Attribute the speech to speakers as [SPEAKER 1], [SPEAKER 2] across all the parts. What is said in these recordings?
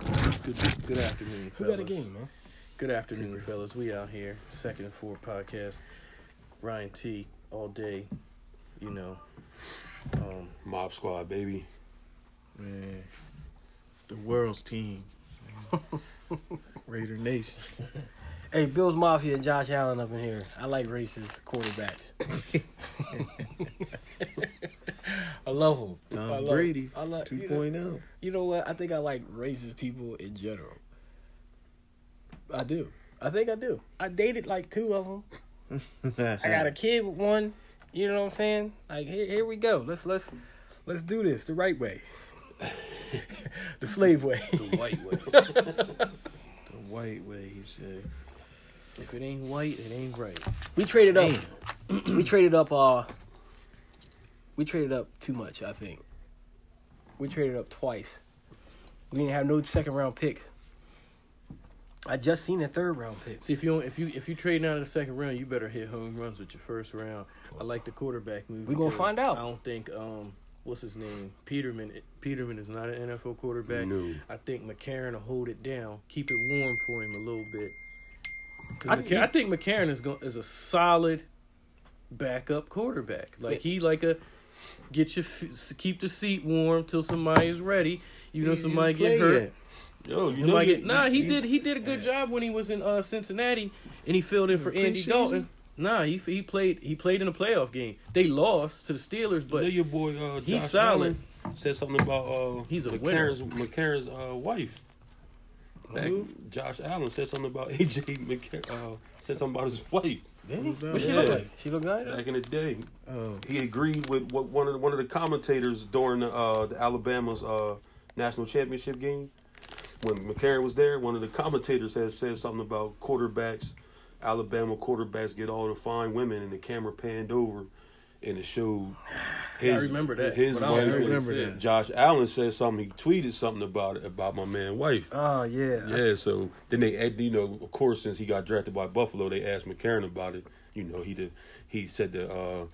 [SPEAKER 1] Good, good afternoon,
[SPEAKER 2] Who
[SPEAKER 1] fellas.
[SPEAKER 2] got a game, man?
[SPEAKER 1] Good afternoon, fellas. We out here, second and four podcast. Ryan T all day, you know. Um,
[SPEAKER 3] Mob Squad, baby.
[SPEAKER 4] Man, the world's team. Raider Nation.
[SPEAKER 2] Hey, Bills Mafia, Josh Allen up in here. I like racist quarterbacks. I love them.
[SPEAKER 4] Tom
[SPEAKER 2] I love,
[SPEAKER 4] Brady, oh.
[SPEAKER 2] I love, you, know,
[SPEAKER 4] 2.0.
[SPEAKER 2] you know what? I think I like racist people in general. I do. I think I do. I dated like two of them. I got a kid with one. You know what I'm saying? Like here, here we go. Let's let's let's do this the right way, the slave way.
[SPEAKER 1] the white way.
[SPEAKER 4] the white way, he said.
[SPEAKER 1] if it ain't white, it ain't right.
[SPEAKER 2] We traded up. we traded up. Uh, we traded up too much. I think. We traded up twice. We didn't have no second round picks. I just seen a third round pick.
[SPEAKER 1] See, if you don't, if you if you trading out of the second round, you better hit home runs with your first round. I like the quarterback move.
[SPEAKER 2] We gonna
[SPEAKER 1] because
[SPEAKER 2] find out.
[SPEAKER 1] I don't think um, what's his name, Peterman. Peterman is not an NFL quarterback.
[SPEAKER 3] No.
[SPEAKER 1] I think McCarron will hold it down, keep it warm for him a little bit. 'Cause
[SPEAKER 2] I-
[SPEAKER 1] McCarron- I,
[SPEAKER 2] he-
[SPEAKER 1] think McCarron is going is a solid backup quarterback. Like he like a get your f- s- keep the seat warm till somebody is ready. You know
[SPEAKER 4] He
[SPEAKER 1] somebody
[SPEAKER 4] didn't
[SPEAKER 1] get
[SPEAKER 4] play
[SPEAKER 1] hurt.
[SPEAKER 4] yet.
[SPEAKER 3] Yo, you know
[SPEAKER 1] Somebody
[SPEAKER 3] you,
[SPEAKER 1] get- nah, he
[SPEAKER 3] you-
[SPEAKER 1] did. He did a good job when he was in uh, Cincinnati, and he filled in for Andy
[SPEAKER 4] Preseason?
[SPEAKER 1] Dalton. Nah, he he played he played in a playoff game. They lost to the Steelers,
[SPEAKER 3] you know
[SPEAKER 1] but
[SPEAKER 3] your boy uh, Josh
[SPEAKER 1] he's solid.
[SPEAKER 3] Allen said something about uh,
[SPEAKER 1] He's a winner.
[SPEAKER 3] McCarron's, McCarron's uh, wife. Back, Josh Allen said something about AJ McCarron. Uh, said something about his wife
[SPEAKER 2] What she look like? She look nice.
[SPEAKER 3] back in the day.
[SPEAKER 4] Oh,
[SPEAKER 3] He agreed with what one of the, one of the commentators during the, uh, the Alabama's uh, national championship game when McCarron was there. One of the commentators had said something about quarterbacks. Alabama quarterbacks get all the fine women, and the camera panned over, and it showed. His,
[SPEAKER 1] I remember that.
[SPEAKER 3] His
[SPEAKER 1] but I don't
[SPEAKER 3] wife.
[SPEAKER 1] remember,
[SPEAKER 4] remember
[SPEAKER 1] that.
[SPEAKER 4] that.
[SPEAKER 3] Josh Allen said something. He tweeted something about it about my man wife.
[SPEAKER 2] Oh yeah.
[SPEAKER 3] Yeah, so then they, add- you know, of course, since he got drafted by Buffalo, they asked McCarron about it. You know, he did. He said the uh,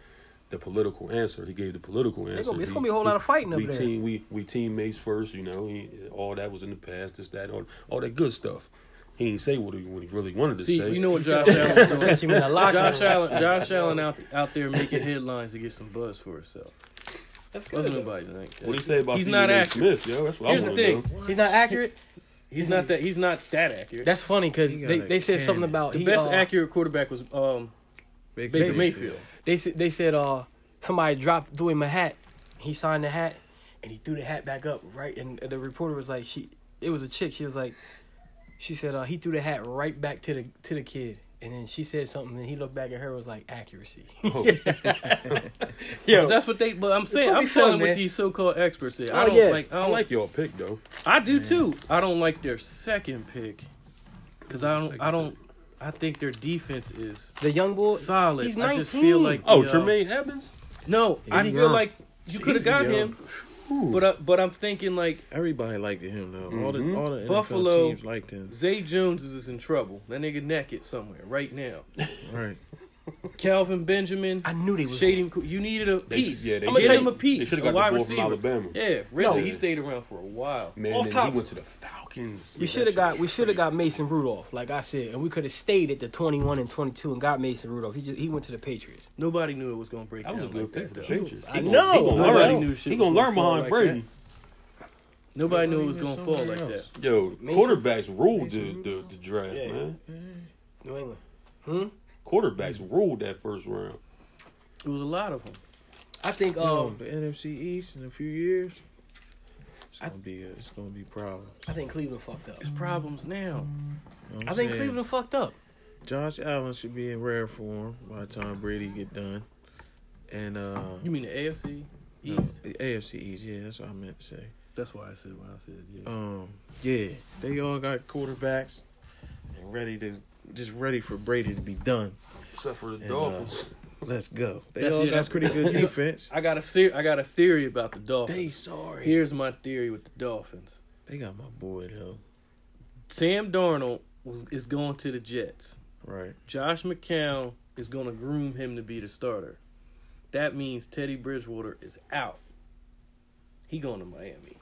[SPEAKER 3] the political answer. He gave the political answer.
[SPEAKER 2] gonna be- it's
[SPEAKER 3] We-
[SPEAKER 2] gonna be a whole lot of fighting
[SPEAKER 3] we,
[SPEAKER 2] up
[SPEAKER 3] we
[SPEAKER 2] there.
[SPEAKER 3] Team, we we teammates first. You know, he, all that was in the past. This, that, all, all that good stuff. He didn't say what he, what he really wanted to
[SPEAKER 1] See,
[SPEAKER 3] say.
[SPEAKER 1] you know what Josh Allen's doing?
[SPEAKER 2] Catch him in the locker
[SPEAKER 1] Josh
[SPEAKER 2] room.
[SPEAKER 1] Allen, Josh Allen out out there making headlines to get some buzz for himself.
[SPEAKER 2] That's good.
[SPEAKER 1] Doesn't nobody think.
[SPEAKER 3] what he say about
[SPEAKER 1] He's
[SPEAKER 3] Stephen
[SPEAKER 1] not
[SPEAKER 3] A.
[SPEAKER 1] accurate.
[SPEAKER 3] Smith, yo. That's what
[SPEAKER 1] Here's
[SPEAKER 3] I
[SPEAKER 1] the
[SPEAKER 3] want
[SPEAKER 1] thing.
[SPEAKER 3] To know.
[SPEAKER 2] He's not accurate.
[SPEAKER 1] He's not that. He's not that accurate.
[SPEAKER 2] That's funny because
[SPEAKER 4] He got
[SPEAKER 2] they,
[SPEAKER 4] a
[SPEAKER 2] they said something
[SPEAKER 4] cannon.
[SPEAKER 2] about
[SPEAKER 1] the
[SPEAKER 2] he,
[SPEAKER 1] best
[SPEAKER 2] uh,
[SPEAKER 1] accurate quarterback was um,
[SPEAKER 4] Baker,
[SPEAKER 1] Baker Mayfield.
[SPEAKER 2] They said they said uh somebody dropped threw him a hat. He signed the hat and he threw the hat back up right and the reporter was like she it was a chick. She was like she said uh he threw the hat right back to the to the kid. And then she said something, and he looked back at her. Was like accuracy.
[SPEAKER 1] But
[SPEAKER 2] Yo,
[SPEAKER 1] That's what they. But I'm saying
[SPEAKER 2] gonna
[SPEAKER 1] I'm
[SPEAKER 2] be fun,
[SPEAKER 1] telling what
[SPEAKER 2] man.
[SPEAKER 1] these so-called experts say. I
[SPEAKER 2] Oh,
[SPEAKER 1] don't
[SPEAKER 2] yeah.
[SPEAKER 1] like. I
[SPEAKER 3] I
[SPEAKER 1] don't
[SPEAKER 3] like your pick though.
[SPEAKER 1] I do too. I don't like their second pick because I don't. I don't. I think their defense is
[SPEAKER 2] the young boy.
[SPEAKER 1] solid.
[SPEAKER 2] He's
[SPEAKER 1] I just feel
[SPEAKER 2] 19.
[SPEAKER 1] like
[SPEAKER 3] Oh,
[SPEAKER 1] the, uh,
[SPEAKER 3] Tremaine Evans.
[SPEAKER 1] No, I
[SPEAKER 4] He's
[SPEAKER 1] feel
[SPEAKER 4] young.
[SPEAKER 1] like you could have
[SPEAKER 4] He's
[SPEAKER 1] got
[SPEAKER 4] young.
[SPEAKER 1] him, but I, but I'm thinking like
[SPEAKER 4] Everybody liked him, though. All the, all the NFL
[SPEAKER 1] Mm-hmm. Buffalo-
[SPEAKER 4] teams liked him.
[SPEAKER 1] Zay Jones is in trouble. That nigga neck it somewhere right now.
[SPEAKER 4] Right.
[SPEAKER 1] Calvin Benjamin.
[SPEAKER 2] I knew they was.
[SPEAKER 1] Shady, you needed a piece.
[SPEAKER 3] should- yeah, they
[SPEAKER 1] Get
[SPEAKER 2] should-
[SPEAKER 1] him a piece.
[SPEAKER 3] they should
[SPEAKER 1] a
[SPEAKER 3] have
[SPEAKER 1] wide
[SPEAKER 3] got the boy from
[SPEAKER 1] receiver.
[SPEAKER 3] Alabama.
[SPEAKER 1] Yeah, really. He stayed around for a while.
[SPEAKER 3] Man,
[SPEAKER 2] Off
[SPEAKER 3] and he
[SPEAKER 2] topic.
[SPEAKER 3] went to the Falcons.
[SPEAKER 2] We should have got we should have got Mason Rudolph, like I said, and we could have stayed at the twenty one and twenty two and got Mason Rudolph. He just he went to the Patriots.
[SPEAKER 1] Nobody knew it was gonna break
[SPEAKER 3] That was a
[SPEAKER 1] down
[SPEAKER 3] good
[SPEAKER 1] like
[SPEAKER 3] pick for
[SPEAKER 1] that.
[SPEAKER 3] the
[SPEAKER 1] though.
[SPEAKER 3] Patriots.
[SPEAKER 2] I
[SPEAKER 3] He
[SPEAKER 2] know.
[SPEAKER 3] gonna- he gonna
[SPEAKER 2] Nobody
[SPEAKER 3] learn.
[SPEAKER 1] knew shit
[SPEAKER 3] He gonna
[SPEAKER 1] was gonna
[SPEAKER 3] learn
[SPEAKER 1] fall
[SPEAKER 3] behind
[SPEAKER 1] like
[SPEAKER 3] Brady.
[SPEAKER 1] Nobody knew it
[SPEAKER 4] Nobody
[SPEAKER 1] was
[SPEAKER 4] knew
[SPEAKER 1] gonna fall
[SPEAKER 4] somebody
[SPEAKER 1] like that.
[SPEAKER 4] else.
[SPEAKER 3] Yo,
[SPEAKER 2] Mason-
[SPEAKER 3] quarterbacks ruled the,
[SPEAKER 4] Mason
[SPEAKER 3] the, the draft,
[SPEAKER 2] Yeah.
[SPEAKER 3] man.
[SPEAKER 2] New England. Hmm?
[SPEAKER 3] Quarterbacks ruled that first round.
[SPEAKER 1] It was a lot of them.
[SPEAKER 2] I think
[SPEAKER 4] Oh,
[SPEAKER 2] um
[SPEAKER 4] the NFC East in a few years. It's gonna be a, it's gonna be a problem.
[SPEAKER 2] I think Cleveland fucked up.
[SPEAKER 1] It's problems now.
[SPEAKER 4] You know what
[SPEAKER 2] I
[SPEAKER 4] I'm
[SPEAKER 2] think
[SPEAKER 4] saying?
[SPEAKER 2] Cleveland fucked up.
[SPEAKER 4] Josh Allen should be in rare form by the time Brady get done, and uh,
[SPEAKER 1] You mean the AFC East?
[SPEAKER 4] no, the AFC East. Yeah, that's what I meant to say.
[SPEAKER 1] That's why I said what I said. Yeah.
[SPEAKER 4] Um, yeah, they all got quarterbacks and ready to just ready for Brady to be done.
[SPEAKER 3] Except for the
[SPEAKER 4] And,
[SPEAKER 3] Dolphins.
[SPEAKER 4] uh, let's go. They
[SPEAKER 1] That's-
[SPEAKER 4] all
[SPEAKER 1] yeah, that's-
[SPEAKER 4] got pretty good
[SPEAKER 1] You know-
[SPEAKER 4] defense.
[SPEAKER 1] I got a ser- I got a theory about the
[SPEAKER 4] They
[SPEAKER 1] Dolphins.
[SPEAKER 4] sorry.
[SPEAKER 1] Here's my theory with the Dolphins.
[SPEAKER 4] They got my boy though.
[SPEAKER 1] Sam Darnold was, is going to the Jets.
[SPEAKER 4] Right.
[SPEAKER 1] Josh McCown is going to groom him to be the starter. That means Teddy Bridgewater is out. He going to Miami.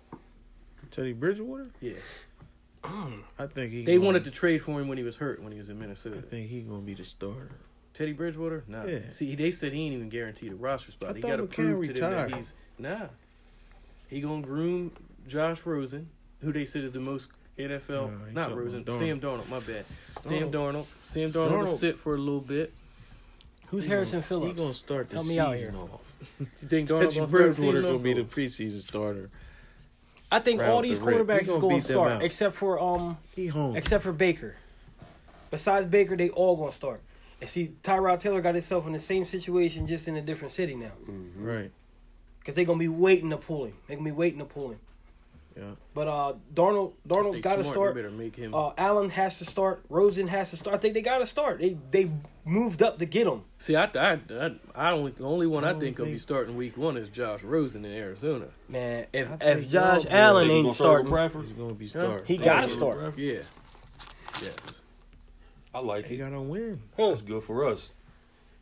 [SPEAKER 4] Teddy Bridgewater.
[SPEAKER 1] Yeah.
[SPEAKER 4] I think he.
[SPEAKER 1] They
[SPEAKER 4] gonna-
[SPEAKER 1] wanted to trade for him when he was hurt when he was in
[SPEAKER 4] I
[SPEAKER 1] Minnesota.
[SPEAKER 4] think he gonna be the starter.
[SPEAKER 1] Teddy Bridgewater, nah.
[SPEAKER 4] Yeah.
[SPEAKER 1] See, they said he ain't even guaranteed a roster spot.
[SPEAKER 4] I
[SPEAKER 1] he
[SPEAKER 4] thought
[SPEAKER 1] got to
[SPEAKER 4] McCann
[SPEAKER 1] prove to them
[SPEAKER 4] retired.
[SPEAKER 1] that he's nah. He gonna groom Josh Rosen, who they said is the most NFL.
[SPEAKER 4] Nah, he
[SPEAKER 1] not
[SPEAKER 4] talking
[SPEAKER 1] Rosen,
[SPEAKER 4] about Darnold.
[SPEAKER 1] Sam Darnold. My bad, Sam Darnold. Sam Darnold, will
[SPEAKER 4] Darnold.
[SPEAKER 1] sit for a little bit.
[SPEAKER 2] Who's
[SPEAKER 4] He
[SPEAKER 2] Harrison
[SPEAKER 4] gonna,
[SPEAKER 2] Phillips?
[SPEAKER 4] He gonna start the
[SPEAKER 2] Help me
[SPEAKER 4] season
[SPEAKER 2] out here.
[SPEAKER 4] off.
[SPEAKER 1] You think Darnold
[SPEAKER 4] Teddy
[SPEAKER 1] gonna start the
[SPEAKER 4] Bridgewater
[SPEAKER 1] season?
[SPEAKER 4] gonna
[SPEAKER 1] off?
[SPEAKER 4] be the preseason starter.
[SPEAKER 2] I think
[SPEAKER 4] Right
[SPEAKER 2] all
[SPEAKER 4] off
[SPEAKER 2] these
[SPEAKER 4] the rip. We
[SPEAKER 2] quarterbacks is
[SPEAKER 4] gonna
[SPEAKER 2] going
[SPEAKER 4] beat
[SPEAKER 2] to
[SPEAKER 4] them
[SPEAKER 2] start,
[SPEAKER 4] out.
[SPEAKER 2] except for um,
[SPEAKER 4] He home.
[SPEAKER 2] except for Baker. Besides Baker, they all going to start. And see, Tyrod Taylor got himself in the same situation, just in a different city now,
[SPEAKER 4] Hmm. right.
[SPEAKER 2] because they're going to be waiting to pull him. They're going to be waiting to pull him.
[SPEAKER 4] Yeah.
[SPEAKER 2] But uh, Darnold, Darnold's
[SPEAKER 1] They
[SPEAKER 2] got to
[SPEAKER 1] smart,
[SPEAKER 2] start.
[SPEAKER 1] They better make him.
[SPEAKER 2] Uh, Allen has to start. Rosen has to start. I think they got to start. They they moved up to get him.
[SPEAKER 1] See, I, I, I, I only the only one
[SPEAKER 4] I
[SPEAKER 1] I
[SPEAKER 4] don't
[SPEAKER 1] think will be
[SPEAKER 4] think-
[SPEAKER 1] starting week one is Josh Rosen in Arizona.
[SPEAKER 2] Man, if
[SPEAKER 4] I
[SPEAKER 2] if
[SPEAKER 4] think
[SPEAKER 2] Josh
[SPEAKER 4] y'all good.
[SPEAKER 2] Allen
[SPEAKER 3] Think he
[SPEAKER 2] ain't
[SPEAKER 3] gonna start with
[SPEAKER 2] starting,
[SPEAKER 3] Bradford?
[SPEAKER 4] He's gonna be
[SPEAKER 1] Huh?
[SPEAKER 4] starter.
[SPEAKER 2] He
[SPEAKER 4] Oh,
[SPEAKER 2] got to
[SPEAKER 3] yeah.
[SPEAKER 2] start.
[SPEAKER 1] Yeah. Yes.
[SPEAKER 3] I like
[SPEAKER 4] He
[SPEAKER 3] it.
[SPEAKER 4] gotta win.
[SPEAKER 3] That's good for us.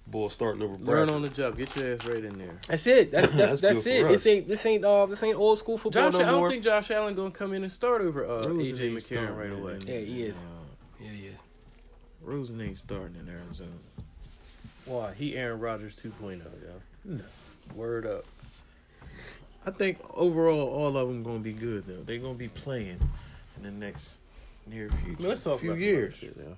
[SPEAKER 3] Boy, starting over
[SPEAKER 1] Learn
[SPEAKER 3] Bradford.
[SPEAKER 1] on the job. Get your ass right in there.
[SPEAKER 2] That's it. That's that's
[SPEAKER 3] That's
[SPEAKER 2] that's,
[SPEAKER 3] good
[SPEAKER 2] it.
[SPEAKER 3] for
[SPEAKER 2] This
[SPEAKER 3] us.
[SPEAKER 2] ain't this ain't uh this ain't old school football
[SPEAKER 1] Josh, I
[SPEAKER 2] no
[SPEAKER 1] don't
[SPEAKER 2] more.
[SPEAKER 1] think Josh Allen gonna come in and start over uh,
[SPEAKER 4] Rosen
[SPEAKER 1] AJ
[SPEAKER 4] ain't
[SPEAKER 1] McCarron
[SPEAKER 4] starting
[SPEAKER 1] right
[SPEAKER 4] in-
[SPEAKER 1] away.
[SPEAKER 4] in-
[SPEAKER 2] Yeah, he is.
[SPEAKER 4] uh,
[SPEAKER 2] yeah, yeah.
[SPEAKER 4] Rosen ain't starting in Arizona.
[SPEAKER 1] Why? He Aaron Rodgers 2.0, yo.
[SPEAKER 4] No.
[SPEAKER 1] Word up.
[SPEAKER 4] I think overall, all of them gonna be good though. They're gonna be playing in the next near future.
[SPEAKER 1] Man, let's talk
[SPEAKER 4] few
[SPEAKER 1] about some
[SPEAKER 4] years.
[SPEAKER 1] other shit, yo.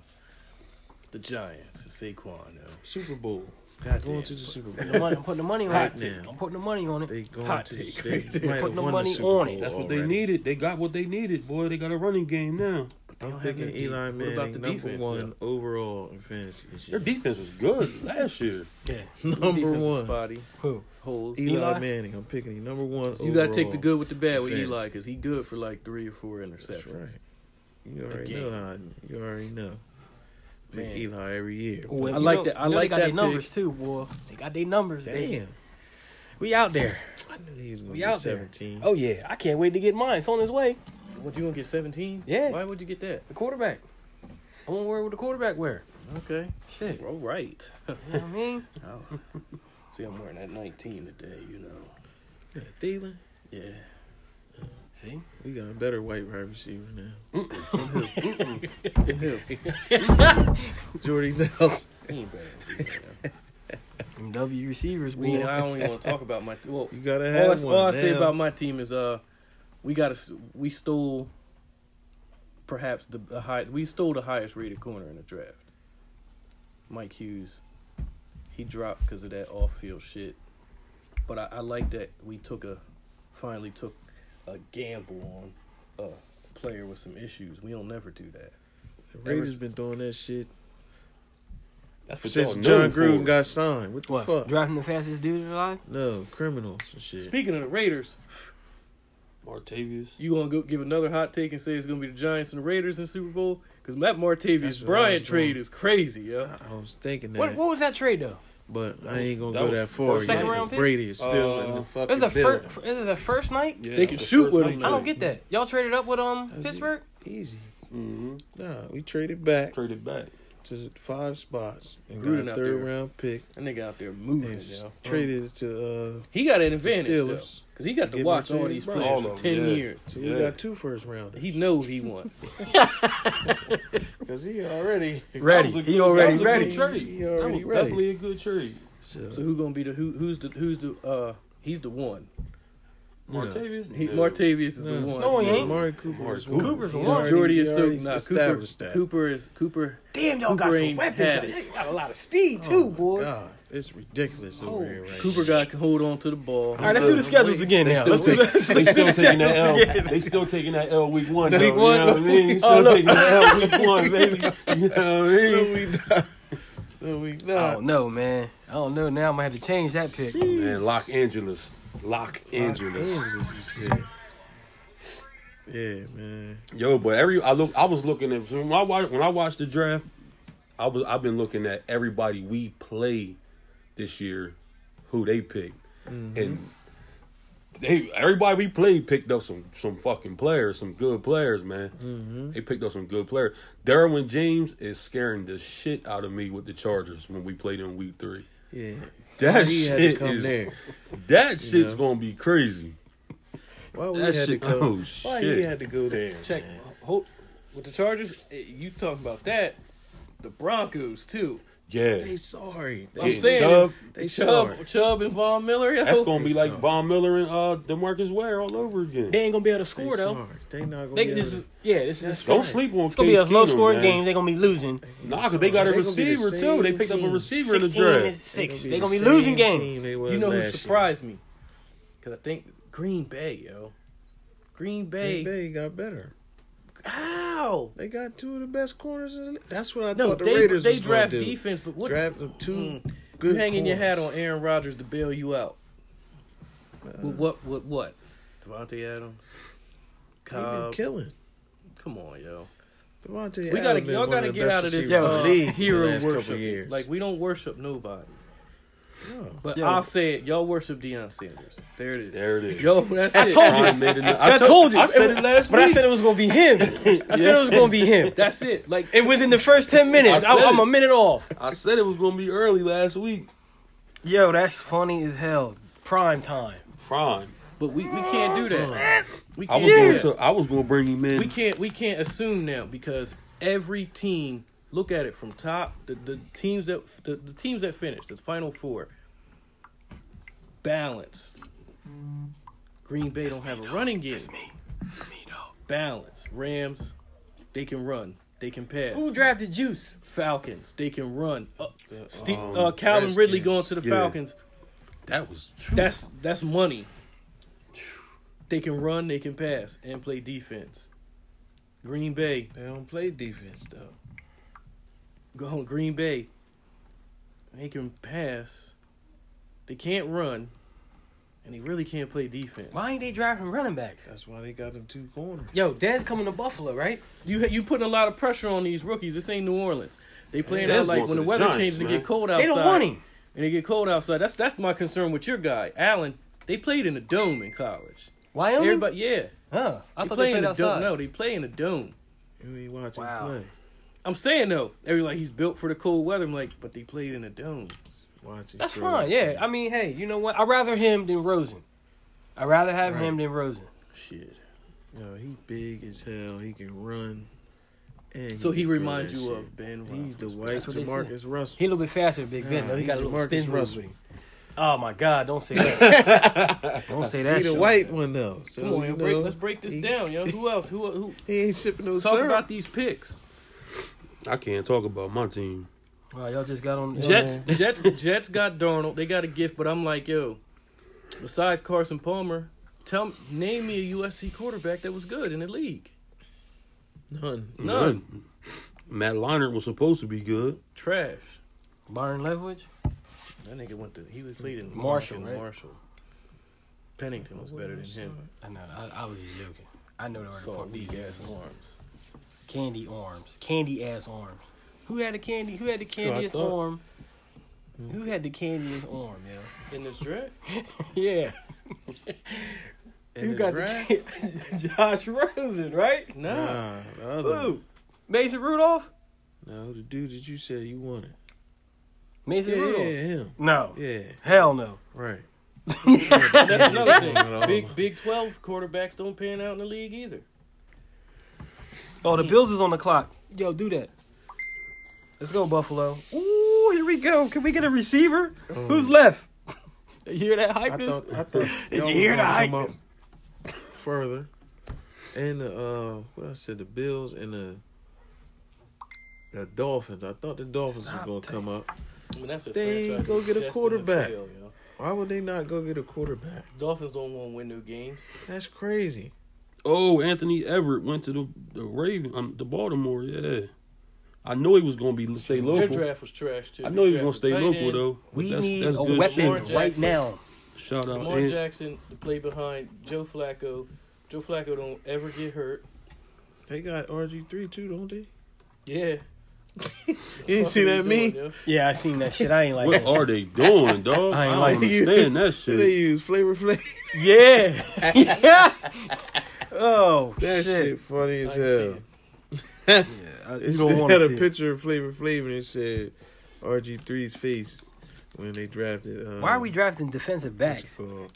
[SPEAKER 1] The Giants, Saquon, yo.
[SPEAKER 4] Super Bowl.
[SPEAKER 1] Goddamn.
[SPEAKER 4] Going to the Super
[SPEAKER 2] The
[SPEAKER 4] Bowl.
[SPEAKER 2] money, I'm putting the money on
[SPEAKER 4] Hot
[SPEAKER 2] it.
[SPEAKER 4] damn.
[SPEAKER 2] I'm putting the money on it.
[SPEAKER 4] They going
[SPEAKER 1] Hot
[SPEAKER 4] to the
[SPEAKER 1] take.
[SPEAKER 4] state.
[SPEAKER 1] They
[SPEAKER 4] might have
[SPEAKER 2] putting the
[SPEAKER 4] won
[SPEAKER 2] money
[SPEAKER 4] Super
[SPEAKER 2] on it.
[SPEAKER 4] Bowl
[SPEAKER 3] That's what they
[SPEAKER 4] already.
[SPEAKER 3] needed. They got what they needed, boy. They got a running game now.
[SPEAKER 1] They don't
[SPEAKER 4] I'm
[SPEAKER 1] have no
[SPEAKER 4] picking
[SPEAKER 1] deep-
[SPEAKER 4] Eli
[SPEAKER 1] what
[SPEAKER 4] Manning,
[SPEAKER 1] about the
[SPEAKER 4] number
[SPEAKER 1] defense,
[SPEAKER 4] one
[SPEAKER 1] yo?
[SPEAKER 4] overall in fantasy. this
[SPEAKER 3] Their
[SPEAKER 4] year.
[SPEAKER 3] defense was good last year.
[SPEAKER 2] Yeah.
[SPEAKER 4] Number
[SPEAKER 1] Defense is
[SPEAKER 4] one,
[SPEAKER 1] Spotty.
[SPEAKER 2] Who?
[SPEAKER 1] Hold.
[SPEAKER 4] Eli,
[SPEAKER 2] Eli?
[SPEAKER 4] Manning. I'm picking him number one.
[SPEAKER 1] You gotta take the
[SPEAKER 4] overall.
[SPEAKER 1] good with the bad with
[SPEAKER 4] defense.
[SPEAKER 1] Eli because he good for like three or four
[SPEAKER 4] That's
[SPEAKER 1] interceptions.
[SPEAKER 4] right. You already
[SPEAKER 1] Again.
[SPEAKER 4] know. how- You already know. Pick
[SPEAKER 1] Man.
[SPEAKER 4] Eli every year.
[SPEAKER 2] Ooh, and
[SPEAKER 1] I
[SPEAKER 2] you
[SPEAKER 1] like
[SPEAKER 2] know-
[SPEAKER 1] that- I
[SPEAKER 2] you know
[SPEAKER 1] like
[SPEAKER 2] they got
[SPEAKER 1] that
[SPEAKER 2] their
[SPEAKER 1] pick.
[SPEAKER 2] numbers too, boy. They got their numbers. They-
[SPEAKER 4] Damn,
[SPEAKER 2] we out there.
[SPEAKER 4] I knew he was gonna
[SPEAKER 2] We
[SPEAKER 4] be
[SPEAKER 2] out there.
[SPEAKER 4] 17.
[SPEAKER 2] Oh yeah, I can't wait to get mine. It's on its way.
[SPEAKER 1] What you gonna get seventeen?
[SPEAKER 2] Yeah.
[SPEAKER 1] Why would you get that?
[SPEAKER 2] The quarterback. I want to wear what the quarterback wear.
[SPEAKER 1] Okay.
[SPEAKER 2] Shit.
[SPEAKER 1] All right.
[SPEAKER 2] You know what I mean?
[SPEAKER 1] Oh. See, I'm wearing that 19 today. You know.
[SPEAKER 4] Yeah, Thielen.
[SPEAKER 1] Yeah.
[SPEAKER 2] See?
[SPEAKER 4] We got a better white wide receiver now. Jordy Nelson.
[SPEAKER 1] He ain't better.
[SPEAKER 2] Them W receivers,
[SPEAKER 1] We, I
[SPEAKER 2] boy.
[SPEAKER 1] don't even want to talk about my. Well,
[SPEAKER 4] You gotta
[SPEAKER 1] all I,
[SPEAKER 4] have one.
[SPEAKER 1] all I say
[SPEAKER 4] now.
[SPEAKER 1] about my team is uh, we got to we stole perhaps the, the high we stole the highest rated corner in the draft. Mike Hughes, he dropped because of that off field shit, but I, I like that we took a finally took a gamble on a player with some issues. We don't never do that.
[SPEAKER 4] the Raiders been doing that shit
[SPEAKER 3] That's
[SPEAKER 4] since
[SPEAKER 3] y'all
[SPEAKER 4] John
[SPEAKER 3] known for.
[SPEAKER 4] Gruden got signed. What the
[SPEAKER 2] What?
[SPEAKER 4] fuck?
[SPEAKER 2] Driving the fastest dude alive?
[SPEAKER 4] No, criminals and shit.
[SPEAKER 1] Speaking of the Raiders,
[SPEAKER 3] Martavius.
[SPEAKER 1] You gonna go give another hot take and say it's gonna be the Giants and the Raiders in the Super Bowl? Because Matt
[SPEAKER 4] That's
[SPEAKER 1] Martavius
[SPEAKER 4] what I
[SPEAKER 1] Bryant
[SPEAKER 4] was
[SPEAKER 1] trade
[SPEAKER 4] doing.
[SPEAKER 1] is crazy, yo.
[SPEAKER 4] I I was thinking that,
[SPEAKER 2] What, what was that trade though?
[SPEAKER 4] but I ain't gonna
[SPEAKER 3] That
[SPEAKER 4] go that
[SPEAKER 3] was- that
[SPEAKER 4] far.
[SPEAKER 3] was
[SPEAKER 4] yet,
[SPEAKER 2] second
[SPEAKER 4] 'cause
[SPEAKER 2] round pick?
[SPEAKER 4] Brady is still in the
[SPEAKER 3] Uh,
[SPEAKER 2] It was
[SPEAKER 4] fucking
[SPEAKER 2] a
[SPEAKER 4] building.
[SPEAKER 2] first. Is it the first night?
[SPEAKER 3] Yeah,
[SPEAKER 1] They can shoot with him.
[SPEAKER 2] I don't get that. Y'all traded up with um
[SPEAKER 4] That's it.
[SPEAKER 2] Pittsburgh.
[SPEAKER 4] Easy.
[SPEAKER 3] Mm-hmm.
[SPEAKER 4] Nah, we traded back
[SPEAKER 3] Traded back.
[SPEAKER 4] to five spots and
[SPEAKER 1] Gruden
[SPEAKER 4] got
[SPEAKER 1] out
[SPEAKER 4] a
[SPEAKER 1] there.
[SPEAKER 4] third round pick
[SPEAKER 1] That nigga out there
[SPEAKER 4] and
[SPEAKER 1] moving,
[SPEAKER 4] s-
[SPEAKER 1] yo.
[SPEAKER 4] traded it to. uh
[SPEAKER 1] He got an advantage, though.
[SPEAKER 4] Steelers.
[SPEAKER 1] Because he got to
[SPEAKER 4] Give
[SPEAKER 1] watch all
[SPEAKER 4] Martavius
[SPEAKER 1] these
[SPEAKER 4] Bryant.
[SPEAKER 1] players
[SPEAKER 3] All
[SPEAKER 1] for
[SPEAKER 3] of
[SPEAKER 1] 10
[SPEAKER 3] them, yeah.
[SPEAKER 1] years.
[SPEAKER 4] So we
[SPEAKER 3] Yeah.
[SPEAKER 4] got two first rounders
[SPEAKER 1] He knows he won.
[SPEAKER 4] because he already
[SPEAKER 2] Ready.
[SPEAKER 3] That was a
[SPEAKER 2] He
[SPEAKER 3] good-
[SPEAKER 2] already
[SPEAKER 3] that was a
[SPEAKER 2] ready.
[SPEAKER 3] Good trade.
[SPEAKER 4] He already
[SPEAKER 3] that was
[SPEAKER 4] ready.
[SPEAKER 3] definitely a good trade.
[SPEAKER 4] So,
[SPEAKER 1] so who gonna be the who? Who's the who's the uh? He's the one.
[SPEAKER 3] Martavius.
[SPEAKER 1] He,
[SPEAKER 3] no.
[SPEAKER 1] Martavius is the
[SPEAKER 4] No.
[SPEAKER 1] one.
[SPEAKER 2] No, he
[SPEAKER 1] yeah.
[SPEAKER 2] ain't.
[SPEAKER 4] Amari Cooper is
[SPEAKER 3] Amari
[SPEAKER 4] one.
[SPEAKER 2] Cooper's
[SPEAKER 4] He's
[SPEAKER 2] one.
[SPEAKER 4] already-
[SPEAKER 1] Jordy is
[SPEAKER 4] he
[SPEAKER 1] so
[SPEAKER 4] already
[SPEAKER 1] nah, Cooper.
[SPEAKER 4] established that.
[SPEAKER 1] Cooper is Cooper.
[SPEAKER 2] Damn, y'all
[SPEAKER 1] Cooper
[SPEAKER 2] got some
[SPEAKER 1] ain't
[SPEAKER 2] weapons.
[SPEAKER 1] had
[SPEAKER 2] out there.
[SPEAKER 1] it.
[SPEAKER 2] They got a lot of speed
[SPEAKER 4] Oh
[SPEAKER 2] too,
[SPEAKER 4] my
[SPEAKER 2] boy.
[SPEAKER 4] God, it's ridiculous over
[SPEAKER 2] Oh,
[SPEAKER 4] here right
[SPEAKER 1] Cooper
[SPEAKER 4] now.
[SPEAKER 1] guy can hold on to the ball.
[SPEAKER 2] All right, let's do the schedules again now. Let's do
[SPEAKER 3] still
[SPEAKER 2] the
[SPEAKER 3] take-
[SPEAKER 2] let's do
[SPEAKER 3] They still
[SPEAKER 2] the
[SPEAKER 3] taking that
[SPEAKER 2] schedules
[SPEAKER 3] L.
[SPEAKER 2] again.
[SPEAKER 3] They still taking that L week one. Though,
[SPEAKER 2] Week
[SPEAKER 3] you know
[SPEAKER 2] one?
[SPEAKER 3] what I mean? They Still
[SPEAKER 2] Oh, look.
[SPEAKER 3] taking that L week one, baby. You know what I
[SPEAKER 4] No, we
[SPEAKER 3] mean?
[SPEAKER 4] not. No, we
[SPEAKER 2] I
[SPEAKER 4] not.
[SPEAKER 2] don't know, man. I don't know. Now I'm gonna have to change that pick.
[SPEAKER 4] Jeez.
[SPEAKER 3] Man, Los Angeles. Los Angeles.
[SPEAKER 4] Angeles is here. Yeah, man.
[SPEAKER 3] Yo, but every I look, I was looking at when I watch when I watched the draft. I was I've been looking at everybody we play this year, who they picked,
[SPEAKER 4] Mm-hmm.
[SPEAKER 3] and they everybody we played picked up some some fucking players, some good players, man.
[SPEAKER 4] Mm-hmm.
[SPEAKER 3] They picked up some good players. Derwin James is scaring the shit out of me with the Chargers when we played in week three.
[SPEAKER 4] Yeah.
[SPEAKER 3] That
[SPEAKER 4] he had to
[SPEAKER 3] shit
[SPEAKER 4] come
[SPEAKER 3] is
[SPEAKER 4] there.
[SPEAKER 3] that shit's
[SPEAKER 4] know?
[SPEAKER 3] gonna be crazy.
[SPEAKER 4] Why we
[SPEAKER 1] That
[SPEAKER 4] had to
[SPEAKER 1] shit-
[SPEAKER 4] go?
[SPEAKER 3] oh,
[SPEAKER 4] why he
[SPEAKER 3] shit.
[SPEAKER 4] had to go there?
[SPEAKER 1] Check.
[SPEAKER 4] man?
[SPEAKER 1] Hold, With the Chargers, eh, you talk about that. The Broncos too.
[SPEAKER 4] They
[SPEAKER 3] Yeah.
[SPEAKER 4] sorry. They,
[SPEAKER 1] I'm
[SPEAKER 3] Yeah,
[SPEAKER 1] saying
[SPEAKER 3] Chubb-
[SPEAKER 4] they sorry.
[SPEAKER 1] Chubb, Chubb and Von Miller. Yo.
[SPEAKER 3] That's gonna be
[SPEAKER 4] They
[SPEAKER 3] like
[SPEAKER 4] suck.
[SPEAKER 3] Von Miller and uh Demarcus Ware all over again.
[SPEAKER 2] They ain't gonna be able to
[SPEAKER 4] They
[SPEAKER 2] score though.
[SPEAKER 4] sorry. They not gonna
[SPEAKER 2] They
[SPEAKER 4] be
[SPEAKER 2] can
[SPEAKER 4] able
[SPEAKER 2] just
[SPEAKER 4] to-
[SPEAKER 2] yeah. This is
[SPEAKER 3] Don't sleep on
[SPEAKER 2] It's gonna be a
[SPEAKER 3] Case
[SPEAKER 2] low
[SPEAKER 3] Keenum,
[SPEAKER 2] scoring
[SPEAKER 3] man.
[SPEAKER 2] game. They're gonna be losing.
[SPEAKER 3] Nah, cause they got a
[SPEAKER 4] They gonna be the
[SPEAKER 3] receiver too. They
[SPEAKER 4] same
[SPEAKER 3] picked up a
[SPEAKER 4] team.
[SPEAKER 3] receiver in the
[SPEAKER 2] Sixteen and
[SPEAKER 3] draft.
[SPEAKER 2] six.
[SPEAKER 4] They
[SPEAKER 2] They're gonna
[SPEAKER 4] the
[SPEAKER 2] be losing
[SPEAKER 4] same
[SPEAKER 2] games.
[SPEAKER 4] team they was
[SPEAKER 1] You know who
[SPEAKER 4] last year.
[SPEAKER 1] surprised me? Because I think Green Bay, yo. Green Bay.
[SPEAKER 4] Green Bay got better.
[SPEAKER 1] How?
[SPEAKER 4] They got two of the best corners. In the league. That's what I
[SPEAKER 1] No,
[SPEAKER 4] thought the
[SPEAKER 1] they,
[SPEAKER 4] Raiders
[SPEAKER 1] they
[SPEAKER 4] was
[SPEAKER 1] draft
[SPEAKER 4] gonna do.
[SPEAKER 1] defense, but what?
[SPEAKER 4] Draft them two
[SPEAKER 1] Mm.
[SPEAKER 4] good.
[SPEAKER 1] you hanging your hat
[SPEAKER 4] corners.
[SPEAKER 1] on Aaron Rodgers to bail you out.
[SPEAKER 4] Uh,
[SPEAKER 1] With what? With what? Devontae Adams.
[SPEAKER 4] They been
[SPEAKER 1] Cobb.
[SPEAKER 4] killing.
[SPEAKER 1] Come on, yo.
[SPEAKER 4] Devontae
[SPEAKER 1] uh, We gotta,
[SPEAKER 4] Adams been
[SPEAKER 1] y'all
[SPEAKER 4] one
[SPEAKER 1] gotta
[SPEAKER 4] of the
[SPEAKER 1] get
[SPEAKER 4] best
[SPEAKER 1] out of this
[SPEAKER 4] receivers
[SPEAKER 1] uh,
[SPEAKER 4] in the league the
[SPEAKER 1] hero
[SPEAKER 4] last
[SPEAKER 1] worship.
[SPEAKER 4] couple years.
[SPEAKER 1] Like we don't worship nobody.
[SPEAKER 4] No.
[SPEAKER 1] But
[SPEAKER 2] Yo.
[SPEAKER 1] I'll say it. Y'all worship Deion Sanders. There it is.
[SPEAKER 3] There it is.
[SPEAKER 1] Yo, that's
[SPEAKER 2] I
[SPEAKER 1] it.
[SPEAKER 2] told you.
[SPEAKER 3] I, made it,
[SPEAKER 2] I, told you.
[SPEAKER 3] I said it last
[SPEAKER 2] but
[SPEAKER 3] week.
[SPEAKER 2] I said it was gonna be him. I said it was gonna be him.
[SPEAKER 1] That's it. Like
[SPEAKER 2] And within the first ten minutes,
[SPEAKER 3] I said
[SPEAKER 2] I, am
[SPEAKER 3] it.
[SPEAKER 2] a minute off.
[SPEAKER 3] I said it was gonna be early last week.
[SPEAKER 2] Yo, that's funny as hell. Prime time.
[SPEAKER 3] Prime.
[SPEAKER 1] But we, we can't do that. We
[SPEAKER 3] I
[SPEAKER 1] can't
[SPEAKER 3] was
[SPEAKER 1] do
[SPEAKER 3] going
[SPEAKER 1] that.
[SPEAKER 3] to. I was gonna bring him in.
[SPEAKER 1] we can't we can't assume now because every team look at it from top the, the teams that the, the teams that finished the final four balance. Green Bay don't have a running game.
[SPEAKER 2] me. That's me though.
[SPEAKER 1] Balance. Rams, they can run. They can pass.
[SPEAKER 2] Who drafted Juice?
[SPEAKER 1] Falcons, they can run. Uh, Ste-
[SPEAKER 4] um,
[SPEAKER 1] uh, Calvin Ridley
[SPEAKER 4] Redskins.
[SPEAKER 1] going to the
[SPEAKER 3] Yeah.
[SPEAKER 1] Falcons.
[SPEAKER 3] That was.
[SPEAKER 1] That's that's money. They can run, they can pass, and play defense. Green Bay,
[SPEAKER 4] They don't play defense though.
[SPEAKER 1] go home. Green Bay, they can pass. They can't run, and they really can't play defense.
[SPEAKER 2] Why ain't they drafting running backs?
[SPEAKER 4] That's why they got them two corners.
[SPEAKER 2] Yo, Dan's coming to Buffalo, right?
[SPEAKER 1] You you putting a lot of pressure on these rookies. This ain't New Orleans. They playing
[SPEAKER 3] That's
[SPEAKER 1] out like
[SPEAKER 3] going
[SPEAKER 1] when
[SPEAKER 3] to
[SPEAKER 1] the
[SPEAKER 3] the
[SPEAKER 1] weather
[SPEAKER 3] Giants,
[SPEAKER 1] changes and
[SPEAKER 3] man.
[SPEAKER 1] get cold outside.
[SPEAKER 2] They don't want him.
[SPEAKER 1] And it get cold outside. That's that's my concern with your guy, Allen. They played in a dome in college.
[SPEAKER 2] Wyoming?
[SPEAKER 1] Everybody, yeah.
[SPEAKER 2] Huh. I
[SPEAKER 1] they
[SPEAKER 2] thought
[SPEAKER 1] play
[SPEAKER 2] they
[SPEAKER 1] in
[SPEAKER 2] played
[SPEAKER 1] a dome.
[SPEAKER 2] outside.
[SPEAKER 1] No, they play in a dome.
[SPEAKER 4] You ain't watching
[SPEAKER 2] Wow.
[SPEAKER 4] play.
[SPEAKER 1] I'm saying though, everybody like he's built for the cold weather. I'm like, but they played in a dome.
[SPEAKER 4] Watching.
[SPEAKER 2] That's
[SPEAKER 4] play.
[SPEAKER 2] fine. Yeah. I mean, hey, you know what? I'd rather him than Rosen. I'd rather have
[SPEAKER 4] Right.
[SPEAKER 2] him than Rosen.
[SPEAKER 1] Shit.
[SPEAKER 4] Yo, he big as hell. He can run. And
[SPEAKER 1] So he
[SPEAKER 4] can throw
[SPEAKER 1] reminds
[SPEAKER 4] that
[SPEAKER 1] you
[SPEAKER 4] shit.
[SPEAKER 1] of Ben
[SPEAKER 4] He's the
[SPEAKER 1] Roethlisberger.
[SPEAKER 4] white
[SPEAKER 2] That's what they
[SPEAKER 4] Jamarcus Russell.
[SPEAKER 2] He a little bit faster than Big Ben,
[SPEAKER 4] Nah,
[SPEAKER 2] though. He
[SPEAKER 4] he
[SPEAKER 2] got a little
[SPEAKER 4] Jamarcus
[SPEAKER 2] spin move
[SPEAKER 4] Russell.
[SPEAKER 2] with him. Oh, my God. Don't say that. don't say that.
[SPEAKER 4] He the
[SPEAKER 2] Sean.
[SPEAKER 4] white one though. So
[SPEAKER 1] Come on,
[SPEAKER 4] you
[SPEAKER 1] yo,
[SPEAKER 4] know,
[SPEAKER 1] break, let's break this
[SPEAKER 4] he,
[SPEAKER 1] down, yo. Who else? Who who?
[SPEAKER 4] He ain't sipping no
[SPEAKER 1] Talk
[SPEAKER 4] syrup.
[SPEAKER 1] about these picks.
[SPEAKER 3] I can't talk about my team.
[SPEAKER 2] Wow, y'all just got on.
[SPEAKER 1] Jets, Jets, Jets got Darnold. They got a gift, but I'm like, yo. Besides Carson Palmer, tell me- name me a USC quarterback that was good in the league.
[SPEAKER 4] None.
[SPEAKER 1] None.
[SPEAKER 3] Matt Leinart was supposed to be good.
[SPEAKER 1] Trash.
[SPEAKER 2] Byron Leftwich.
[SPEAKER 1] That nigga went to. He was played in
[SPEAKER 2] Marshall,
[SPEAKER 1] Marshall.
[SPEAKER 2] right?
[SPEAKER 1] Marshall. Pennington was better than him.
[SPEAKER 2] I know. I, I was just joking. I know they were the
[SPEAKER 1] Saw
[SPEAKER 2] fuck these
[SPEAKER 1] weak ass
[SPEAKER 2] guys.
[SPEAKER 1] arms.
[SPEAKER 2] Candy arms. Candy ass arms. Who had the candy? Who had the candiest
[SPEAKER 4] thought- Mm.
[SPEAKER 2] arm? Who had the candiest arm, yo?
[SPEAKER 1] In this draft,
[SPEAKER 2] Yeah.
[SPEAKER 4] And
[SPEAKER 2] you
[SPEAKER 4] the
[SPEAKER 2] got
[SPEAKER 4] draft?
[SPEAKER 2] the kid, Josh Rosen, right?
[SPEAKER 1] nah.
[SPEAKER 4] Nah, the other.
[SPEAKER 2] Who? Mason Rudolph?
[SPEAKER 4] No, the dude that you said you wanted.
[SPEAKER 2] Mason
[SPEAKER 4] Yeah, yeah,
[SPEAKER 2] Rudolph?
[SPEAKER 4] him.
[SPEAKER 2] No.
[SPEAKER 4] Yeah,
[SPEAKER 2] Hell no.
[SPEAKER 4] right.
[SPEAKER 1] That's another thing.
[SPEAKER 4] Not at all.
[SPEAKER 1] Big Big Twelve quarterbacks don't pan out in the league either.
[SPEAKER 2] Oh, the Bills is on the clock. Yo, do that. Let's go, Buffalo. Ooh, here we go. Can we get a receiver? Who's left? You hear that
[SPEAKER 4] Oh. I
[SPEAKER 2] hypeness?
[SPEAKER 4] thought, I thought
[SPEAKER 2] Did
[SPEAKER 4] y'all
[SPEAKER 2] you hear
[SPEAKER 4] was
[SPEAKER 2] the
[SPEAKER 4] gonna
[SPEAKER 2] hype?
[SPEAKER 4] come up Further, and the uh, what I said, the Bills and the the Dolphins. I thought the Dolphins
[SPEAKER 2] Stop
[SPEAKER 4] were gonna
[SPEAKER 2] taking-
[SPEAKER 4] come up.
[SPEAKER 1] I mean, that's a
[SPEAKER 4] They
[SPEAKER 1] franchise
[SPEAKER 4] go get a
[SPEAKER 1] that's destined to
[SPEAKER 4] quarterback.
[SPEAKER 1] fail, yo.
[SPEAKER 4] Why would they not go get a quarterback?
[SPEAKER 1] Dolphins don't want to win no games.
[SPEAKER 4] That's crazy.
[SPEAKER 3] Oh, Anthony Everett went to the the Raven, um, the Baltimore. Yeah, I know he was gonna be stay
[SPEAKER 1] Their
[SPEAKER 3] local.
[SPEAKER 1] draft was trash too.
[SPEAKER 3] I know he was
[SPEAKER 1] They
[SPEAKER 3] gonna
[SPEAKER 1] drafted tight
[SPEAKER 3] stay local
[SPEAKER 1] end,
[SPEAKER 3] though.
[SPEAKER 2] We
[SPEAKER 3] That's-
[SPEAKER 2] need
[SPEAKER 3] that's
[SPEAKER 2] a
[SPEAKER 3] good
[SPEAKER 2] weapon
[SPEAKER 1] Lamar
[SPEAKER 3] shit.
[SPEAKER 2] right
[SPEAKER 1] Jackson.
[SPEAKER 2] now.
[SPEAKER 3] Shout out,
[SPEAKER 1] Lamar
[SPEAKER 3] Ant-
[SPEAKER 1] Jackson to play behind Joe Flacco. Joe Flacco don't ever get hurt.
[SPEAKER 4] They got RG three too, don't they?
[SPEAKER 1] Yeah.
[SPEAKER 4] You ain't see that meme?
[SPEAKER 1] Doing,
[SPEAKER 2] Yeah, I seen that shit. I ain't like
[SPEAKER 3] What
[SPEAKER 2] that.
[SPEAKER 3] are they doing, dog?
[SPEAKER 2] I
[SPEAKER 3] I,
[SPEAKER 2] ain't
[SPEAKER 3] don't
[SPEAKER 2] like
[SPEAKER 4] you.
[SPEAKER 3] understand that
[SPEAKER 4] Do they
[SPEAKER 3] shit.
[SPEAKER 4] use Flavor Flav?
[SPEAKER 2] Yeah. yeah. Oh,
[SPEAKER 4] That shit,
[SPEAKER 2] shit.
[SPEAKER 4] funny as
[SPEAKER 1] I ain't seen
[SPEAKER 4] hell.
[SPEAKER 1] it.
[SPEAKER 2] Yeah, I, you
[SPEAKER 4] It
[SPEAKER 2] don't want
[SPEAKER 4] had
[SPEAKER 2] to
[SPEAKER 4] a
[SPEAKER 2] see it.
[SPEAKER 4] picture of Flavor Flav and it said RG3's face when they drafted. Um,
[SPEAKER 2] Why are we drafting defensive
[SPEAKER 4] what you
[SPEAKER 2] backs?
[SPEAKER 4] call-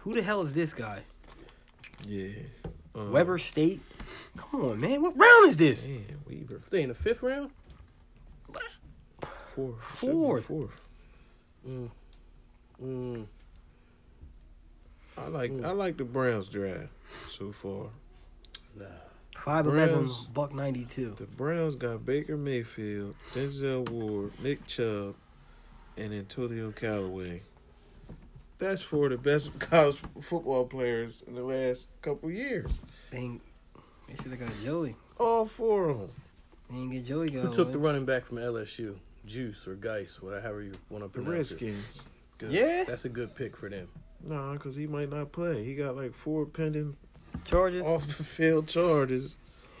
[SPEAKER 2] Who the hell is this guy?
[SPEAKER 4] Yeah, Uh,
[SPEAKER 5] Weber State.
[SPEAKER 2] Come on, man. What round is this?
[SPEAKER 4] Man, Weaver.
[SPEAKER 1] They in the fifth round?
[SPEAKER 4] Fourth. Should be
[SPEAKER 5] Fourth.
[SPEAKER 4] Fourth.
[SPEAKER 1] Mm.
[SPEAKER 4] I like I like the Browns draft so far.
[SPEAKER 5] Five eleven,
[SPEAKER 4] Browns.
[SPEAKER 5] buck ninety two.
[SPEAKER 4] The Browns got Baker Mayfield, Denzel Ward, Nick Chubb, and Antonio Callaway. That's four of the best college football players in the last couple years.
[SPEAKER 5] Dang, they should have got Joey.
[SPEAKER 4] All four of them.
[SPEAKER 5] They didn't get Joey.
[SPEAKER 1] Who took the running back from LSU? Juice or Geis, whatever however you want to
[SPEAKER 4] The
[SPEAKER 1] pronounce it.
[SPEAKER 4] Redskins.
[SPEAKER 1] Good.
[SPEAKER 2] Yeah?
[SPEAKER 1] That's a good pick for them.
[SPEAKER 4] Nah, because he might not play. He got like four pending
[SPEAKER 5] Charges.
[SPEAKER 4] off the field charges.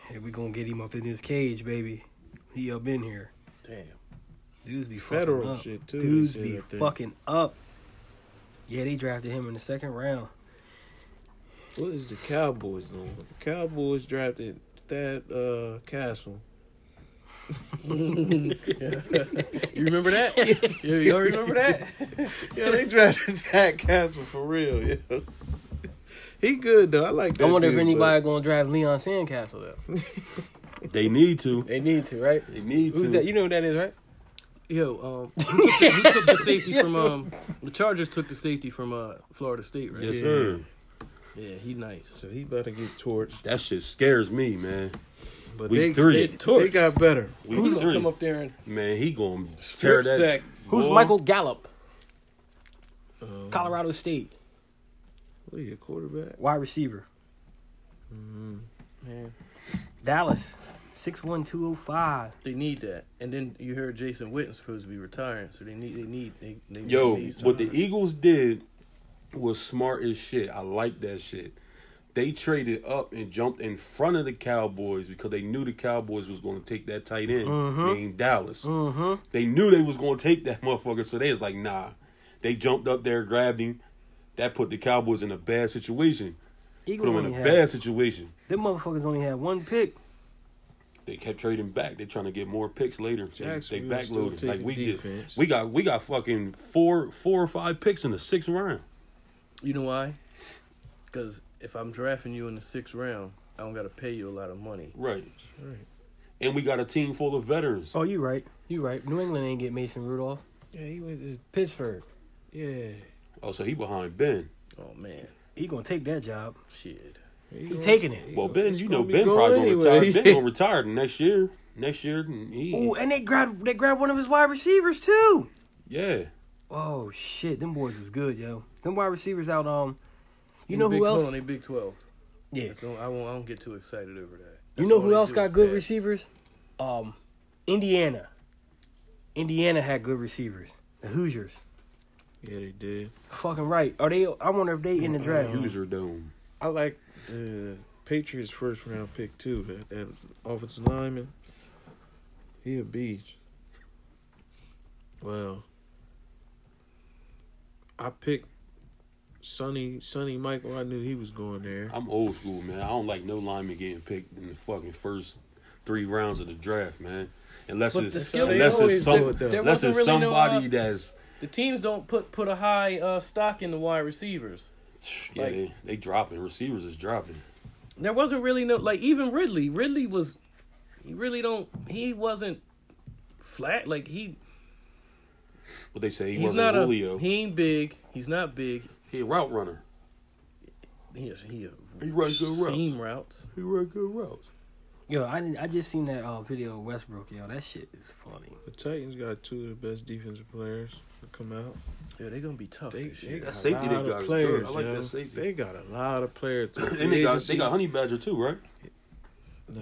[SPEAKER 5] Hey, we gonna get him up in his cage, baby. He up in here.
[SPEAKER 1] Damn.
[SPEAKER 5] Dudes be fucking
[SPEAKER 4] Federal
[SPEAKER 5] up.
[SPEAKER 4] shit, too. they
[SPEAKER 5] Dudes
[SPEAKER 4] said
[SPEAKER 5] be
[SPEAKER 4] up there.
[SPEAKER 5] fucking up. Yeah, they drafted him in the second round.
[SPEAKER 4] What is the Cowboys doing? The Cowboys drafted that uh, Castle.
[SPEAKER 1] You remember that? you, you remember that?
[SPEAKER 4] Yeah, they drafted Zach Castle for real. Yeah, he good though. I like that.
[SPEAKER 2] I wonder if
[SPEAKER 4] dude,
[SPEAKER 2] anybody gonna drive Leon Sandcastle though.
[SPEAKER 3] They need to.
[SPEAKER 2] They need to, right?
[SPEAKER 3] They need
[SPEAKER 2] Who's
[SPEAKER 3] to.
[SPEAKER 2] that? You know who that is, right?
[SPEAKER 1] Yo, um, who took, the, who took the safety from um, the Chargers took the safety from uh Florida State, right?
[SPEAKER 3] yes,
[SPEAKER 4] Yeah.
[SPEAKER 3] sir.
[SPEAKER 1] Yeah, he
[SPEAKER 4] but-
[SPEAKER 1] nice.
[SPEAKER 4] So he about to get torched.
[SPEAKER 3] That shit scares me, man.
[SPEAKER 4] But
[SPEAKER 3] Week
[SPEAKER 4] they,
[SPEAKER 3] three.
[SPEAKER 4] they,
[SPEAKER 1] Get torched.
[SPEAKER 4] they got better.
[SPEAKER 3] We
[SPEAKER 1] Who's gonna
[SPEAKER 3] three.
[SPEAKER 1] come up there and
[SPEAKER 3] Man, he gonna tear
[SPEAKER 1] strip
[SPEAKER 3] that.
[SPEAKER 1] sack?
[SPEAKER 2] Who's
[SPEAKER 3] Boy.
[SPEAKER 2] Michael Gallup?
[SPEAKER 4] Um,
[SPEAKER 5] Colorado State
[SPEAKER 4] What are you, a quarterback?
[SPEAKER 5] wide receiver.
[SPEAKER 1] Man,
[SPEAKER 5] Dallas, six one two oh five.
[SPEAKER 1] they need that. And then you heard Jason Witten's supposed to be retiring, so they need they need they, they
[SPEAKER 3] Yo,
[SPEAKER 1] they need
[SPEAKER 3] what the
[SPEAKER 1] something.
[SPEAKER 3] Eagles did was smart as shit. I like that shit. They traded up and jumped in front of the Cowboys because they knew the Cowboys was going to take that tight end
[SPEAKER 2] Mm-hmm.
[SPEAKER 3] named Dallas. They knew they was going to take that motherfucker, so they was like, nah. They jumped up there, grabbed him. That put the Cowboys in a bad situation. Put
[SPEAKER 5] Eagles
[SPEAKER 3] them in
[SPEAKER 5] only
[SPEAKER 3] a
[SPEAKER 5] had
[SPEAKER 3] bad situation.
[SPEAKER 5] them motherfuckers only had one pick.
[SPEAKER 3] They kept trading back. They're trying to get more picks later. They, they
[SPEAKER 4] Jacksonville still
[SPEAKER 3] backloaded like
[SPEAKER 4] taking
[SPEAKER 3] we did.
[SPEAKER 4] defense.
[SPEAKER 3] We got we got fucking four four or five picks in the sixth round.
[SPEAKER 1] You know why? Because if I'm drafting you in the sixth round, I don't got to pay you a lot of money.
[SPEAKER 3] Right.
[SPEAKER 4] Right.
[SPEAKER 3] And we got a team full of veterans.
[SPEAKER 5] Oh, you right. You right. New England ain't get Mason Rudolph.
[SPEAKER 4] Yeah, he went to.
[SPEAKER 5] Pittsburgh.
[SPEAKER 4] Yeah.
[SPEAKER 3] Oh, so he behind Ben.
[SPEAKER 1] Oh man,
[SPEAKER 5] He gonna take that job.
[SPEAKER 1] shit.
[SPEAKER 4] He,
[SPEAKER 5] He
[SPEAKER 4] gonna-
[SPEAKER 5] taking it.
[SPEAKER 3] Well, Ben,
[SPEAKER 4] it's
[SPEAKER 3] you know
[SPEAKER 4] gonna be
[SPEAKER 3] Ben
[SPEAKER 4] going
[SPEAKER 3] probably gonna
[SPEAKER 4] anyway.
[SPEAKER 3] retire. Ben gonna retire next year. Next year, he,
[SPEAKER 5] Ooh, and they grabbed they grabbed one of his wide receivers too.
[SPEAKER 3] yeah.
[SPEAKER 5] Oh shit, them boys was good, yo. Them wide receivers out um you
[SPEAKER 1] Them
[SPEAKER 5] know
[SPEAKER 1] big,
[SPEAKER 5] who
[SPEAKER 1] hold
[SPEAKER 5] else?
[SPEAKER 1] On, they Big Twelve.
[SPEAKER 5] Yeah.
[SPEAKER 1] That's no- I won't. I don't get too excited over that.
[SPEAKER 5] You
[SPEAKER 1] That's
[SPEAKER 5] know
[SPEAKER 1] all
[SPEAKER 5] who
[SPEAKER 1] they
[SPEAKER 5] else
[SPEAKER 1] do
[SPEAKER 5] got
[SPEAKER 1] is
[SPEAKER 5] good
[SPEAKER 1] pass.
[SPEAKER 5] receivers? Um, Indiana. Indiana had good receivers. The Hoosiers.
[SPEAKER 4] Yeah, they did.
[SPEAKER 5] Fucking right. Are they? I wonder if they in the draft.
[SPEAKER 3] User dome.
[SPEAKER 4] I like the Patriots' first round pick too. That, that offensive lineman. He a beast. Well, I picked Sonny Sonny Michael. I knew he was going there.
[SPEAKER 3] I'm old school, man. I don't like no lineman getting picked in the fucking first three rounds of the draft, man. Unless
[SPEAKER 1] But the
[SPEAKER 3] it's
[SPEAKER 1] skill-
[SPEAKER 3] unless
[SPEAKER 4] They always
[SPEAKER 3] it's
[SPEAKER 4] do
[SPEAKER 3] some,
[SPEAKER 4] it, though. There
[SPEAKER 3] unless
[SPEAKER 1] wasn't
[SPEAKER 3] it's
[SPEAKER 1] really no, uh,
[SPEAKER 3] somebody that's
[SPEAKER 1] The teams don't put put a high uh, stock in the wide receivers.
[SPEAKER 3] yeah,
[SPEAKER 1] like-
[SPEAKER 3] they, they dropping. Receivers is dropping.
[SPEAKER 1] There wasn't really no like even Ridley. Ridley was, he really don't. He wasn't flat. Like he,
[SPEAKER 3] What they say he
[SPEAKER 1] he's
[SPEAKER 3] wasn't
[SPEAKER 1] not
[SPEAKER 3] Julio.
[SPEAKER 1] a.
[SPEAKER 3] he,
[SPEAKER 1] He ain't big. He's not big.
[SPEAKER 3] a route runner.
[SPEAKER 1] He is, he, a
[SPEAKER 3] He runs good routes.
[SPEAKER 1] seam routes.
[SPEAKER 3] He run good routes.
[SPEAKER 5] Yo, I didn't, I just seen that uh, video of Westbrook. Yo, that shit is funny.
[SPEAKER 4] The Titans got two of the best defensive players to come out.
[SPEAKER 1] Yeah, they're gonna be tough.
[SPEAKER 4] They,
[SPEAKER 1] this
[SPEAKER 4] they
[SPEAKER 1] year.
[SPEAKER 4] got
[SPEAKER 3] That
[SPEAKER 4] a
[SPEAKER 3] safety they
[SPEAKER 4] lot
[SPEAKER 3] got
[SPEAKER 4] of
[SPEAKER 3] is
[SPEAKER 4] players.
[SPEAKER 3] good. I like
[SPEAKER 4] yo.
[SPEAKER 3] that safety.
[SPEAKER 4] They got a lot of players.
[SPEAKER 3] And they got they got Honey Badger too, right?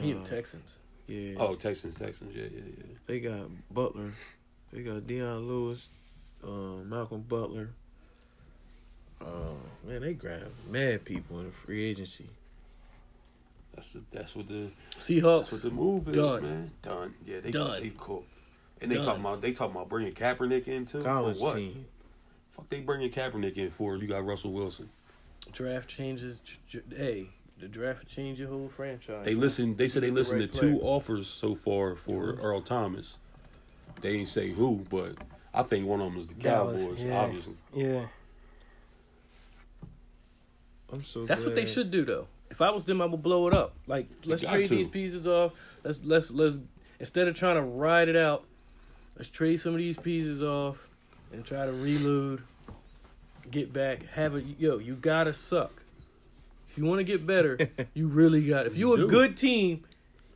[SPEAKER 1] He
[SPEAKER 4] Nah,
[SPEAKER 1] and Texans.
[SPEAKER 4] yeah.
[SPEAKER 3] Oh, Texans, Texans, yeah, yeah, yeah.
[SPEAKER 4] They got Butler. They got Deion Lewis, um, Malcolm Butler. Oh man, they grabbed mad people in the free agency.
[SPEAKER 3] That's what that's what the that's what
[SPEAKER 1] Seahawks.
[SPEAKER 3] the move is,
[SPEAKER 1] Done.
[SPEAKER 3] man. Done. Yeah, they
[SPEAKER 1] Done.
[SPEAKER 3] they cook. And they
[SPEAKER 1] Done.
[SPEAKER 3] talking about they talking about bringing Kaepernick in too.
[SPEAKER 4] College
[SPEAKER 3] for what?
[SPEAKER 4] team.
[SPEAKER 3] Fuck, they bringing Kaepernick in for? You got Russell Wilson.
[SPEAKER 1] draft changes. j- j- Hey, the draft will change your whole franchise.
[SPEAKER 3] They listen. They said they
[SPEAKER 1] Get the
[SPEAKER 3] listened
[SPEAKER 1] right
[SPEAKER 3] to
[SPEAKER 1] player.
[SPEAKER 3] two offers so far for Earl Thomas. They ain't say who, but I think one of them is the
[SPEAKER 5] Dallas,
[SPEAKER 3] Cowboys,
[SPEAKER 5] yeah.
[SPEAKER 3] obviously.
[SPEAKER 5] Yeah,
[SPEAKER 4] I'm so
[SPEAKER 1] That's what they
[SPEAKER 4] glad-
[SPEAKER 1] should do though. If I was them, I would blow it up. Like let's
[SPEAKER 3] got
[SPEAKER 1] trade
[SPEAKER 3] to.
[SPEAKER 1] these pieces off. Let's let's let's instead of trying to ride it out, let's trade some of these pieces off and try to reload, get back. Have a yo, you gotta suck. If you want to get better, you really got. If you're
[SPEAKER 3] do.
[SPEAKER 1] a good team,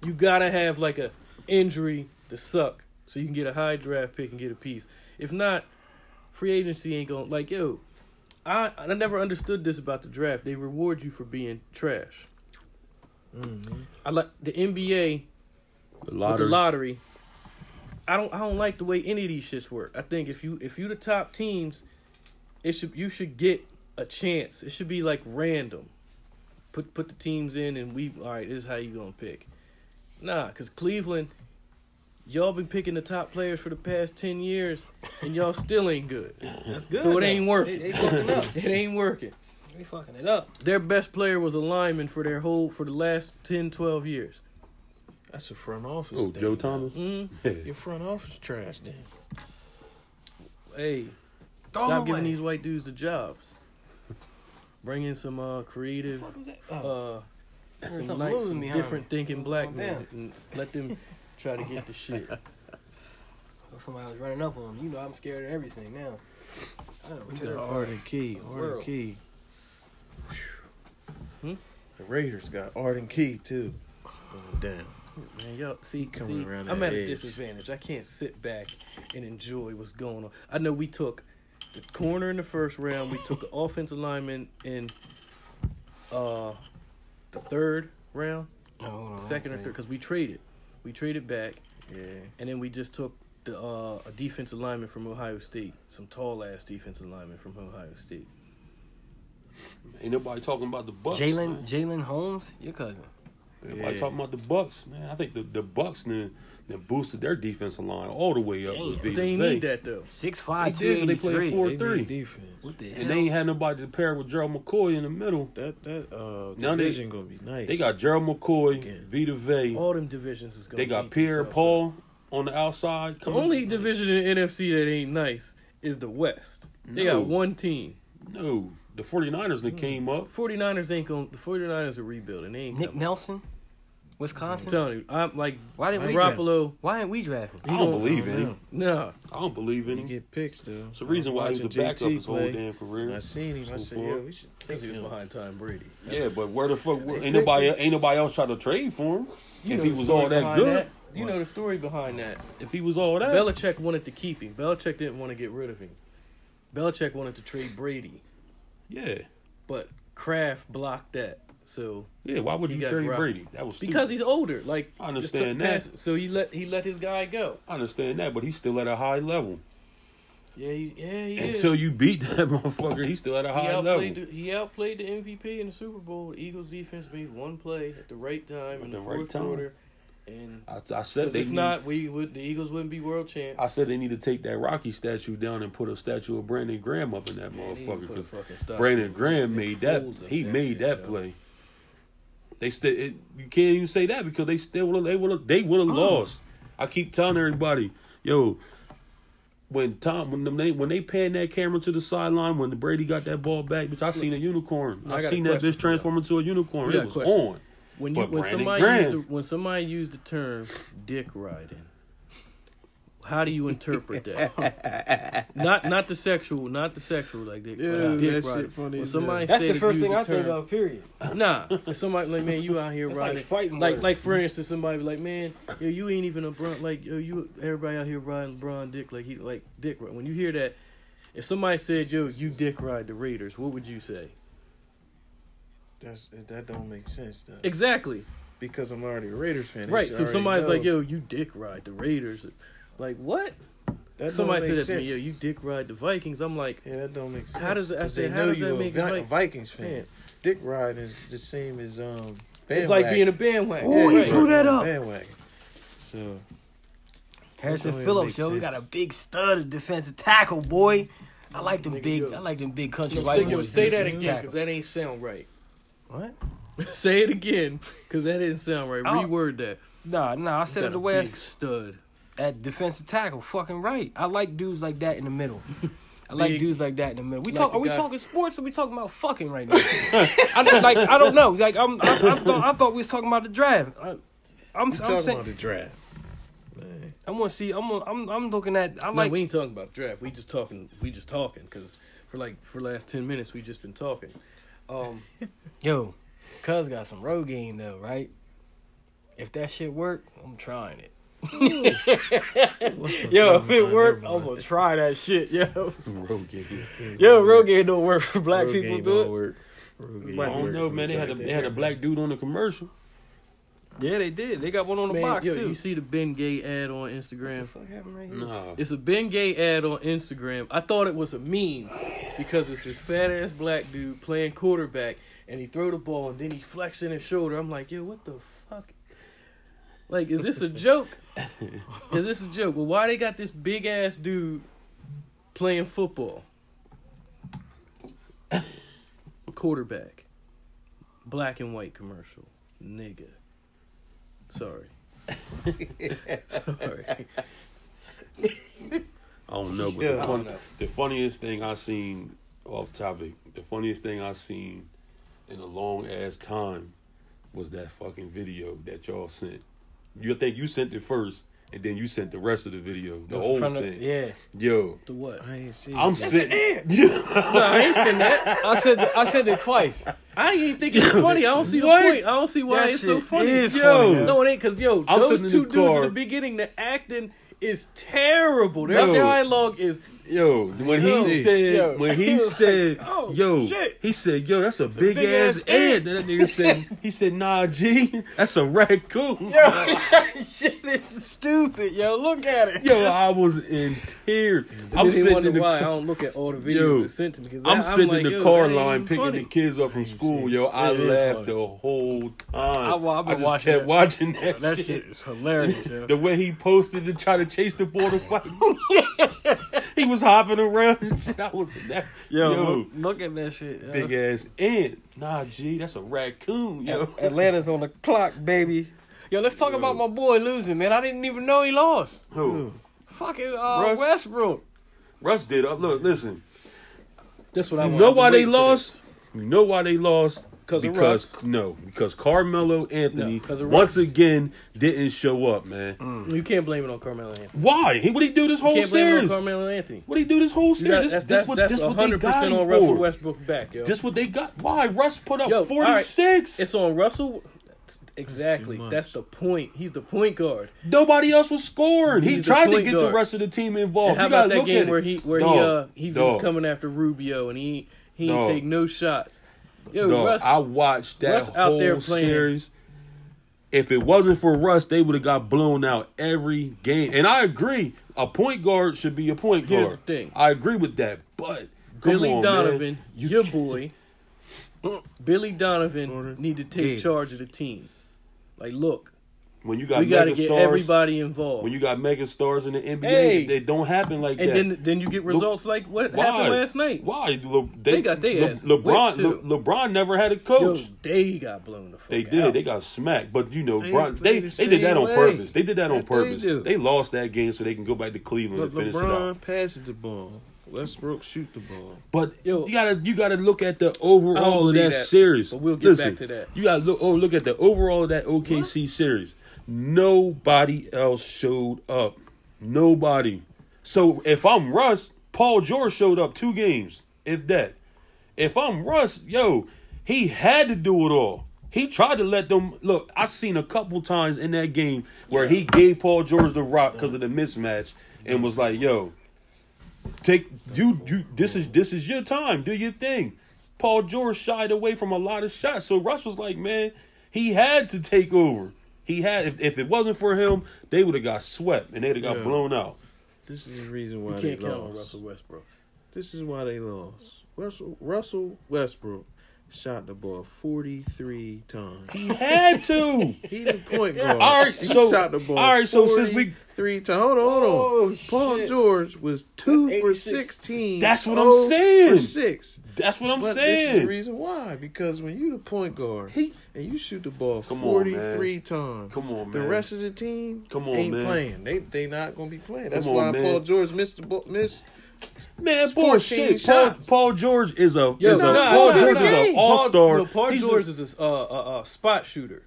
[SPEAKER 1] you gotta have like a injury to suck so you can get a high draft pick and get a piece. If not, free agency ain't gonna like yo. I I never understood this about the draft. They reward you for being trash. I like the NBA
[SPEAKER 3] The
[SPEAKER 1] with
[SPEAKER 3] lottery.
[SPEAKER 1] the lottery. I don't I don't like the way any of these shits work. I think if you if you the top teams, it should you should get a chance. It should be like random. Put put the teams in and we all right. This is how you gonna pick. Nah, cause Cleveland, y'all been picking the top players for the past ten years, and y'all still ain't good.
[SPEAKER 2] That's good.
[SPEAKER 1] So it
[SPEAKER 2] though.
[SPEAKER 1] ain't working.
[SPEAKER 2] They, they fucking up.
[SPEAKER 1] It ain't working
[SPEAKER 2] They fucking it up.
[SPEAKER 1] their best player was a lineman for their whole for the last 10 12 years
[SPEAKER 4] That's a front office.
[SPEAKER 3] Oh,
[SPEAKER 4] thing,
[SPEAKER 3] Joe
[SPEAKER 4] though.
[SPEAKER 3] Thomas.
[SPEAKER 1] mm.
[SPEAKER 4] Your front office trash then.
[SPEAKER 1] hey
[SPEAKER 4] Throw
[SPEAKER 1] stop
[SPEAKER 4] away.
[SPEAKER 1] giving these white dudes the jobs bring in some uh creative
[SPEAKER 2] What was that? Oh,
[SPEAKER 1] uh
[SPEAKER 2] there's
[SPEAKER 1] some
[SPEAKER 2] something
[SPEAKER 1] like
[SPEAKER 2] moving
[SPEAKER 1] some
[SPEAKER 2] behind
[SPEAKER 1] different thinking black
[SPEAKER 2] Oh,
[SPEAKER 1] men and let them try to get the shit
[SPEAKER 2] somebody was running up on him. You know, I'm scared of everything now. I don't
[SPEAKER 4] We
[SPEAKER 2] care.
[SPEAKER 4] got Arden Key. Arden
[SPEAKER 2] world.
[SPEAKER 4] Key.
[SPEAKER 1] Hmm?
[SPEAKER 4] The Raiders got Arden Key too. Oh, damn.
[SPEAKER 1] man y'all see,
[SPEAKER 4] He coming
[SPEAKER 1] see
[SPEAKER 4] around
[SPEAKER 1] i'm
[SPEAKER 4] that
[SPEAKER 1] at a
[SPEAKER 4] edge.
[SPEAKER 1] disadvantage i can't sit back and enjoy what's going on i know we took the corner in the first round we took the offensive lineman in uh the third round
[SPEAKER 2] No,
[SPEAKER 4] Oh,
[SPEAKER 2] hold on,
[SPEAKER 1] second or
[SPEAKER 2] I'll
[SPEAKER 1] third
[SPEAKER 2] tell
[SPEAKER 1] because we traded, we traded back,
[SPEAKER 4] Yeah.
[SPEAKER 1] and then we just took the uh, a defensive lineman from Ohio State, some tall ass defensive lineman from Ohio State.
[SPEAKER 3] Ain't nobody talking about the Bucks.
[SPEAKER 2] you.
[SPEAKER 3] man.
[SPEAKER 2] Jalen Jalen Holmes, your cousin.
[SPEAKER 3] Everybody
[SPEAKER 4] Yeah.
[SPEAKER 3] talking about the Bucks, man. I think the, the Bucks then then boosted their defensive line all the way up.
[SPEAKER 2] Damn.
[SPEAKER 3] with Vita
[SPEAKER 1] They ain't
[SPEAKER 3] Vey.
[SPEAKER 1] need that though.
[SPEAKER 2] Six five
[SPEAKER 3] They
[SPEAKER 2] two
[SPEAKER 3] did, but they
[SPEAKER 2] eighty
[SPEAKER 3] played
[SPEAKER 2] three.
[SPEAKER 3] four-
[SPEAKER 4] They
[SPEAKER 3] three.
[SPEAKER 4] need defense.
[SPEAKER 2] What the hell?
[SPEAKER 3] And they ain't had nobody to pair with Gerald McCoy in the middle.
[SPEAKER 4] That that uh
[SPEAKER 3] Now they-
[SPEAKER 4] division gonna be nice.
[SPEAKER 3] They got Gerald McCoy,
[SPEAKER 4] Again.
[SPEAKER 3] Vita Vey.
[SPEAKER 1] All them divisions is gonna.
[SPEAKER 3] They got
[SPEAKER 1] beat
[SPEAKER 3] Pierre
[SPEAKER 1] themselves up.
[SPEAKER 3] Paul on the outside.
[SPEAKER 1] The
[SPEAKER 3] coming-
[SPEAKER 1] only division in the NFC that ain't nice is the West. They
[SPEAKER 3] No.
[SPEAKER 1] got one team.
[SPEAKER 3] No, the 49ers
[SPEAKER 1] Hmm.
[SPEAKER 3] that came up.
[SPEAKER 1] 49ers ain't going to The 49ers are rebuilding. They ain't
[SPEAKER 2] Nick
[SPEAKER 1] coming.
[SPEAKER 2] Nelson,
[SPEAKER 1] I'm
[SPEAKER 2] Wisconsin.
[SPEAKER 1] telling you, I'm like
[SPEAKER 2] Why didn't we?
[SPEAKER 4] Mike-
[SPEAKER 1] Garoppolo.
[SPEAKER 2] Why ain't we draft him?
[SPEAKER 3] I
[SPEAKER 1] don't-
[SPEAKER 3] don't believe in
[SPEAKER 4] Now,
[SPEAKER 3] him.
[SPEAKER 1] No,
[SPEAKER 3] I don't believe in
[SPEAKER 4] he
[SPEAKER 3] him.
[SPEAKER 4] get picks though.
[SPEAKER 3] It's the reason why he was the backup his whole damn
[SPEAKER 4] And I
[SPEAKER 3] career.
[SPEAKER 4] seen him. I
[SPEAKER 3] So
[SPEAKER 4] said,
[SPEAKER 3] far.
[SPEAKER 4] "Yo, we should pick
[SPEAKER 1] because he was
[SPEAKER 4] him."
[SPEAKER 1] behind Tom Brady.
[SPEAKER 3] Yeah, but where the fuck
[SPEAKER 4] They
[SPEAKER 3] ain't nobody
[SPEAKER 4] picked
[SPEAKER 3] ain't nobody else try to trade for him
[SPEAKER 1] You
[SPEAKER 3] if
[SPEAKER 1] know
[SPEAKER 3] he
[SPEAKER 1] the
[SPEAKER 3] was
[SPEAKER 1] story
[SPEAKER 3] all that
[SPEAKER 1] behind
[SPEAKER 3] good.
[SPEAKER 1] You know the story behind that.
[SPEAKER 3] If he was all that,
[SPEAKER 1] Belichick wanted to keep him. Belichick didn't want to get rid of him. Belichick wanted to trade Brady,
[SPEAKER 3] yeah,
[SPEAKER 1] but Kraft blocked that. So
[SPEAKER 3] yeah. Why would
[SPEAKER 1] He
[SPEAKER 3] you
[SPEAKER 1] got
[SPEAKER 3] trade
[SPEAKER 1] robbed.
[SPEAKER 3] Brady? That was stupid.
[SPEAKER 1] because he's older, like
[SPEAKER 3] I
[SPEAKER 1] just took
[SPEAKER 3] understand that.
[SPEAKER 1] passes. So he let he let his guy go.
[SPEAKER 3] I understand that, but he's still at a high level.
[SPEAKER 1] Yeah, he, yeah, he is.
[SPEAKER 3] Until you beat that motherfucker, he's still at a
[SPEAKER 1] he
[SPEAKER 3] high
[SPEAKER 1] outplayed,
[SPEAKER 3] level.
[SPEAKER 1] the, he outplayed the MVP in the Super Bowl. The Eagles defense made one play at the right time
[SPEAKER 3] At
[SPEAKER 1] in
[SPEAKER 3] the
[SPEAKER 1] the,
[SPEAKER 3] right
[SPEAKER 1] fourth
[SPEAKER 3] time.
[SPEAKER 1] quarter, and
[SPEAKER 3] I, I said
[SPEAKER 1] 'cause
[SPEAKER 3] they
[SPEAKER 1] if
[SPEAKER 3] need-
[SPEAKER 1] not, we would the Eagles wouldn't be world champ.
[SPEAKER 3] I said they need to take that Rocky statue down and put a statue of Brandon Graham up in that
[SPEAKER 1] Man, they need to
[SPEAKER 3] motherfucker.
[SPEAKER 1] put a
[SPEAKER 3] 'cause
[SPEAKER 1] fucking stop to
[SPEAKER 3] Brandon
[SPEAKER 1] it.
[SPEAKER 3] Graham
[SPEAKER 1] They
[SPEAKER 3] made that.
[SPEAKER 1] fools up
[SPEAKER 3] He
[SPEAKER 1] there,
[SPEAKER 3] made that
[SPEAKER 1] yo.
[SPEAKER 3] play. They still it, you can't even say that because they still would have they would have they would have
[SPEAKER 1] Oh.
[SPEAKER 3] lost. I keep telling everybody, yo, when Tom when them, they when they panned that camera to the sideline when Brady got that ball back, bitch, I seen a unicorn.
[SPEAKER 1] I
[SPEAKER 3] I,
[SPEAKER 1] got a
[SPEAKER 3] seen that
[SPEAKER 1] question
[SPEAKER 3] bitch
[SPEAKER 1] for
[SPEAKER 3] transform into a unicorn.
[SPEAKER 1] We got
[SPEAKER 3] It
[SPEAKER 1] a
[SPEAKER 3] was
[SPEAKER 1] question.
[SPEAKER 3] on.
[SPEAKER 1] When you
[SPEAKER 3] But
[SPEAKER 1] when
[SPEAKER 3] Brandon
[SPEAKER 1] somebody
[SPEAKER 3] Graham-
[SPEAKER 1] used the, when somebody used the term "dick riding," how do you interpret that? not not the sexual, not the sexual like dick,
[SPEAKER 4] Yeah,
[SPEAKER 1] but dick
[SPEAKER 4] that shit
[SPEAKER 1] riding.
[SPEAKER 4] funny
[SPEAKER 1] when
[SPEAKER 4] as
[SPEAKER 1] somebody
[SPEAKER 2] That's
[SPEAKER 1] say
[SPEAKER 2] the
[SPEAKER 1] to
[SPEAKER 2] first
[SPEAKER 1] use
[SPEAKER 2] thing I
[SPEAKER 1] term-
[SPEAKER 2] think of. Period.
[SPEAKER 1] Nah, if somebody like man, you out here
[SPEAKER 2] That's like
[SPEAKER 1] riding
[SPEAKER 2] fighting
[SPEAKER 1] like
[SPEAKER 2] word.
[SPEAKER 1] like, for instance, somebody be like man, yo, you ain't even a Bron like yo, you everybody out here riding Bron Dick like he like dick ride. When you hear that, if somebody said yo, you dick ride the Raiders, what would you say?
[SPEAKER 4] That's that don't make sense though.
[SPEAKER 1] Exactly.
[SPEAKER 4] Because I'm already a Raiders fan. They
[SPEAKER 1] Right,
[SPEAKER 4] should
[SPEAKER 1] so
[SPEAKER 4] already
[SPEAKER 1] somebody's
[SPEAKER 4] know.
[SPEAKER 1] like, "Yo, you dick ride the Raiders," like what?
[SPEAKER 4] that don't
[SPEAKER 1] Somebody said
[SPEAKER 4] make
[SPEAKER 1] that to me,
[SPEAKER 4] sense.
[SPEAKER 1] "Yo, you dick ride the Vikings." I'm like,
[SPEAKER 4] Yeah, that don't make sense.
[SPEAKER 1] How does it- I
[SPEAKER 4] 'Cause
[SPEAKER 1] said, how
[SPEAKER 4] they know
[SPEAKER 1] does that
[SPEAKER 4] you a
[SPEAKER 1] make it
[SPEAKER 4] Vi-
[SPEAKER 1] like-
[SPEAKER 4] Vikings fan? Dick Ryan is the same as um.
[SPEAKER 1] it's like being a
[SPEAKER 4] bandwagon.
[SPEAKER 1] bandwagon.
[SPEAKER 2] Ooh, he
[SPEAKER 1] Right.
[SPEAKER 2] threw that up.
[SPEAKER 4] Bandwagon. So
[SPEAKER 2] Harrison
[SPEAKER 4] That don't
[SPEAKER 2] Phillips,
[SPEAKER 4] make
[SPEAKER 2] yo, we
[SPEAKER 4] sense.
[SPEAKER 2] got a big stud of defensive tackle, boy. I like them
[SPEAKER 1] Nigga,
[SPEAKER 2] big.
[SPEAKER 1] yo.
[SPEAKER 2] I like them big country
[SPEAKER 1] Yo,
[SPEAKER 2] white
[SPEAKER 1] say, yo,
[SPEAKER 2] boys.
[SPEAKER 1] say that
[SPEAKER 2] defensive
[SPEAKER 1] again
[SPEAKER 2] tackle.
[SPEAKER 1] because that ain't sound right.
[SPEAKER 2] What?
[SPEAKER 1] say it again because that didn't sound right.
[SPEAKER 2] Oh.
[SPEAKER 1] Reword that.
[SPEAKER 2] Nah, nah. I said
[SPEAKER 1] Got
[SPEAKER 2] it
[SPEAKER 1] a
[SPEAKER 2] the way I
[SPEAKER 1] big
[SPEAKER 2] s-
[SPEAKER 1] stud.
[SPEAKER 2] at defensive tackle. Fucking right. I like dudes like that in the middle.
[SPEAKER 5] I like
[SPEAKER 1] Big-
[SPEAKER 5] dudes like that in the middle. We
[SPEAKER 1] like
[SPEAKER 5] talk.
[SPEAKER 1] the
[SPEAKER 5] Are we
[SPEAKER 1] guy-
[SPEAKER 5] talking sports or we talking about fucking right now? I don't, like I don't know. Like I'm. I, I, thought, I thought we was talking about the draft. I, I'm. I'm
[SPEAKER 4] We talking
[SPEAKER 5] saying.
[SPEAKER 4] about the draft. Man.
[SPEAKER 5] I'm gonna see. I'm. Gonna, I'm. I'm looking at. I
[SPEAKER 1] No,
[SPEAKER 5] like.
[SPEAKER 1] we ain't talking about draft. We just talking. We just talking because for like for last ten minutes we just been talking. Um,
[SPEAKER 5] Yo, Cuz got some road game though, right? If that shit work, I'm trying it. Yo, if it work, I'm gonna try that shit. Yo,
[SPEAKER 3] Road game.
[SPEAKER 5] yo, road game don't work for black
[SPEAKER 4] Road
[SPEAKER 5] people,
[SPEAKER 4] game don't
[SPEAKER 5] dude.
[SPEAKER 4] work. Road game
[SPEAKER 3] I
[SPEAKER 4] work
[SPEAKER 3] don't know,
[SPEAKER 4] for
[SPEAKER 3] man. They had a
[SPEAKER 4] black
[SPEAKER 3] they had a
[SPEAKER 4] people.
[SPEAKER 3] black dude on the commercial.
[SPEAKER 5] Yeah, they did. They got one on the
[SPEAKER 1] man,
[SPEAKER 5] box
[SPEAKER 1] yo,
[SPEAKER 5] too.
[SPEAKER 1] you see the Ben Gay ad on Instagram?
[SPEAKER 5] Fuck happened right here?
[SPEAKER 3] Nah.
[SPEAKER 1] It's a Ben Gay ad on Instagram. I thought it was a meme because it's this fat ass black dude playing quarterback and he throw the ball and then he flexing his shoulder. I'm like, yo, what the fuck? Like, is this a joke? is this a joke? Well, why they got this big ass dude playing football? Quarterback. Black and white commercial. Nigga. Sorry. Sorry.
[SPEAKER 3] I don't know, but
[SPEAKER 4] Yeah.
[SPEAKER 3] the,
[SPEAKER 4] I
[SPEAKER 3] fun, the funniest thing I seen off topic, the funniest thing I seen in a long ass time was that fucking video that y'all sent. You think you sent it first, and then you sent the rest of the video, the, whole
[SPEAKER 5] From the-
[SPEAKER 3] thing.
[SPEAKER 5] yeah,
[SPEAKER 3] Yo,
[SPEAKER 1] The what?
[SPEAKER 4] I ain't seen
[SPEAKER 3] I'm
[SPEAKER 4] it.
[SPEAKER 3] sitting.
[SPEAKER 5] no, I ain't seen that. I said. I said it twice.
[SPEAKER 1] I ain't think it's funny. I don't see the
[SPEAKER 3] What?
[SPEAKER 1] point. I don't see why
[SPEAKER 5] That
[SPEAKER 1] it's so
[SPEAKER 5] shit
[SPEAKER 1] funny.
[SPEAKER 5] is
[SPEAKER 3] funny, man.
[SPEAKER 1] no, it ain't because yo,
[SPEAKER 3] I'm
[SPEAKER 1] those
[SPEAKER 3] sitting
[SPEAKER 1] two
[SPEAKER 3] in the
[SPEAKER 1] dudes
[SPEAKER 3] car.
[SPEAKER 1] in the beginning, the acting is terrible. Their
[SPEAKER 3] No.
[SPEAKER 1] dialogue is
[SPEAKER 3] Yo, when
[SPEAKER 4] Yo.
[SPEAKER 3] he said,
[SPEAKER 5] Yo.
[SPEAKER 3] when
[SPEAKER 5] He
[SPEAKER 3] he
[SPEAKER 5] was
[SPEAKER 3] said,
[SPEAKER 5] "Oh,
[SPEAKER 3] yo,
[SPEAKER 5] shit."
[SPEAKER 3] he said, yo, that's a big,
[SPEAKER 5] big
[SPEAKER 3] ass,
[SPEAKER 5] ass
[SPEAKER 3] ant. Then that nigga said, he said, nah, G, that's a raccoon.
[SPEAKER 5] Yo, that shit is stupid. Yo, look at it.
[SPEAKER 3] Yo, I was in tears.
[SPEAKER 1] I'm then
[SPEAKER 3] I'm
[SPEAKER 1] he
[SPEAKER 3] sitting in
[SPEAKER 1] wonder
[SPEAKER 3] the
[SPEAKER 1] why I
[SPEAKER 3] car.
[SPEAKER 1] don't look at all the videos
[SPEAKER 3] Yo,
[SPEAKER 1] that sent to me because
[SPEAKER 3] I'm
[SPEAKER 1] I-
[SPEAKER 3] sitting
[SPEAKER 1] like,
[SPEAKER 3] in
[SPEAKER 1] yo,
[SPEAKER 3] the car
[SPEAKER 1] that ain't
[SPEAKER 3] line
[SPEAKER 1] even
[SPEAKER 3] picking
[SPEAKER 1] funny.
[SPEAKER 3] the kids up from school. Yo, I
[SPEAKER 5] It is
[SPEAKER 3] laughed
[SPEAKER 5] funny.
[SPEAKER 3] the whole time.
[SPEAKER 5] I- well, I've been
[SPEAKER 3] just
[SPEAKER 5] watching
[SPEAKER 3] kept
[SPEAKER 5] that.
[SPEAKER 3] watching that,
[SPEAKER 5] That
[SPEAKER 3] shit.
[SPEAKER 5] shit is hilarious. Yo.
[SPEAKER 3] The way he posted to try to chase the ball to fight. he was hopping around and shit. I was that.
[SPEAKER 5] Yo,
[SPEAKER 3] Yo,
[SPEAKER 5] look, look at that shit. Yo.
[SPEAKER 3] big ass ant. Nah, G, that's a raccoon. Yo,
[SPEAKER 5] Atlanta's on the clock, baby. Yo, let's talk about my boy losing, man. I didn't even know he lost.
[SPEAKER 3] who?
[SPEAKER 5] Fucking uh,
[SPEAKER 3] Russ.
[SPEAKER 5] Westbrook.
[SPEAKER 3] Russ did. up. Look, listen.
[SPEAKER 1] That's what I
[SPEAKER 3] You
[SPEAKER 1] wanted
[SPEAKER 3] know
[SPEAKER 1] to
[SPEAKER 3] why they
[SPEAKER 1] wait for
[SPEAKER 3] lost? You know why they lost?
[SPEAKER 1] 'Cause of
[SPEAKER 3] because
[SPEAKER 1] Russ.
[SPEAKER 3] no, because Carmelo Anthony
[SPEAKER 1] No, 'cause of
[SPEAKER 3] once
[SPEAKER 1] Russ.
[SPEAKER 3] again didn't show up, man.
[SPEAKER 1] this. You can't blame it on Carmelo Anthony.
[SPEAKER 3] Why? He, what he do this
[SPEAKER 1] You
[SPEAKER 3] whole
[SPEAKER 1] can't blame
[SPEAKER 3] series?
[SPEAKER 1] it on Carmelo Anthony.
[SPEAKER 3] What he do this
[SPEAKER 1] You
[SPEAKER 3] whole
[SPEAKER 1] got,
[SPEAKER 3] series?
[SPEAKER 1] that's that's,
[SPEAKER 3] Oh, This, this what
[SPEAKER 1] that's
[SPEAKER 3] this what they
[SPEAKER 1] 100%
[SPEAKER 3] got him
[SPEAKER 1] on Russell
[SPEAKER 3] for.
[SPEAKER 1] Westbrook back, yo.
[SPEAKER 3] This what they got. Why Russ put up
[SPEAKER 1] Yo, all right.
[SPEAKER 3] forty six?
[SPEAKER 1] it's on Russell. Exactly.
[SPEAKER 4] much.
[SPEAKER 1] That's the point. He's the point guard.
[SPEAKER 3] Nobody else was scoring.
[SPEAKER 1] He's
[SPEAKER 3] He
[SPEAKER 1] the
[SPEAKER 3] tried to
[SPEAKER 1] point
[SPEAKER 3] get
[SPEAKER 1] guard.
[SPEAKER 3] the rest of the team
[SPEAKER 1] And
[SPEAKER 3] involved.
[SPEAKER 1] how
[SPEAKER 3] Oh, You
[SPEAKER 1] about
[SPEAKER 3] gotta
[SPEAKER 1] that
[SPEAKER 3] look at
[SPEAKER 1] game
[SPEAKER 3] it.
[SPEAKER 1] where he where he
[SPEAKER 3] Dog,
[SPEAKER 1] uh he
[SPEAKER 3] dog,
[SPEAKER 1] was coming after Rubio and he he ain't
[SPEAKER 3] Dog.
[SPEAKER 1] take no shots. Yo,
[SPEAKER 3] dog.
[SPEAKER 1] Russ,
[SPEAKER 3] I watched that
[SPEAKER 1] Russ out
[SPEAKER 3] whole
[SPEAKER 1] there playing.
[SPEAKER 3] series. If it wasn't for Russ, they would have got blown out every game. And I agree, a point guard should be a point guard.
[SPEAKER 1] Here's the thing.
[SPEAKER 3] I agree with that, but come
[SPEAKER 1] Billy
[SPEAKER 3] on, man.
[SPEAKER 1] Donovan,
[SPEAKER 3] You
[SPEAKER 1] your
[SPEAKER 3] can't-
[SPEAKER 1] boy, Billy Donovan
[SPEAKER 4] Order.
[SPEAKER 1] need to take
[SPEAKER 4] Yeah.
[SPEAKER 1] charge of the team. Like, look,
[SPEAKER 3] when you got
[SPEAKER 1] we got to
[SPEAKER 3] mega
[SPEAKER 1] get
[SPEAKER 3] stars,
[SPEAKER 1] everybody involved.
[SPEAKER 3] when you got mega stars in the NBA,
[SPEAKER 1] Hey.
[SPEAKER 3] they don't happen like
[SPEAKER 1] and
[SPEAKER 3] that.
[SPEAKER 1] then then you get results like what happened last night.
[SPEAKER 3] Why Le- they,
[SPEAKER 1] got they
[SPEAKER 3] Le-
[SPEAKER 1] ass
[SPEAKER 3] LeBron?
[SPEAKER 1] whipped, too.
[SPEAKER 3] Le- LeBron never had a
[SPEAKER 1] Yo,
[SPEAKER 3] coach.
[SPEAKER 1] they got blown the fuck
[SPEAKER 3] they did.
[SPEAKER 1] out.
[SPEAKER 3] They got smacked. But you know,
[SPEAKER 4] They
[SPEAKER 3] Bron,
[SPEAKER 4] play
[SPEAKER 3] they
[SPEAKER 4] the
[SPEAKER 3] they did that
[SPEAKER 4] same
[SPEAKER 3] on
[SPEAKER 4] way.
[SPEAKER 3] purpose. They did that on
[SPEAKER 4] That they
[SPEAKER 3] purpose. They,
[SPEAKER 4] do.
[SPEAKER 3] lost that game so they can go back to Cleveland
[SPEAKER 4] But
[SPEAKER 3] and finish it out.
[SPEAKER 4] LeBron passes the ball. Westbrook shoot the ball.
[SPEAKER 3] But
[SPEAKER 1] Yo.
[SPEAKER 3] you gotta you gotta look at the
[SPEAKER 1] I don't
[SPEAKER 3] overall of
[SPEAKER 1] believe
[SPEAKER 3] that,
[SPEAKER 1] that,
[SPEAKER 3] series.
[SPEAKER 1] but we'll get back to that.
[SPEAKER 3] You gotta look oh look at the overall of that OKC series. Nobody else showed up. Nobody. So if I'm Russ, Paul George showed up two games, if that. If I'm Russ, yo, he had to do it all. He tried to let them look. I seen a couple times in that game where he gave Paul George the rock because of the mismatch and was like, yo, take you you this is this is your time do your thing paul george shied away from a lot of shots so russ was like man he had to take over he had if, if it wasn't for him they would have got swept and they'd have got
[SPEAKER 4] Yeah.
[SPEAKER 3] blown out
[SPEAKER 4] This is the reason why
[SPEAKER 1] You
[SPEAKER 4] they
[SPEAKER 1] can't count
[SPEAKER 4] lost.
[SPEAKER 1] on Russell Westbrook.
[SPEAKER 4] This is why they lost. Russell Russell Westbrook shot the ball forty three times.
[SPEAKER 3] he had to
[SPEAKER 4] He the point guard.
[SPEAKER 3] All right,
[SPEAKER 4] he
[SPEAKER 3] so-
[SPEAKER 4] shot the ball.
[SPEAKER 3] all right, so since we-
[SPEAKER 4] three times. Hold on, hold on.
[SPEAKER 5] Oh,
[SPEAKER 4] Paul
[SPEAKER 5] shit.
[SPEAKER 4] George was two
[SPEAKER 5] That's
[SPEAKER 4] for
[SPEAKER 5] 86.
[SPEAKER 4] sixteen.
[SPEAKER 3] That's what
[SPEAKER 4] 0
[SPEAKER 3] I'm
[SPEAKER 4] For
[SPEAKER 3] saying.
[SPEAKER 4] six.
[SPEAKER 3] that's what i'm
[SPEAKER 4] but this is the
[SPEAKER 3] saying
[SPEAKER 4] reason why. Because when you the point guard
[SPEAKER 3] He-
[SPEAKER 4] and you shoot the ball
[SPEAKER 3] Come on,
[SPEAKER 4] forty
[SPEAKER 3] man.
[SPEAKER 4] three times,
[SPEAKER 3] Come on,
[SPEAKER 4] The
[SPEAKER 3] man.
[SPEAKER 4] rest of the team
[SPEAKER 3] Come on,
[SPEAKER 4] ain't
[SPEAKER 3] man.
[SPEAKER 4] playing. They they not gonna be playing. That's
[SPEAKER 3] Come
[SPEAKER 4] why
[SPEAKER 3] on, man.
[SPEAKER 4] Paul George missed the ball, missed
[SPEAKER 3] Man,
[SPEAKER 4] 14
[SPEAKER 3] bullshit. Paul,
[SPEAKER 4] shots.
[SPEAKER 3] Paul George is a
[SPEAKER 1] Yo,
[SPEAKER 3] is a,
[SPEAKER 1] no,
[SPEAKER 3] Paul
[SPEAKER 1] no,
[SPEAKER 3] George
[SPEAKER 1] no,
[SPEAKER 3] is an
[SPEAKER 4] no.
[SPEAKER 3] all star.
[SPEAKER 1] No, Paul George is a, uh, a, a spot shooter.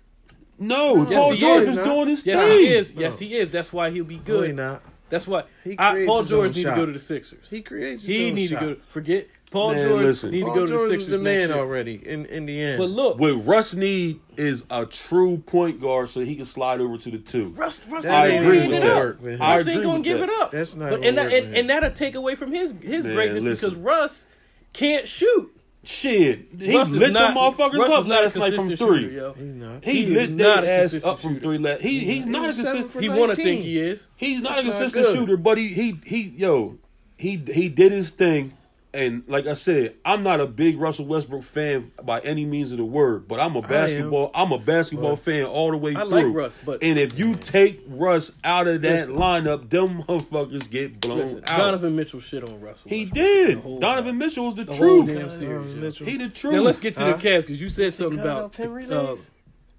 [SPEAKER 3] no, Paul
[SPEAKER 1] he
[SPEAKER 3] George
[SPEAKER 1] is.
[SPEAKER 3] is doing his
[SPEAKER 1] Yes,
[SPEAKER 3] thing.
[SPEAKER 1] he is. Yes, he is. That's why he'll be
[SPEAKER 4] No, he
[SPEAKER 1] good.
[SPEAKER 4] not.
[SPEAKER 1] That's why
[SPEAKER 4] He
[SPEAKER 1] I,
[SPEAKER 4] creates
[SPEAKER 1] Paul
[SPEAKER 4] his own
[SPEAKER 1] George need to
[SPEAKER 4] shot.
[SPEAKER 1] go to the Sixers.
[SPEAKER 4] He creates. His
[SPEAKER 1] He
[SPEAKER 4] own
[SPEAKER 1] need
[SPEAKER 4] shot.
[SPEAKER 1] to go. Forget Paul
[SPEAKER 3] Man,
[SPEAKER 1] George.
[SPEAKER 3] listen.
[SPEAKER 1] Need to
[SPEAKER 4] Paul
[SPEAKER 1] go to
[SPEAKER 4] George
[SPEAKER 1] the
[SPEAKER 4] was
[SPEAKER 1] Sixers.
[SPEAKER 4] the man
[SPEAKER 1] next year.
[SPEAKER 4] already in in the end.
[SPEAKER 1] But look,
[SPEAKER 3] What Russ need is a true point guard so he can slide over to the two.
[SPEAKER 1] Russ, Russ
[SPEAKER 4] That
[SPEAKER 1] ain't
[SPEAKER 4] ain't
[SPEAKER 1] gonna
[SPEAKER 4] gonna
[SPEAKER 1] give it
[SPEAKER 4] work
[SPEAKER 1] up.
[SPEAKER 4] with him.
[SPEAKER 1] Russ
[SPEAKER 3] I
[SPEAKER 1] ain't
[SPEAKER 3] agree
[SPEAKER 1] gonna
[SPEAKER 3] with
[SPEAKER 1] give
[SPEAKER 3] that.
[SPEAKER 1] it up.
[SPEAKER 4] That's not
[SPEAKER 1] But-
[SPEAKER 4] gonna
[SPEAKER 1] and,
[SPEAKER 4] work
[SPEAKER 1] that,
[SPEAKER 4] with
[SPEAKER 1] and,
[SPEAKER 4] him.
[SPEAKER 1] and that'll take away from his his
[SPEAKER 3] Man,
[SPEAKER 1] greatness
[SPEAKER 3] listen.
[SPEAKER 1] because Russ can't shoot.
[SPEAKER 3] Shit, he
[SPEAKER 1] Russ is
[SPEAKER 3] lit
[SPEAKER 1] not-
[SPEAKER 3] them motherfuckers
[SPEAKER 1] Russ
[SPEAKER 3] up
[SPEAKER 1] is not a
[SPEAKER 3] last night from
[SPEAKER 1] consistent
[SPEAKER 3] three.
[SPEAKER 1] shooter, yo.
[SPEAKER 4] He's not.
[SPEAKER 3] He,
[SPEAKER 1] He is
[SPEAKER 3] lit
[SPEAKER 1] not a
[SPEAKER 3] their ass
[SPEAKER 1] consistent
[SPEAKER 3] up from
[SPEAKER 1] shooter.
[SPEAKER 3] three. Last he he's not a
[SPEAKER 4] was seven
[SPEAKER 3] consistent.
[SPEAKER 4] for
[SPEAKER 1] He want to
[SPEAKER 4] 19.
[SPEAKER 1] think he is.
[SPEAKER 3] He's not a
[SPEAKER 4] That's not
[SPEAKER 3] consistent
[SPEAKER 4] good.
[SPEAKER 3] shooter, but he he he yo, he he did his thing. And like I said, I'm not a big Russell Westbrook fan by any means of the word, but I'm a basketball I'm a basketball fan all the way
[SPEAKER 1] I
[SPEAKER 3] through.
[SPEAKER 1] like Russ, but-
[SPEAKER 3] and if you take Russ out of that
[SPEAKER 1] Listen.
[SPEAKER 3] lineup, them motherfuckers get blown
[SPEAKER 1] Listen,
[SPEAKER 3] out.
[SPEAKER 1] Donovan Mitchell shit on Russell.
[SPEAKER 3] he
[SPEAKER 1] Westbrook
[SPEAKER 3] did.
[SPEAKER 1] whole-
[SPEAKER 3] Donovan Mitchell was the,
[SPEAKER 1] the whole
[SPEAKER 3] truth.
[SPEAKER 1] damn series.
[SPEAKER 5] Um,
[SPEAKER 1] yo.
[SPEAKER 4] Mitchell.
[SPEAKER 3] He the truth.
[SPEAKER 1] Now let's get to
[SPEAKER 4] Huh?
[SPEAKER 1] the Cavs because you said something about.
[SPEAKER 2] Because of Penry
[SPEAKER 1] uh,
[SPEAKER 2] Lakes?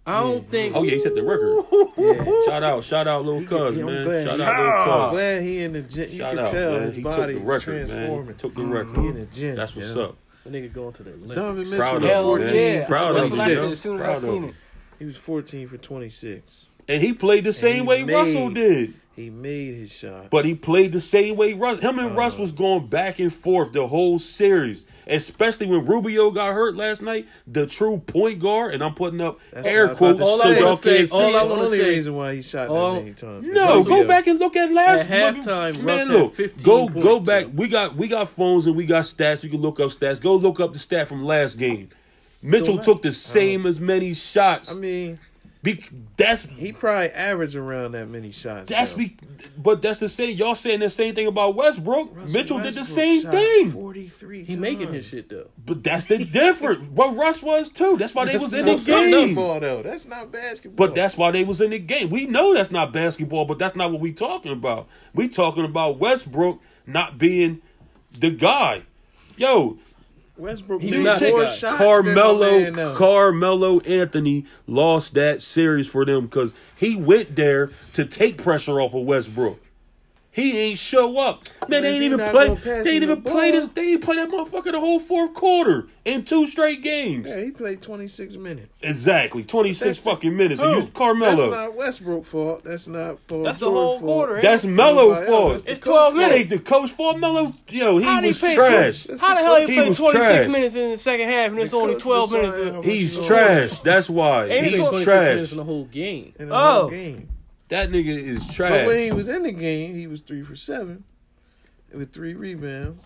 [SPEAKER 1] I don't think.
[SPEAKER 3] oh yeah, he set the record. Shout out, shout out, little
[SPEAKER 4] can-
[SPEAKER 3] cuz
[SPEAKER 4] I'm
[SPEAKER 3] man.
[SPEAKER 4] glad
[SPEAKER 3] Shout
[SPEAKER 4] he-
[SPEAKER 3] out,
[SPEAKER 4] I'm
[SPEAKER 3] little cuz.
[SPEAKER 4] glad he in the gym. You
[SPEAKER 3] Shout
[SPEAKER 4] can
[SPEAKER 3] out,
[SPEAKER 4] tell
[SPEAKER 3] man.
[SPEAKER 4] his
[SPEAKER 3] He took
[SPEAKER 4] body
[SPEAKER 3] the
[SPEAKER 4] is
[SPEAKER 3] record, man. He
[SPEAKER 4] transforming.
[SPEAKER 3] took the record.
[SPEAKER 4] He in the gym.
[SPEAKER 3] That's what's
[SPEAKER 4] yeah.
[SPEAKER 3] up.
[SPEAKER 1] That nigga going to the Olympics.
[SPEAKER 4] Donovan
[SPEAKER 3] Proud
[SPEAKER 4] Mitchell.
[SPEAKER 3] of
[SPEAKER 4] was
[SPEAKER 3] him,
[SPEAKER 4] 14
[SPEAKER 3] man.
[SPEAKER 4] for
[SPEAKER 3] Proud of him,
[SPEAKER 2] That's what I said
[SPEAKER 3] yo.
[SPEAKER 2] as soon as
[SPEAKER 3] Proud
[SPEAKER 2] I
[SPEAKER 3] of
[SPEAKER 2] seen
[SPEAKER 3] him.
[SPEAKER 2] it.
[SPEAKER 4] He was 14 for 26.
[SPEAKER 3] And he played the
[SPEAKER 4] he
[SPEAKER 3] same way
[SPEAKER 4] made-
[SPEAKER 3] Russell did.
[SPEAKER 4] He made his shot.
[SPEAKER 3] But he played the same way Russ. Him and
[SPEAKER 4] Uh.
[SPEAKER 3] Russ was going back and forth the whole series. Especially when Rubio got hurt last night, the true point guard, and I'm putting up
[SPEAKER 4] That's
[SPEAKER 3] air
[SPEAKER 4] what I was
[SPEAKER 3] quotes
[SPEAKER 4] about to
[SPEAKER 3] so
[SPEAKER 4] say.
[SPEAKER 3] y'all
[SPEAKER 4] All
[SPEAKER 3] can't
[SPEAKER 1] I wanna
[SPEAKER 3] see.
[SPEAKER 1] say-
[SPEAKER 3] it.
[SPEAKER 4] the
[SPEAKER 1] wanna
[SPEAKER 4] only reason why he shot
[SPEAKER 1] all-
[SPEAKER 4] that many times. uh,
[SPEAKER 3] No,
[SPEAKER 1] Russell-
[SPEAKER 3] go back and look at last
[SPEAKER 1] At
[SPEAKER 3] motherfucking-
[SPEAKER 1] halftime, Russ
[SPEAKER 3] Man,
[SPEAKER 1] had
[SPEAKER 3] look,
[SPEAKER 1] 15
[SPEAKER 3] go go
[SPEAKER 1] points,
[SPEAKER 3] back.
[SPEAKER 1] yo.
[SPEAKER 3] We got we got phones and we got stats. We can look up stats. Go look up the stat from last game. Mitchell took the same as many shots.
[SPEAKER 4] I mean,
[SPEAKER 3] Be- that's
[SPEAKER 4] he probably averaged around that many shots.
[SPEAKER 3] That's
[SPEAKER 4] though.
[SPEAKER 3] be, but that's the same. Y'all saying the same thing about Westbrook.
[SPEAKER 4] Russell
[SPEAKER 3] Mitchell did the
[SPEAKER 4] Westbrook
[SPEAKER 3] same
[SPEAKER 4] shot
[SPEAKER 3] thing.
[SPEAKER 4] 43
[SPEAKER 1] He making his shit though.
[SPEAKER 3] But that's the difference. But Russ was too. That's why they was in the
[SPEAKER 4] That's not
[SPEAKER 3] game.
[SPEAKER 4] basketball, though. That's not basketball.
[SPEAKER 3] But that's why they was in the game. We know that's not basketball, but that's not what we talking about. We talking about Westbrook not being the guy. Yo,
[SPEAKER 4] Westbrook
[SPEAKER 1] He's
[SPEAKER 4] made
[SPEAKER 1] not a
[SPEAKER 4] more
[SPEAKER 1] guy.
[SPEAKER 4] shots than my man,
[SPEAKER 3] Carmelo
[SPEAKER 4] though.
[SPEAKER 3] Carmelo Anthony lost that series for them because he went there to take pressure off of Westbrook. He ain't show up. Man, they
[SPEAKER 4] Man,
[SPEAKER 3] ain't
[SPEAKER 4] he
[SPEAKER 3] even
[SPEAKER 4] not
[SPEAKER 3] play.
[SPEAKER 4] gonna pass
[SPEAKER 3] They ain't
[SPEAKER 4] him
[SPEAKER 3] even
[SPEAKER 4] the
[SPEAKER 3] play
[SPEAKER 4] ball.
[SPEAKER 3] this. They ain't play that motherfucker the whole fourth quarter in two straight games.
[SPEAKER 4] Yeah, he played 26 minutes.
[SPEAKER 3] Exactly, twenty six
[SPEAKER 4] That's the-
[SPEAKER 3] fucking minutes. And
[SPEAKER 4] Dude,
[SPEAKER 3] you Carmelo.
[SPEAKER 4] That's not Westbrook fault. That's not Paul
[SPEAKER 5] That's the
[SPEAKER 4] George
[SPEAKER 5] whole
[SPEAKER 4] fault.
[SPEAKER 5] quarter,
[SPEAKER 3] That's Melo
[SPEAKER 4] Nobody else.
[SPEAKER 3] fault.
[SPEAKER 4] That's
[SPEAKER 5] It's
[SPEAKER 4] the
[SPEAKER 5] 12
[SPEAKER 4] coach
[SPEAKER 3] That
[SPEAKER 5] minutes.
[SPEAKER 3] ain't the coach fault. Melo, yo, he
[SPEAKER 5] How did
[SPEAKER 3] was
[SPEAKER 5] he play
[SPEAKER 3] trash.
[SPEAKER 5] 20 How the hell he
[SPEAKER 3] He
[SPEAKER 5] played
[SPEAKER 3] was
[SPEAKER 5] 26
[SPEAKER 3] trash.
[SPEAKER 5] minutes in the second half and it's
[SPEAKER 4] The
[SPEAKER 5] only
[SPEAKER 4] coach
[SPEAKER 5] 12 minutes?
[SPEAKER 4] decided how
[SPEAKER 5] in-
[SPEAKER 4] much
[SPEAKER 3] He's
[SPEAKER 4] he was
[SPEAKER 3] trash. That's why
[SPEAKER 5] And he
[SPEAKER 1] He
[SPEAKER 5] He's
[SPEAKER 1] made
[SPEAKER 3] he's
[SPEAKER 5] played
[SPEAKER 1] 26
[SPEAKER 3] trash.
[SPEAKER 1] minutes in the whole game.
[SPEAKER 4] In the whole
[SPEAKER 5] Oh.
[SPEAKER 4] game.
[SPEAKER 3] That nigga is
[SPEAKER 4] But when he
[SPEAKER 3] trash.
[SPEAKER 4] was in the game, he was three for seven with three rebounds.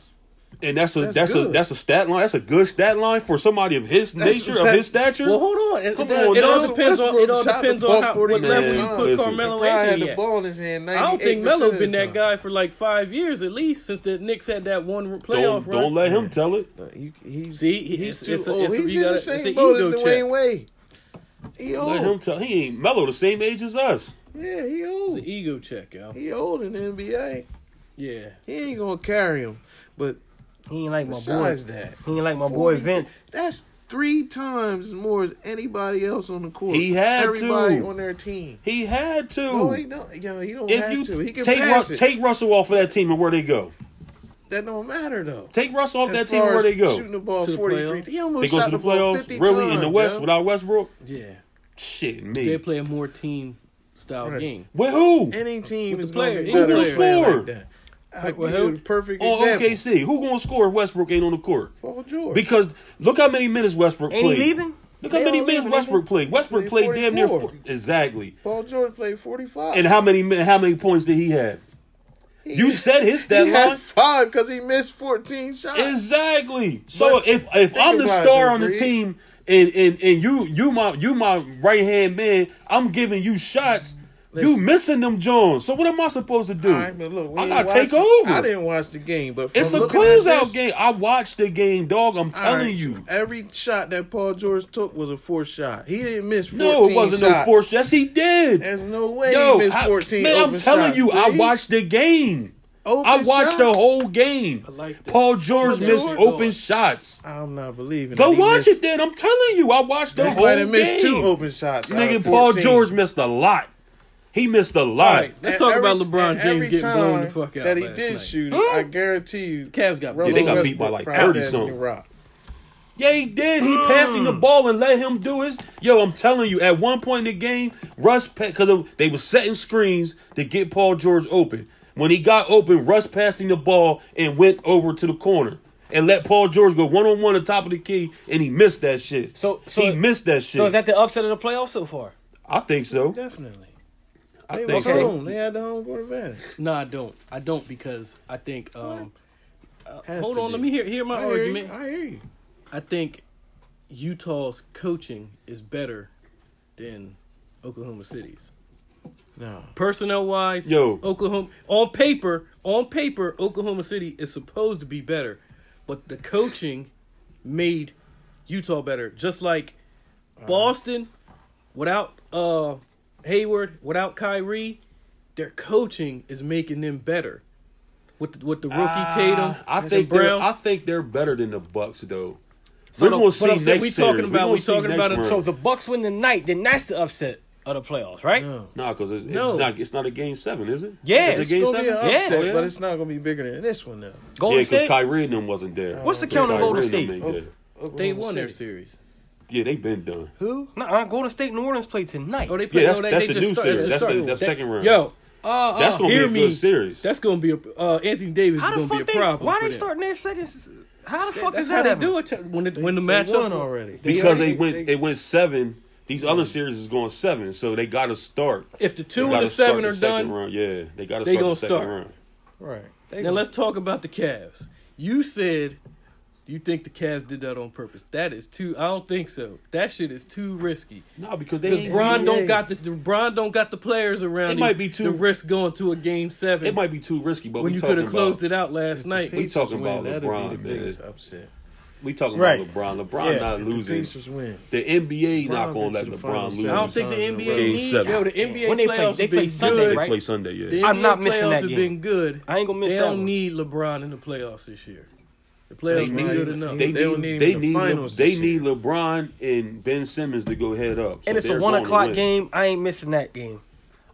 [SPEAKER 3] And that's a
[SPEAKER 4] That's
[SPEAKER 3] that's, a
[SPEAKER 4] good.
[SPEAKER 3] that's a stat line. That's a good stat line for somebody of his
[SPEAKER 4] That's-
[SPEAKER 3] nature, of
[SPEAKER 4] that's-
[SPEAKER 3] his stature.
[SPEAKER 1] Well, hold on. It,
[SPEAKER 3] Come
[SPEAKER 1] it-
[SPEAKER 3] on,
[SPEAKER 1] it all
[SPEAKER 3] Russell
[SPEAKER 1] depends on it all
[SPEAKER 4] Westbrook shot the
[SPEAKER 1] depends
[SPEAKER 4] ball
[SPEAKER 1] on how, what
[SPEAKER 4] 49
[SPEAKER 1] level you
[SPEAKER 3] times.
[SPEAKER 1] put
[SPEAKER 3] Listen,
[SPEAKER 1] Carmelo
[SPEAKER 4] Probably had
[SPEAKER 1] Anthony
[SPEAKER 4] the
[SPEAKER 1] at.
[SPEAKER 4] ball in his hand.
[SPEAKER 1] I don't think
[SPEAKER 4] 98%
[SPEAKER 1] Melo
[SPEAKER 4] of the
[SPEAKER 1] been that
[SPEAKER 4] time.
[SPEAKER 1] guy for like five years at least since the Knicks had that one playoff
[SPEAKER 3] don't
[SPEAKER 1] run.
[SPEAKER 3] don't let him tell it.
[SPEAKER 4] No, you- he's
[SPEAKER 1] See, he-
[SPEAKER 4] he's
[SPEAKER 1] it's-
[SPEAKER 4] too
[SPEAKER 1] it's a-
[SPEAKER 4] old.
[SPEAKER 1] it's a-
[SPEAKER 4] he's
[SPEAKER 1] you
[SPEAKER 4] in
[SPEAKER 1] gotta-
[SPEAKER 4] the
[SPEAKER 1] it's an
[SPEAKER 4] same boat as
[SPEAKER 1] ego
[SPEAKER 4] Dwayne
[SPEAKER 1] check.
[SPEAKER 4] Wade. He
[SPEAKER 3] Let him
[SPEAKER 4] old.
[SPEAKER 3] tell. He ain't Mello the same age as us.
[SPEAKER 4] Yeah, he
[SPEAKER 1] It's
[SPEAKER 4] old.
[SPEAKER 1] an ego check, yo.
[SPEAKER 4] He old in the NBA.
[SPEAKER 1] Yeah.
[SPEAKER 4] He ain't gonna carry him. But
[SPEAKER 5] He ain't like my boy.
[SPEAKER 4] besides that,
[SPEAKER 5] He ain't like my boy
[SPEAKER 4] 40
[SPEAKER 5] Vince.
[SPEAKER 4] that's three times more as anybody else on the court.
[SPEAKER 3] He had to.
[SPEAKER 4] everybody on their team.
[SPEAKER 3] He had to.
[SPEAKER 4] No, he don't. Yo, he don't
[SPEAKER 3] if
[SPEAKER 4] have
[SPEAKER 3] you
[SPEAKER 4] to. He can
[SPEAKER 3] take
[SPEAKER 4] pass
[SPEAKER 3] Ru-
[SPEAKER 4] it.
[SPEAKER 3] take Russell off of that team and where they go,
[SPEAKER 4] that don't matter though.
[SPEAKER 3] take Russell off
[SPEAKER 4] As
[SPEAKER 3] that team
[SPEAKER 4] far
[SPEAKER 3] and where
[SPEAKER 4] as
[SPEAKER 3] they go.
[SPEAKER 4] Shooting the ball
[SPEAKER 1] To the
[SPEAKER 4] forty three.
[SPEAKER 1] playoffs.
[SPEAKER 4] He almost
[SPEAKER 3] They go
[SPEAKER 4] shot
[SPEAKER 3] to the
[SPEAKER 4] ball
[SPEAKER 3] playoffs
[SPEAKER 4] 50
[SPEAKER 3] really in
[SPEAKER 4] times,
[SPEAKER 3] the West
[SPEAKER 4] yo.
[SPEAKER 3] without Westbrook.
[SPEAKER 1] Yeah.
[SPEAKER 3] Shit,
[SPEAKER 1] They
[SPEAKER 3] me.
[SPEAKER 1] play a more team style
[SPEAKER 4] Right.
[SPEAKER 1] game.
[SPEAKER 3] With who?
[SPEAKER 4] Any team
[SPEAKER 1] With
[SPEAKER 4] is
[SPEAKER 1] the
[SPEAKER 4] going
[SPEAKER 1] player,
[SPEAKER 4] to be
[SPEAKER 1] any
[SPEAKER 4] better
[SPEAKER 1] player.
[SPEAKER 4] playing
[SPEAKER 3] Score.
[SPEAKER 4] like that. I give
[SPEAKER 5] Well,
[SPEAKER 4] you the perfect
[SPEAKER 3] On
[SPEAKER 4] example.
[SPEAKER 3] OKC, who gonna score if Westbrook ain't on the court?
[SPEAKER 4] Paul George.
[SPEAKER 3] Because look how many minutes Westbrook
[SPEAKER 5] Ain't he
[SPEAKER 3] played.
[SPEAKER 5] leaving?
[SPEAKER 3] Look how
[SPEAKER 5] They
[SPEAKER 3] many
[SPEAKER 5] all
[SPEAKER 3] minutes
[SPEAKER 5] leaving,
[SPEAKER 3] Westbrook played. Westbrook
[SPEAKER 4] Played
[SPEAKER 3] played damn near
[SPEAKER 4] 44.
[SPEAKER 3] four. exactly.
[SPEAKER 4] Paul George played forty five.
[SPEAKER 3] And how many min- how many points did he have? You said his
[SPEAKER 4] he
[SPEAKER 3] stat
[SPEAKER 4] had
[SPEAKER 3] line.
[SPEAKER 4] five because he missed fourteen shots.
[SPEAKER 3] Exactly. So
[SPEAKER 4] But
[SPEAKER 3] if if I'm the
[SPEAKER 4] about it,
[SPEAKER 3] star
[SPEAKER 4] though,
[SPEAKER 3] on the
[SPEAKER 4] Breeze.
[SPEAKER 3] team and and and you you my you my right hand man, I'm giving you shots. You
[SPEAKER 4] Listen.
[SPEAKER 3] missing them Jones. So what am I supposed to do?
[SPEAKER 4] All right, but look, we
[SPEAKER 3] I
[SPEAKER 4] ain't
[SPEAKER 3] gotta take
[SPEAKER 4] watching-
[SPEAKER 3] over.
[SPEAKER 4] I didn't watch the game, but from
[SPEAKER 3] it's a
[SPEAKER 4] looking at this-
[SPEAKER 3] closeout game. I watched the game, dog. I'm
[SPEAKER 4] all
[SPEAKER 3] telling
[SPEAKER 4] right,
[SPEAKER 3] you.
[SPEAKER 4] every shot that Paul George took was a four shot. He didn't miss. 14
[SPEAKER 3] No, it wasn't
[SPEAKER 4] shots.
[SPEAKER 3] no force. Yes, he did.
[SPEAKER 4] There's no way
[SPEAKER 3] Yo,
[SPEAKER 4] he missed
[SPEAKER 3] I-
[SPEAKER 4] 14.
[SPEAKER 3] man, I'm
[SPEAKER 4] open
[SPEAKER 3] telling
[SPEAKER 4] shots,
[SPEAKER 3] you, I
[SPEAKER 4] Breeze.
[SPEAKER 3] watched the game.
[SPEAKER 4] Open
[SPEAKER 3] I watched
[SPEAKER 4] shots?
[SPEAKER 3] the whole game.
[SPEAKER 1] I like this.
[SPEAKER 3] Paul
[SPEAKER 4] Paul
[SPEAKER 3] George missed
[SPEAKER 4] George.
[SPEAKER 3] open shots.
[SPEAKER 4] I'm not believing.
[SPEAKER 3] Go
[SPEAKER 4] that he
[SPEAKER 3] watch
[SPEAKER 4] missed,
[SPEAKER 3] it then. I'm telling you, I watched the
[SPEAKER 4] He
[SPEAKER 3] whole
[SPEAKER 4] might have
[SPEAKER 3] game.
[SPEAKER 4] missed two open shots. out
[SPEAKER 3] Nigga,
[SPEAKER 4] of
[SPEAKER 3] Paul
[SPEAKER 4] 14.
[SPEAKER 3] George missed a lot. He missed a
[SPEAKER 1] All
[SPEAKER 3] lot.
[SPEAKER 1] right, let's
[SPEAKER 4] And
[SPEAKER 1] talk about
[SPEAKER 4] e- every-
[SPEAKER 1] LeBron
[SPEAKER 4] and
[SPEAKER 1] James
[SPEAKER 4] every
[SPEAKER 1] getting blown the
[SPEAKER 4] time
[SPEAKER 1] fuck out.
[SPEAKER 4] That he
[SPEAKER 1] last
[SPEAKER 4] did
[SPEAKER 1] night.
[SPEAKER 4] shoot. it, I guarantee you.
[SPEAKER 1] Cavs got
[SPEAKER 4] Russell
[SPEAKER 3] they
[SPEAKER 1] blown.
[SPEAKER 3] got beat by,
[SPEAKER 4] Westbrook
[SPEAKER 3] like,
[SPEAKER 4] probably
[SPEAKER 3] 30
[SPEAKER 4] has
[SPEAKER 3] something.
[SPEAKER 4] New Rock.
[SPEAKER 3] Yeah, he did. He passed him the ball and let him do his. Yo, I'm telling you, at one point in the game, Russ because they were setting screens to get Paul George open. When he got open, Russ passed him the ball and went over to the corner and let Paul George go one on one at the top of the key, and he missed that shit.
[SPEAKER 2] So- so-
[SPEAKER 3] he missed that shit.
[SPEAKER 2] So is that the upset of the playoffs so far?
[SPEAKER 3] I think so.
[SPEAKER 4] Definitely.
[SPEAKER 3] I
[SPEAKER 4] They
[SPEAKER 3] think
[SPEAKER 4] was
[SPEAKER 2] Okay.
[SPEAKER 3] so.
[SPEAKER 4] home. They had the home court advantage.
[SPEAKER 1] No, I don't. I don't because I think. Um,
[SPEAKER 4] Has
[SPEAKER 1] hold
[SPEAKER 4] to
[SPEAKER 1] on,
[SPEAKER 4] be.
[SPEAKER 1] let me hear hear my
[SPEAKER 4] I hear
[SPEAKER 1] argument.
[SPEAKER 4] you. I hear you.
[SPEAKER 1] I think Utah's coaching is better than Oklahoma City's.
[SPEAKER 4] No.
[SPEAKER 1] Personnel wise,
[SPEAKER 3] Yo.
[SPEAKER 1] Oklahoma on paper, on paper, Oklahoma City is supposed to be better, but the coaching made Utah better. Just like
[SPEAKER 3] Uh-huh.
[SPEAKER 1] Boston, without uh Hayward, without Kyrie, their coaching is making them better. With the, with the rookie Tatum,
[SPEAKER 3] Ah, I
[SPEAKER 1] and
[SPEAKER 3] think they're,
[SPEAKER 1] Brown.
[SPEAKER 3] I think they're better than the Bucks though.
[SPEAKER 2] So
[SPEAKER 3] we're
[SPEAKER 2] the-
[SPEAKER 3] gonna
[SPEAKER 2] but
[SPEAKER 3] see
[SPEAKER 1] I'm
[SPEAKER 3] next
[SPEAKER 1] saying we talking
[SPEAKER 3] series.
[SPEAKER 1] about-
[SPEAKER 3] We're
[SPEAKER 1] we
[SPEAKER 3] gonna see
[SPEAKER 1] talking
[SPEAKER 3] next
[SPEAKER 1] about it-
[SPEAKER 3] round.
[SPEAKER 2] So if the Bucks win tonight, then that's the upset of the playoffs, right?
[SPEAKER 4] No.
[SPEAKER 3] Nah, because it's, it's
[SPEAKER 1] No.
[SPEAKER 3] not. It's not a game seven, is it?
[SPEAKER 2] Yeah.
[SPEAKER 3] Is
[SPEAKER 4] It's
[SPEAKER 3] it game
[SPEAKER 4] going to be an
[SPEAKER 3] seven.
[SPEAKER 4] upset,
[SPEAKER 3] Yeah.
[SPEAKER 4] but it's not going to be bigger than this one, though.
[SPEAKER 2] Golden
[SPEAKER 3] Yeah, because
[SPEAKER 2] State.
[SPEAKER 3] Kyrie and them wasn't there.
[SPEAKER 2] Oh, What's the count on
[SPEAKER 3] Kyrie
[SPEAKER 2] Golden
[SPEAKER 3] and them
[SPEAKER 2] State?
[SPEAKER 3] ain't there.
[SPEAKER 1] they
[SPEAKER 4] Oklahoma
[SPEAKER 1] won their
[SPEAKER 4] City.
[SPEAKER 1] series.
[SPEAKER 3] Yeah, they been done.
[SPEAKER 4] Who?
[SPEAKER 2] Nah, Golden State and New Orleans play tonight.
[SPEAKER 1] Oh, they play.
[SPEAKER 3] Yeah, that's,
[SPEAKER 1] no, they,
[SPEAKER 3] that's
[SPEAKER 1] they
[SPEAKER 3] the
[SPEAKER 1] just
[SPEAKER 3] new
[SPEAKER 1] start-
[SPEAKER 3] series.
[SPEAKER 1] just
[SPEAKER 3] That's
[SPEAKER 1] start-
[SPEAKER 3] the that's
[SPEAKER 1] they-
[SPEAKER 3] second round.
[SPEAKER 1] Yo,
[SPEAKER 2] Uh-uh.
[SPEAKER 3] that's gonna be
[SPEAKER 1] hear
[SPEAKER 3] a
[SPEAKER 1] me.
[SPEAKER 3] good series.
[SPEAKER 1] that's gonna be a uh, Anthony Davis
[SPEAKER 2] how
[SPEAKER 1] is
[SPEAKER 2] the
[SPEAKER 1] gonna
[SPEAKER 2] fuck
[SPEAKER 1] be
[SPEAKER 2] they?
[SPEAKER 1] a problem.
[SPEAKER 2] Why
[SPEAKER 1] for
[SPEAKER 2] they
[SPEAKER 1] them.
[SPEAKER 2] starting their seconds? How the fuck
[SPEAKER 1] That's
[SPEAKER 2] is
[SPEAKER 1] how
[SPEAKER 2] that
[SPEAKER 1] they do
[SPEAKER 2] happening?
[SPEAKER 1] it to- when it, when the
[SPEAKER 4] They
[SPEAKER 1] matchup
[SPEAKER 4] won already.
[SPEAKER 3] because they,
[SPEAKER 4] they-
[SPEAKER 3] went
[SPEAKER 4] they-
[SPEAKER 3] they, went seven. These other series is going seven, so they got to start.
[SPEAKER 1] If the two
[SPEAKER 3] They
[SPEAKER 1] and
[SPEAKER 3] gotta
[SPEAKER 1] the
[SPEAKER 3] start
[SPEAKER 1] seven
[SPEAKER 3] the
[SPEAKER 1] are
[SPEAKER 3] second
[SPEAKER 1] done-
[SPEAKER 3] round. yeah, they got to
[SPEAKER 1] they
[SPEAKER 3] start the
[SPEAKER 1] gonna
[SPEAKER 3] second
[SPEAKER 1] start.
[SPEAKER 3] round.
[SPEAKER 4] Right. They
[SPEAKER 1] Now
[SPEAKER 4] gonna-
[SPEAKER 1] let's talk about the Cavs. You said you think the Cavs did that on purpose. That is too. I don't think so. That shit is too risky.
[SPEAKER 3] No, because they
[SPEAKER 1] Because
[SPEAKER 3] ain't-
[SPEAKER 1] Bron
[SPEAKER 4] yeah.
[SPEAKER 1] don't got the Bron don't got the players around.
[SPEAKER 3] It
[SPEAKER 1] him
[SPEAKER 3] might be too-
[SPEAKER 1] to risk going to a game seven.
[SPEAKER 3] It might be too risky, but
[SPEAKER 1] when
[SPEAKER 3] we
[SPEAKER 1] you could
[SPEAKER 3] talking
[SPEAKER 1] have closed
[SPEAKER 3] about
[SPEAKER 1] it out last night.
[SPEAKER 3] we
[SPEAKER 4] Pacers
[SPEAKER 3] talking
[SPEAKER 4] win,
[SPEAKER 3] about
[SPEAKER 4] that'd be
[SPEAKER 3] LeBron,
[SPEAKER 4] the
[SPEAKER 3] man.
[SPEAKER 4] biggest upset.
[SPEAKER 3] we talking
[SPEAKER 2] Right.
[SPEAKER 3] about LeBron. LeBron
[SPEAKER 4] Yeah,
[SPEAKER 3] not
[SPEAKER 4] if The
[SPEAKER 3] losing.
[SPEAKER 4] Pacers win.
[SPEAKER 3] The NBA not
[SPEAKER 4] LeBron
[SPEAKER 3] going to
[SPEAKER 4] gets
[SPEAKER 3] let
[SPEAKER 4] to the
[SPEAKER 3] LeBron
[SPEAKER 4] final
[SPEAKER 3] lose.
[SPEAKER 1] I
[SPEAKER 4] seven.
[SPEAKER 1] don't think the
[SPEAKER 4] Sometimes
[SPEAKER 1] NBA
[SPEAKER 4] in a row.
[SPEAKER 3] Game
[SPEAKER 1] needs.
[SPEAKER 3] seven.
[SPEAKER 1] Yo, the NBA
[SPEAKER 2] When they play-
[SPEAKER 1] playoffs
[SPEAKER 2] they
[SPEAKER 1] have
[SPEAKER 2] play
[SPEAKER 1] been
[SPEAKER 2] Sunday,
[SPEAKER 1] good.
[SPEAKER 3] They
[SPEAKER 2] right?
[SPEAKER 3] play Sunday. Yeah,
[SPEAKER 1] The
[SPEAKER 2] I'm
[SPEAKER 1] NBA
[SPEAKER 2] not missing
[SPEAKER 1] playoffs
[SPEAKER 2] that
[SPEAKER 1] have
[SPEAKER 2] game.
[SPEAKER 1] been good.
[SPEAKER 2] I ain't gonna miss
[SPEAKER 1] They
[SPEAKER 2] that
[SPEAKER 1] don't
[SPEAKER 2] one.
[SPEAKER 1] need LeBron in the playoffs this year. The
[SPEAKER 4] They
[SPEAKER 1] playoffs
[SPEAKER 4] might
[SPEAKER 1] been good
[SPEAKER 4] even-
[SPEAKER 1] enough.
[SPEAKER 3] They,
[SPEAKER 4] They
[SPEAKER 3] need,
[SPEAKER 4] don't need him
[SPEAKER 3] they
[SPEAKER 4] in the
[SPEAKER 3] need Le-
[SPEAKER 4] finals
[SPEAKER 3] they
[SPEAKER 4] this
[SPEAKER 3] need LeBron and Ben Simmons to go head up. So
[SPEAKER 2] and it's a
[SPEAKER 3] they're
[SPEAKER 2] one
[SPEAKER 3] going to
[SPEAKER 2] o'clock
[SPEAKER 3] win.
[SPEAKER 2] game. I ain't missing that game.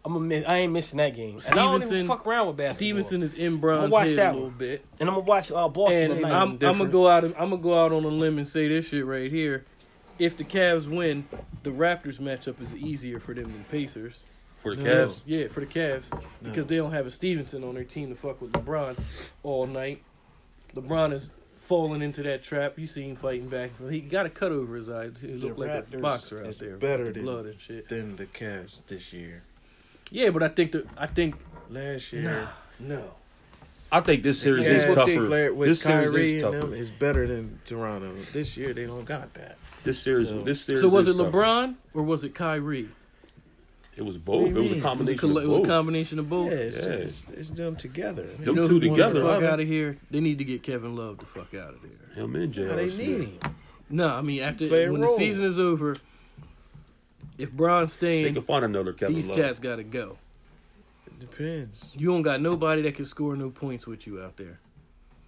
[SPEAKER 2] I'm a miss, I ain't missing that game. And I don't even
[SPEAKER 1] Stevenson-
[SPEAKER 2] fuck around with basketball.
[SPEAKER 1] Stevenson is in Bron's
[SPEAKER 2] I'll watch
[SPEAKER 1] head
[SPEAKER 2] that
[SPEAKER 1] a little
[SPEAKER 2] one.
[SPEAKER 1] bit,
[SPEAKER 2] and I'm gonna watch uh, Boston
[SPEAKER 1] and
[SPEAKER 2] tonight.
[SPEAKER 1] I'm, I'm gonna
[SPEAKER 4] different.
[SPEAKER 1] go out. I'm gonna go out on a limb and say this shit right here. If the Cavs win, the Raptors matchup is easier for them than Pacers.
[SPEAKER 3] for the
[SPEAKER 4] No.
[SPEAKER 3] Cavs.
[SPEAKER 1] Yeah, for the Cavs because they don't have a Stevenson on their team to fuck with LeBron all night. LeBron is falling into that trap. You see him fighting back. He got a cut over his eye. He looked like a
[SPEAKER 4] Raptors
[SPEAKER 1] boxer out
[SPEAKER 4] is
[SPEAKER 1] there. with
[SPEAKER 4] better
[SPEAKER 1] the
[SPEAKER 4] than-
[SPEAKER 1] blood and shit.
[SPEAKER 4] Then the Cavs this year.
[SPEAKER 1] Yeah, but I think the I think
[SPEAKER 4] Last year,
[SPEAKER 1] no.
[SPEAKER 3] I think this series
[SPEAKER 4] Cavs
[SPEAKER 3] is
[SPEAKER 4] played
[SPEAKER 3] tougher.
[SPEAKER 4] with
[SPEAKER 3] This series
[SPEAKER 4] Kyrie
[SPEAKER 3] is
[SPEAKER 4] and
[SPEAKER 3] tougher.
[SPEAKER 4] them is better than Toronto. This year they don't got that.
[SPEAKER 3] This series,
[SPEAKER 4] So-
[SPEAKER 3] this series.
[SPEAKER 1] So was
[SPEAKER 3] is
[SPEAKER 1] it
[SPEAKER 3] tougher.
[SPEAKER 1] LeBron or was it Kyrie?
[SPEAKER 3] It was
[SPEAKER 4] What
[SPEAKER 3] both.
[SPEAKER 4] do
[SPEAKER 3] It
[SPEAKER 4] you
[SPEAKER 3] was a
[SPEAKER 4] mean?
[SPEAKER 1] It was a,
[SPEAKER 3] combination.
[SPEAKER 1] coll- it was
[SPEAKER 3] of
[SPEAKER 1] a
[SPEAKER 3] both.
[SPEAKER 1] combination of both.
[SPEAKER 4] Yeah, it's,
[SPEAKER 3] Yeah.
[SPEAKER 4] It's, it's them together.
[SPEAKER 3] Them
[SPEAKER 4] They
[SPEAKER 3] two
[SPEAKER 4] one
[SPEAKER 3] together.
[SPEAKER 1] The
[SPEAKER 4] above
[SPEAKER 1] fuck
[SPEAKER 4] them.
[SPEAKER 1] out of here. They need to get Kevin Love the fuck out of there.
[SPEAKER 3] Him and
[SPEAKER 4] Yeah,
[SPEAKER 3] J.R.
[SPEAKER 4] they
[SPEAKER 3] Smith.
[SPEAKER 4] need him.
[SPEAKER 1] No, I mean after
[SPEAKER 4] Play a
[SPEAKER 1] when
[SPEAKER 4] role.
[SPEAKER 1] the season is over, if Bron's
[SPEAKER 3] They
[SPEAKER 1] staying,
[SPEAKER 3] can find another Kevin
[SPEAKER 1] these
[SPEAKER 3] Love.
[SPEAKER 1] cats gotta go.
[SPEAKER 4] It depends.
[SPEAKER 1] You don't got nobody that can score no points with you out there.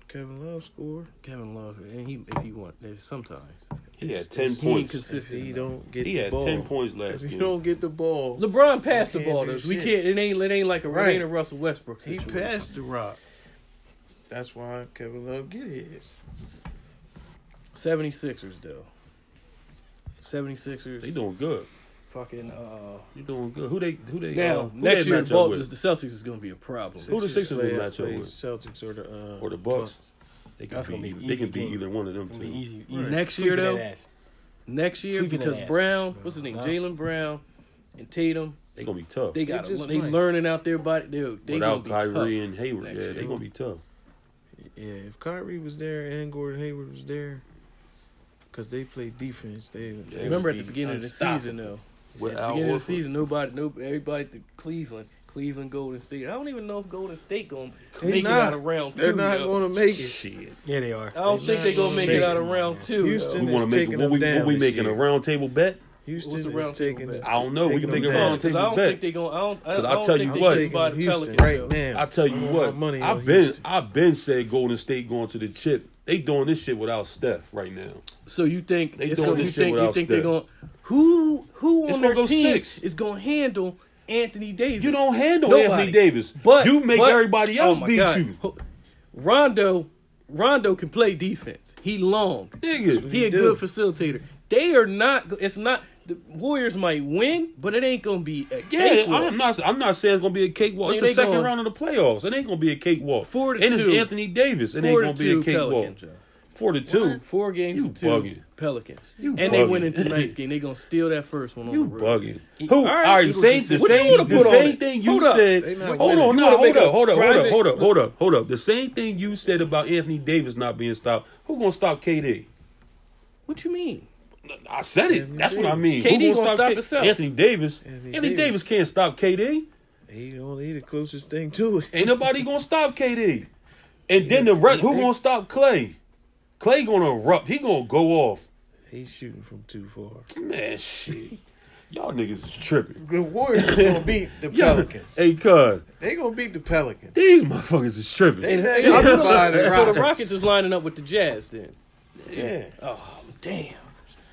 [SPEAKER 4] Kevin Love score.
[SPEAKER 1] Kevin Love, and he if you want, there's sometimes
[SPEAKER 3] He
[SPEAKER 4] It's-
[SPEAKER 3] had ten
[SPEAKER 4] it's-
[SPEAKER 1] he ain't
[SPEAKER 3] points.
[SPEAKER 4] If
[SPEAKER 1] consistent.
[SPEAKER 4] he
[SPEAKER 1] enough.
[SPEAKER 4] don't get
[SPEAKER 3] He
[SPEAKER 4] the
[SPEAKER 3] had
[SPEAKER 4] ball,
[SPEAKER 3] ten points last
[SPEAKER 4] if you
[SPEAKER 3] game.
[SPEAKER 4] don't get the ball,
[SPEAKER 1] LeBron passed the
[SPEAKER 4] He can't
[SPEAKER 1] ball
[SPEAKER 4] do
[SPEAKER 1] though. so We
[SPEAKER 4] shit.
[SPEAKER 1] can't. It ain't. It ain't like a.
[SPEAKER 4] Right.
[SPEAKER 1] It ain't a Russell Westbrook
[SPEAKER 4] he
[SPEAKER 1] situation.
[SPEAKER 4] passed the rock. That's why Kevin Love get his.
[SPEAKER 1] 76ers though. 76ers.
[SPEAKER 3] They doing good.
[SPEAKER 1] fucking. Uh,
[SPEAKER 3] You doing good. Who they? Who they?
[SPEAKER 1] now
[SPEAKER 3] uh, who
[SPEAKER 1] next
[SPEAKER 3] they
[SPEAKER 1] year,
[SPEAKER 3] match
[SPEAKER 1] Bal-
[SPEAKER 3] up
[SPEAKER 1] the
[SPEAKER 3] with?
[SPEAKER 1] Celtics is going to be a problem.
[SPEAKER 3] Who the Sixers
[SPEAKER 4] play-
[SPEAKER 3] will match up
[SPEAKER 4] play
[SPEAKER 3] with?
[SPEAKER 4] Celtics or the uh,
[SPEAKER 3] Or the Bucks? They can
[SPEAKER 2] That's
[SPEAKER 3] be
[SPEAKER 2] gonna be
[SPEAKER 3] either.
[SPEAKER 2] an
[SPEAKER 3] They can
[SPEAKER 2] easy
[SPEAKER 3] be
[SPEAKER 2] game.
[SPEAKER 3] either one of them
[SPEAKER 2] Gonna be
[SPEAKER 3] two.
[SPEAKER 2] easy, easy.
[SPEAKER 1] Next
[SPEAKER 2] Sweeping
[SPEAKER 1] year, though,
[SPEAKER 2] that ass.
[SPEAKER 1] Next year
[SPEAKER 2] Sweeping
[SPEAKER 1] because
[SPEAKER 2] that ass.
[SPEAKER 1] Brown, what's his name,
[SPEAKER 2] Nah.
[SPEAKER 1] Jalen Brown, and Tatum,
[SPEAKER 3] They gonna be tough.
[SPEAKER 1] they got.
[SPEAKER 4] just
[SPEAKER 1] They, they
[SPEAKER 4] might.
[SPEAKER 1] learning out their body. Dude, they
[SPEAKER 3] Without
[SPEAKER 1] gonna be
[SPEAKER 3] Kyrie
[SPEAKER 1] tough.
[SPEAKER 3] and Hayward,
[SPEAKER 1] next
[SPEAKER 3] yeah,
[SPEAKER 1] year.
[SPEAKER 3] they gonna be tough.
[SPEAKER 4] Yeah, if Kyrie was there and Gordon Hayward was there, because they play defense, they, they
[SPEAKER 1] Remember
[SPEAKER 4] would
[SPEAKER 1] at the
[SPEAKER 4] be
[SPEAKER 1] beginning of the
[SPEAKER 4] unstoppable.
[SPEAKER 1] season though.
[SPEAKER 3] With
[SPEAKER 1] At the
[SPEAKER 3] Al
[SPEAKER 1] beginning of the
[SPEAKER 3] Horford.
[SPEAKER 1] season, nobody, no, everybody, to Cleveland, Cleveland, Golden State. I don't even know if Golden State gonna
[SPEAKER 4] They
[SPEAKER 1] make
[SPEAKER 4] not.
[SPEAKER 1] it out of round 2
[SPEAKER 4] They're not
[SPEAKER 1] though.
[SPEAKER 4] going to make it.
[SPEAKER 3] Shit.
[SPEAKER 2] Yeah, they are.
[SPEAKER 1] I don't
[SPEAKER 4] They
[SPEAKER 1] think
[SPEAKER 4] not
[SPEAKER 1] they gonna
[SPEAKER 4] gonna
[SPEAKER 1] make
[SPEAKER 4] make
[SPEAKER 1] it out
[SPEAKER 4] it.
[SPEAKER 1] of round two.
[SPEAKER 4] Houston
[SPEAKER 3] We
[SPEAKER 1] though.
[SPEAKER 4] is
[SPEAKER 3] want to make
[SPEAKER 4] taking
[SPEAKER 3] what
[SPEAKER 4] them
[SPEAKER 3] we,
[SPEAKER 4] down
[SPEAKER 3] what we
[SPEAKER 4] this
[SPEAKER 3] making a
[SPEAKER 4] year.
[SPEAKER 3] round table bet.
[SPEAKER 1] What's the
[SPEAKER 4] Houston
[SPEAKER 1] round
[SPEAKER 4] is
[SPEAKER 1] table
[SPEAKER 4] taking.
[SPEAKER 1] bet?
[SPEAKER 3] I don't know. We
[SPEAKER 4] taking
[SPEAKER 3] can make
[SPEAKER 4] them
[SPEAKER 3] a round
[SPEAKER 4] down.
[SPEAKER 1] Because I don't
[SPEAKER 3] Table bet.
[SPEAKER 1] think they gonna. I don't. I
[SPEAKER 3] Because
[SPEAKER 1] don't
[SPEAKER 3] I'll tell
[SPEAKER 1] think
[SPEAKER 3] you
[SPEAKER 1] they
[SPEAKER 3] what.
[SPEAKER 1] taking by the
[SPEAKER 4] Houston
[SPEAKER 1] Pelicans,
[SPEAKER 4] right
[SPEAKER 1] though.
[SPEAKER 4] now.
[SPEAKER 3] I tell you
[SPEAKER 4] I want
[SPEAKER 3] what,
[SPEAKER 4] my money on
[SPEAKER 3] I've been
[SPEAKER 4] Houston.
[SPEAKER 3] I've been said Golden State going to the chip. They doing this shit without Steph right now.
[SPEAKER 1] So you think
[SPEAKER 3] They
[SPEAKER 1] it's
[SPEAKER 3] doing
[SPEAKER 1] gonna,
[SPEAKER 3] this
[SPEAKER 1] you
[SPEAKER 3] shit
[SPEAKER 1] think you
[SPEAKER 3] without
[SPEAKER 1] think they're
[SPEAKER 3] Steph.
[SPEAKER 1] gonna who who
[SPEAKER 3] It's
[SPEAKER 1] on their
[SPEAKER 3] gonna go
[SPEAKER 1] team
[SPEAKER 3] six.
[SPEAKER 1] is gonna handle Anthony Davis.
[SPEAKER 3] You don't handle
[SPEAKER 1] Nobody.
[SPEAKER 3] Anthony Davis.
[SPEAKER 1] But
[SPEAKER 3] you make
[SPEAKER 1] but-
[SPEAKER 3] everybody
[SPEAKER 1] oh
[SPEAKER 3] else
[SPEAKER 1] my
[SPEAKER 3] beat
[SPEAKER 1] God.
[SPEAKER 3] you.
[SPEAKER 1] Rondo, Rondo can play defense. He long.
[SPEAKER 3] Nigga.
[SPEAKER 1] He a
[SPEAKER 4] do.
[SPEAKER 1] good facilitator. They are not. It's not. The Warriors might win, but it ain't gonna be a
[SPEAKER 3] Yeah,
[SPEAKER 1] cakewalk.
[SPEAKER 3] I'm not. I'm not saying it's gonna be a cakewalk. It's
[SPEAKER 1] They
[SPEAKER 3] the second
[SPEAKER 1] gonna-
[SPEAKER 3] round of the playoffs. It ain't gonna be a cakewalk.
[SPEAKER 1] Four to
[SPEAKER 3] and it's
[SPEAKER 1] two.
[SPEAKER 3] Anthony Davis. It ain't
[SPEAKER 1] Four
[SPEAKER 3] gonna
[SPEAKER 1] to
[SPEAKER 3] be a
[SPEAKER 1] two
[SPEAKER 3] cakewalk.
[SPEAKER 1] Pelicans. Joe.
[SPEAKER 3] Four to two.
[SPEAKER 1] Four games
[SPEAKER 3] You
[SPEAKER 1] to two
[SPEAKER 3] bugging.
[SPEAKER 1] Pelicans,
[SPEAKER 3] You
[SPEAKER 1] and they win
[SPEAKER 3] bugging.
[SPEAKER 1] in tonight's game. They gonna steal that first one on
[SPEAKER 3] You
[SPEAKER 1] the road.
[SPEAKER 3] bugging. Who? All
[SPEAKER 1] right,
[SPEAKER 3] right, the
[SPEAKER 1] Eagles
[SPEAKER 3] same,
[SPEAKER 1] just-
[SPEAKER 3] the
[SPEAKER 1] what you
[SPEAKER 3] same,
[SPEAKER 1] wanna
[SPEAKER 3] the
[SPEAKER 1] put on
[SPEAKER 3] same
[SPEAKER 1] it?
[SPEAKER 3] thing you
[SPEAKER 1] Hold up.
[SPEAKER 3] said.
[SPEAKER 4] They not
[SPEAKER 3] Hold
[SPEAKER 1] You
[SPEAKER 4] winning.
[SPEAKER 3] on, no,
[SPEAKER 1] wanna
[SPEAKER 3] hold
[SPEAKER 1] make a
[SPEAKER 3] up, hold up, hold up,
[SPEAKER 1] private-
[SPEAKER 3] hold up, hold up, hold up. The same thing you said about Anthony Davis not being stopped. Who gonna stop KD?
[SPEAKER 1] What you mean?
[SPEAKER 3] I said it.
[SPEAKER 4] Anthony
[SPEAKER 3] That's what I
[SPEAKER 1] Davis.
[SPEAKER 3] mean. Who
[SPEAKER 1] KD gonna stop
[SPEAKER 3] K-
[SPEAKER 1] himself.
[SPEAKER 3] Anthony Davis.
[SPEAKER 4] Anthony
[SPEAKER 3] Anthony,
[SPEAKER 4] Davis.
[SPEAKER 3] Davis. can't stop KD.
[SPEAKER 4] He only he the closest thing to it.
[SPEAKER 3] Ain't nobody gonna stop KD. And then the rest, who gonna stop Clay? Clay gonna erupt. He gonna go off.
[SPEAKER 4] He's shooting from too far.
[SPEAKER 3] Man, shit. Y'all niggas is tripping.
[SPEAKER 4] The Warriors is gonna beat the
[SPEAKER 3] Yo,
[SPEAKER 4] Pelicans.
[SPEAKER 3] Hey, cuz.
[SPEAKER 4] They gonna beat the Pelicans.
[SPEAKER 3] These motherfuckers is tripping.
[SPEAKER 4] They not
[SPEAKER 1] Hey,
[SPEAKER 4] getting
[SPEAKER 1] so the-
[SPEAKER 4] by the
[SPEAKER 1] so the
[SPEAKER 4] Rockets.
[SPEAKER 1] Rockets is lining up with the Jazz then.
[SPEAKER 4] Yeah,
[SPEAKER 1] Oh damn!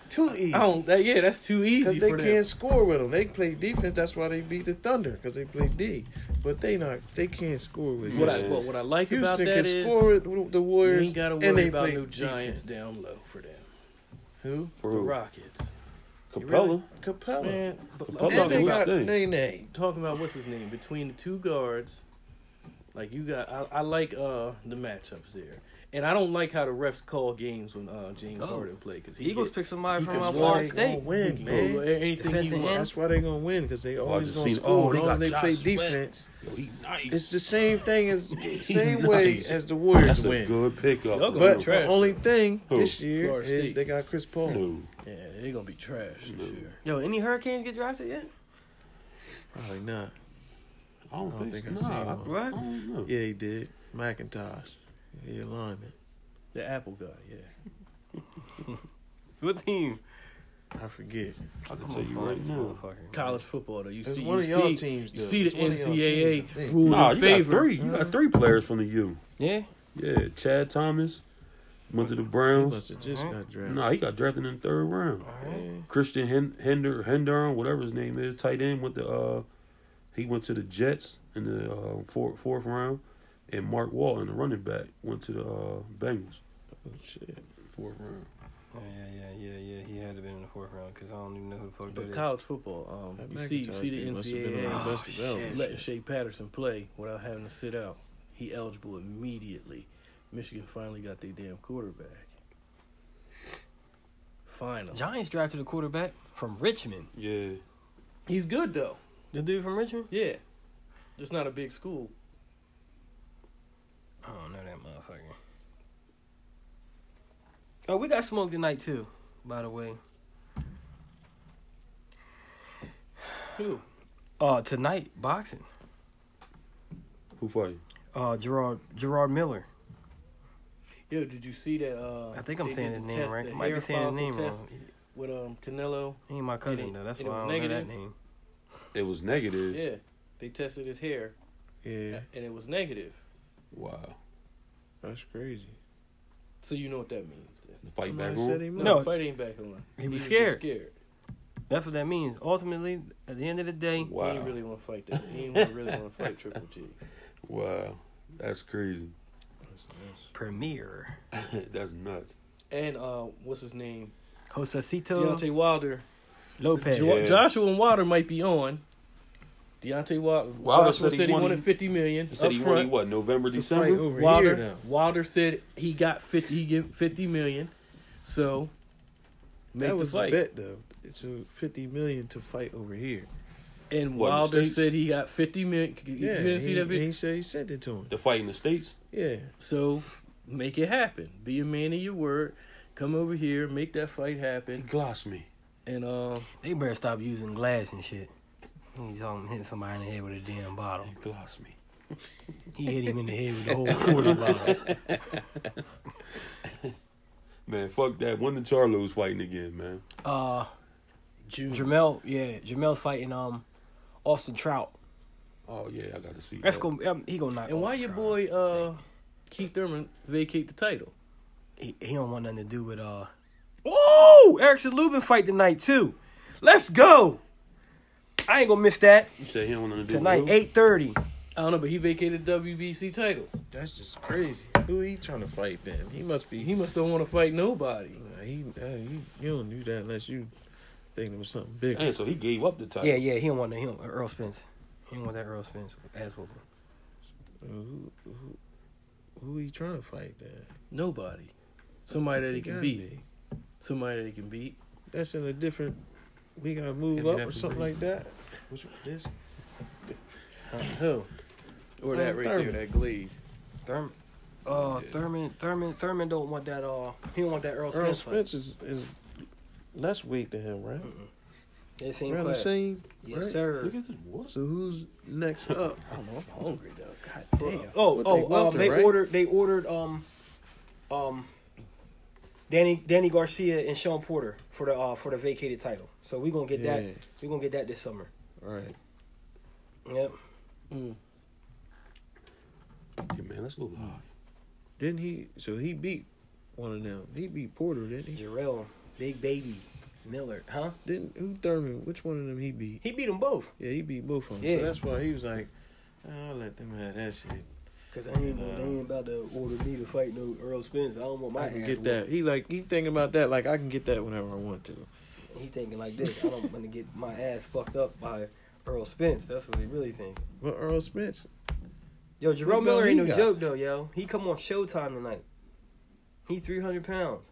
[SPEAKER 4] too easy.
[SPEAKER 1] I don't. That, yeah, that's too easy
[SPEAKER 4] Because they
[SPEAKER 1] for
[SPEAKER 4] can't
[SPEAKER 1] them.
[SPEAKER 4] score with them. They play defense. That's why they beat the Thunder because they play D. But they not. They can't score with
[SPEAKER 1] What
[SPEAKER 4] Houston.
[SPEAKER 1] I what, what I like about
[SPEAKER 4] Houston
[SPEAKER 1] that
[SPEAKER 4] can
[SPEAKER 1] is
[SPEAKER 4] score it with the
[SPEAKER 1] you
[SPEAKER 4] Warriors.
[SPEAKER 1] ain't gotta
[SPEAKER 4] and
[SPEAKER 1] worry
[SPEAKER 4] they
[SPEAKER 1] about
[SPEAKER 4] play
[SPEAKER 1] no Giants
[SPEAKER 4] defense.
[SPEAKER 1] down low for them.
[SPEAKER 4] Who?
[SPEAKER 3] For
[SPEAKER 1] The
[SPEAKER 3] real.
[SPEAKER 1] Rockets,
[SPEAKER 3] Capella.
[SPEAKER 4] Capella.
[SPEAKER 1] man. But, I'm
[SPEAKER 3] Capella
[SPEAKER 4] And
[SPEAKER 1] talking
[SPEAKER 4] they
[SPEAKER 3] Who's
[SPEAKER 1] about
[SPEAKER 4] got
[SPEAKER 3] they?
[SPEAKER 4] Nene. They
[SPEAKER 1] talking about what's his name between the two guards. Like you got, I, I like uh the matchups there, and I don't like how the refs call games when uh James
[SPEAKER 5] Oh.
[SPEAKER 1] Harden play because he
[SPEAKER 5] Eagles
[SPEAKER 1] get-
[SPEAKER 5] pick somebody
[SPEAKER 1] he
[SPEAKER 5] from
[SPEAKER 1] can
[SPEAKER 5] uh,
[SPEAKER 1] score.
[SPEAKER 5] Florida
[SPEAKER 4] they gonna
[SPEAKER 5] State.
[SPEAKER 1] he
[SPEAKER 4] win,
[SPEAKER 1] can go
[SPEAKER 4] man.
[SPEAKER 1] anything
[SPEAKER 5] Defensive
[SPEAKER 1] he wants.
[SPEAKER 4] That's why they gonna win because they always
[SPEAKER 3] just
[SPEAKER 4] gonna
[SPEAKER 3] seen-
[SPEAKER 4] score.
[SPEAKER 3] oh, they
[SPEAKER 4] Long as
[SPEAKER 3] got
[SPEAKER 4] they
[SPEAKER 3] Josh
[SPEAKER 4] play
[SPEAKER 3] Sweat.
[SPEAKER 4] defense.
[SPEAKER 3] Yo, he nice.
[SPEAKER 4] It's the same thing as same
[SPEAKER 3] Nice.
[SPEAKER 4] way as the Warriors
[SPEAKER 3] That's
[SPEAKER 4] win.
[SPEAKER 3] a good pickup.
[SPEAKER 1] Y'all gonna
[SPEAKER 4] but
[SPEAKER 1] be
[SPEAKER 4] the
[SPEAKER 1] trash.
[SPEAKER 4] only thing
[SPEAKER 3] Who?
[SPEAKER 4] this year
[SPEAKER 1] Florida
[SPEAKER 4] is
[SPEAKER 1] State.
[SPEAKER 4] they got Chris Paul.
[SPEAKER 3] No.
[SPEAKER 1] Yeah, they're gonna be trash this year.
[SPEAKER 5] Yo, any Hurricanes get drafted yet?
[SPEAKER 4] Probably not.
[SPEAKER 3] I don't, think,
[SPEAKER 4] think I
[SPEAKER 3] so.
[SPEAKER 4] seen
[SPEAKER 3] Nah, I,
[SPEAKER 4] one.
[SPEAKER 3] I
[SPEAKER 5] Right?
[SPEAKER 3] don't know.
[SPEAKER 4] Yeah, he did. McIntosh. He a lineman.
[SPEAKER 1] The Apple guy, yeah.
[SPEAKER 5] What team?
[SPEAKER 4] I forget.
[SPEAKER 3] I can tell you right now.
[SPEAKER 1] College football, though, you
[SPEAKER 4] It's
[SPEAKER 1] see,
[SPEAKER 4] one
[SPEAKER 1] you
[SPEAKER 4] of y'all
[SPEAKER 1] see,
[SPEAKER 4] teams,
[SPEAKER 1] you
[SPEAKER 4] though.
[SPEAKER 1] see the
[SPEAKER 4] It's one of y'all
[SPEAKER 1] NCAA
[SPEAKER 4] teams, I think.
[SPEAKER 1] rule
[SPEAKER 3] Nah,
[SPEAKER 1] in
[SPEAKER 3] you got
[SPEAKER 1] favor.
[SPEAKER 3] three. You got three players from the U.
[SPEAKER 5] Yeah.
[SPEAKER 3] Yeah, Chad Thomas went to the
[SPEAKER 4] He
[SPEAKER 3] Browns.
[SPEAKER 4] must have just got drafted.
[SPEAKER 3] Nah, he got drafted in the third round.
[SPEAKER 4] Yeah.
[SPEAKER 3] Christian Hen- Hender Henderon, whatever his name is, tight end went to uh he went to the Jets in the uh, fourth fourth round, and Mark Wall in the running back went to the uh, Bengals
[SPEAKER 4] Oh, shit.
[SPEAKER 3] fourth round.
[SPEAKER 5] Oh, yeah, yeah, yeah, yeah. He had to been in the fourth round because I don't even know who the fuck
[SPEAKER 1] But
[SPEAKER 5] that
[SPEAKER 1] college football, um,
[SPEAKER 4] That
[SPEAKER 1] you see, you
[SPEAKER 4] McIntosh
[SPEAKER 1] see
[SPEAKER 4] dude
[SPEAKER 1] the
[SPEAKER 4] must have been on the
[SPEAKER 1] NCAA
[SPEAKER 4] best development.
[SPEAKER 1] letting Shea Patterson play without having to sit out. He eligible immediately. Michigan finally got their damn quarterback. Finally,
[SPEAKER 5] is. Giants drafted a quarterback from Richmond.
[SPEAKER 3] Yeah,
[SPEAKER 1] he's good though.
[SPEAKER 5] The dude from Richmond?
[SPEAKER 1] Yeah, just not a big school.
[SPEAKER 5] I don't know that motherfucker. Oh, we got smoked tonight too, by the way.
[SPEAKER 1] Who?
[SPEAKER 5] Uh tonight, boxing.
[SPEAKER 3] who fighting?
[SPEAKER 5] Uh Gerard Gerard Miller.
[SPEAKER 1] Yo, did you see that? Uh,
[SPEAKER 5] I think I'm
[SPEAKER 1] they
[SPEAKER 5] saying
[SPEAKER 1] did
[SPEAKER 5] his
[SPEAKER 1] the
[SPEAKER 5] name
[SPEAKER 1] test,
[SPEAKER 5] right.
[SPEAKER 1] the
[SPEAKER 5] Might
[SPEAKER 1] hair
[SPEAKER 5] be saying his
[SPEAKER 1] follicle
[SPEAKER 5] name
[SPEAKER 1] test
[SPEAKER 5] wrong.
[SPEAKER 1] With um Canelo,
[SPEAKER 5] He ain't my cousin
[SPEAKER 1] it-
[SPEAKER 5] though. That's
[SPEAKER 1] and
[SPEAKER 5] why
[SPEAKER 1] it
[SPEAKER 5] I
[SPEAKER 1] was
[SPEAKER 5] don't know
[SPEAKER 1] negative?
[SPEAKER 5] that name.
[SPEAKER 3] It was negative.
[SPEAKER 1] yeah, they tested his hair
[SPEAKER 4] Yeah,
[SPEAKER 1] and it was negative.
[SPEAKER 3] Wow,
[SPEAKER 4] that's crazy.
[SPEAKER 1] So you know what that means. Then.
[SPEAKER 3] the fight
[SPEAKER 4] Somebody
[SPEAKER 3] back
[SPEAKER 4] said
[SPEAKER 3] on.
[SPEAKER 4] he
[SPEAKER 5] No.
[SPEAKER 1] The fight ain't back on.
[SPEAKER 5] He was
[SPEAKER 1] just
[SPEAKER 5] scared.
[SPEAKER 1] scared.
[SPEAKER 5] That's what that means. Ultimately, at the end of the day,
[SPEAKER 1] He
[SPEAKER 3] Wow,
[SPEAKER 1] ain't really want to fight that. He ain't wanna really want to fight Triple G.
[SPEAKER 3] wow, that's crazy.
[SPEAKER 5] premier
[SPEAKER 3] that's nuts.
[SPEAKER 1] And uh, what's his name?
[SPEAKER 4] Uh,
[SPEAKER 5] Josecito
[SPEAKER 1] Deontay Wilder.
[SPEAKER 5] Lopez.
[SPEAKER 1] Jo-
[SPEAKER 3] Yeah.
[SPEAKER 1] Joshua and Wilder might be on. Deontay Wilder.
[SPEAKER 3] Wilder
[SPEAKER 1] Joshua
[SPEAKER 3] said he
[SPEAKER 1] said he
[SPEAKER 3] wanted-
[SPEAKER 1] wanted fifty million.
[SPEAKER 3] He said
[SPEAKER 1] up
[SPEAKER 3] he
[SPEAKER 1] front.
[SPEAKER 3] wanted what November
[SPEAKER 4] To fight
[SPEAKER 3] December.
[SPEAKER 4] over
[SPEAKER 1] Wilder.
[SPEAKER 4] here now.
[SPEAKER 1] Wilder said he got fifty. He get fifty million. So make
[SPEAKER 4] That
[SPEAKER 1] the
[SPEAKER 4] was the
[SPEAKER 1] fight.
[SPEAKER 4] bet though. It's a fifty million to fight over here.
[SPEAKER 1] And
[SPEAKER 3] What, in the
[SPEAKER 1] Wilder
[SPEAKER 3] States?
[SPEAKER 1] said he got fifty million. You
[SPEAKER 4] Yeah,
[SPEAKER 1] didn't
[SPEAKER 4] he,
[SPEAKER 1] see that video?
[SPEAKER 4] he said he sent it to him.
[SPEAKER 3] The fight in the states.
[SPEAKER 4] Yeah,
[SPEAKER 1] So make it happen. Be a man of your word. Come over here, make that fight
[SPEAKER 3] He
[SPEAKER 1] happen,
[SPEAKER 3] glossed me.
[SPEAKER 1] and um,
[SPEAKER 5] They better stop using glass and shit. He's talking hitting somebody in the head with a damn bottle.
[SPEAKER 3] He glossed me.
[SPEAKER 5] He hit him in the head with the whole forty bottle.
[SPEAKER 3] Man, fuck that. When the Charlo's fighting again, man.
[SPEAKER 5] Uh,
[SPEAKER 1] June.
[SPEAKER 5] Jamel, yeah, Jamel's fighting um, Austin Trout.
[SPEAKER 3] Oh yeah, I got to see.
[SPEAKER 5] That's
[SPEAKER 3] that.
[SPEAKER 5] gonna um, he gonna knock.
[SPEAKER 1] And why
[SPEAKER 5] Austin
[SPEAKER 1] your
[SPEAKER 5] Trout.
[SPEAKER 1] boy uh, Keith Thurman vacate the title?
[SPEAKER 5] He, he don't want nothing to do with uh. Whoa! Erickson Lubin fight tonight too. Let's go.
[SPEAKER 2] I ain't gonna miss that
[SPEAKER 3] You said he don't want nothing to do
[SPEAKER 2] tonight.
[SPEAKER 3] with Lou?
[SPEAKER 2] Eight thirty.
[SPEAKER 1] I don't know, but he vacated WBC title.
[SPEAKER 4] That's just crazy. Who he trying to fight then? He must be.
[SPEAKER 1] He must don't want to fight nobody.
[SPEAKER 4] He, uh, you, you don't do that unless you think it was something bigger.
[SPEAKER 3] And so he gave up the title.
[SPEAKER 2] Yeah, yeah. He don't want that. He don't, Earl Spence. He don't want that Earl Spence ass whooping.
[SPEAKER 4] Who, who, who he trying to fight then?
[SPEAKER 1] Nobody. Somebody that he can
[SPEAKER 4] gotta
[SPEAKER 1] beat.
[SPEAKER 4] be.
[SPEAKER 1] Somebody that he can beat.
[SPEAKER 4] That's in a different. We gotta move
[SPEAKER 2] It'd be
[SPEAKER 4] up or
[SPEAKER 2] different
[SPEAKER 4] something
[SPEAKER 2] breed.
[SPEAKER 4] like that. What's this?
[SPEAKER 2] Huh, who?
[SPEAKER 1] Or that
[SPEAKER 4] Um,
[SPEAKER 1] right there,
[SPEAKER 4] Thurman.
[SPEAKER 1] that glade.
[SPEAKER 2] Thurman. Uh, Thurman. Thurman. Thurman don't want that. Uh, he don't want that Earl,
[SPEAKER 4] Earl
[SPEAKER 2] Spence. fight.
[SPEAKER 4] Spence is, is less weight than him, right?
[SPEAKER 2] They same
[SPEAKER 4] Around the
[SPEAKER 2] class.
[SPEAKER 4] same.
[SPEAKER 2] Yes,
[SPEAKER 4] right?
[SPEAKER 2] sir.
[SPEAKER 3] Look at this. What?
[SPEAKER 4] So who's next up?
[SPEAKER 1] I don't know. I'm hungry though. God
[SPEAKER 2] Damn.
[SPEAKER 1] damn.
[SPEAKER 2] Oh,
[SPEAKER 4] What they
[SPEAKER 2] oh, um,
[SPEAKER 4] welter,
[SPEAKER 2] they
[SPEAKER 4] right?
[SPEAKER 2] ordered. They ordered. Um, um, Danny Danny Garcia and Sean Porter for the uh for the vacated title. So we gonna get that.
[SPEAKER 4] Yeah.
[SPEAKER 2] We gonna get that this summer.
[SPEAKER 4] All right.
[SPEAKER 2] Yep.
[SPEAKER 1] Mm.
[SPEAKER 3] Yeah, man, let's go live.
[SPEAKER 4] Didn't he? So he beat one of them. He beat Porter, didn't he?
[SPEAKER 2] Jarrell, Big Baby, Miller, huh?
[SPEAKER 4] Didn't who Thurman? Which one of them he beat?
[SPEAKER 2] He beat them both.
[SPEAKER 4] Yeah, he beat both of them.
[SPEAKER 2] Yeah.
[SPEAKER 4] So that's why he was like, I'll let them have that shit.
[SPEAKER 2] Cause I ain't, they ain't about to order me to fight no Earl Spence. I don't want my
[SPEAKER 4] I can
[SPEAKER 2] ass
[SPEAKER 4] get
[SPEAKER 2] whooped.
[SPEAKER 4] that. He like he thinking about that. Like I can get that whenever I want to.
[SPEAKER 2] He thinking like this. I don't want to get my ass fucked up by Earl Spence. That's what he really think.
[SPEAKER 4] But Earl Spence,
[SPEAKER 2] Yo, Jerome
[SPEAKER 4] belt
[SPEAKER 2] Miller ain't no
[SPEAKER 4] he got?
[SPEAKER 2] joke though, yo. He come on Showtime tonight. He three hundred pounds.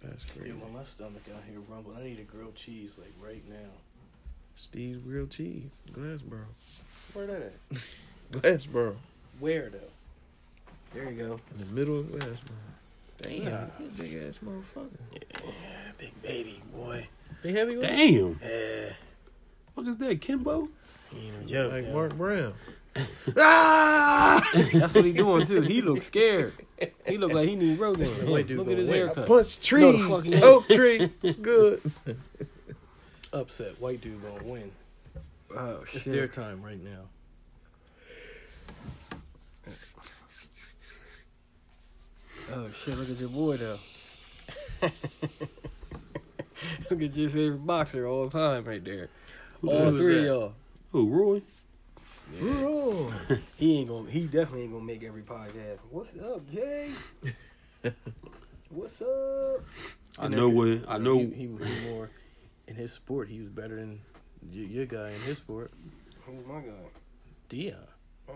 [SPEAKER 4] that's
[SPEAKER 1] Yeah,
[SPEAKER 4] crazy.
[SPEAKER 1] well, my stomach out here rumbling. I need a grilled cheese like right now.
[SPEAKER 4] Steve's grilled cheese, Glassboro,
[SPEAKER 1] Where that at?
[SPEAKER 4] Glassboro,
[SPEAKER 1] Where though?
[SPEAKER 2] There you go.
[SPEAKER 4] in the middle of Glassboro. Damn, you big ass motherfucker.
[SPEAKER 1] Yeah, big baby boy. They heavyweight.
[SPEAKER 3] Damn.
[SPEAKER 1] Yeah,
[SPEAKER 3] What is that, Kimbo?
[SPEAKER 1] you know, joke.
[SPEAKER 4] like
[SPEAKER 1] yo.
[SPEAKER 4] Mark Brown. ah!
[SPEAKER 2] That's what he doing too. He look scared. He look like he need Rogan.
[SPEAKER 1] White dude
[SPEAKER 2] Look at
[SPEAKER 1] gonna
[SPEAKER 2] his
[SPEAKER 1] win.
[SPEAKER 2] haircut.
[SPEAKER 4] Punch
[SPEAKER 2] No, the
[SPEAKER 4] trees,
[SPEAKER 2] fuck he ain't.
[SPEAKER 4] oak tree. It's good.
[SPEAKER 1] Upset. White dude gonna win.
[SPEAKER 2] Oh
[SPEAKER 1] It's their time right now.
[SPEAKER 2] Oh shit! Look at your boy though. look at your favorite boxer all time right there. All
[SPEAKER 1] who is
[SPEAKER 2] three
[SPEAKER 1] that?
[SPEAKER 2] of y'all.
[SPEAKER 3] Oh, Roy.
[SPEAKER 4] Roar.
[SPEAKER 2] He ain't gonna. He definitely ain't gonna make every podcast. What's up, Jay? What's up? Oh,
[SPEAKER 3] I
[SPEAKER 1] And
[SPEAKER 3] know
[SPEAKER 1] every-
[SPEAKER 3] what I know.
[SPEAKER 1] He, he was more in his sport. He was better than your, your guy in his sport,
[SPEAKER 2] Who's my guy?
[SPEAKER 1] Dion.
[SPEAKER 2] Oh,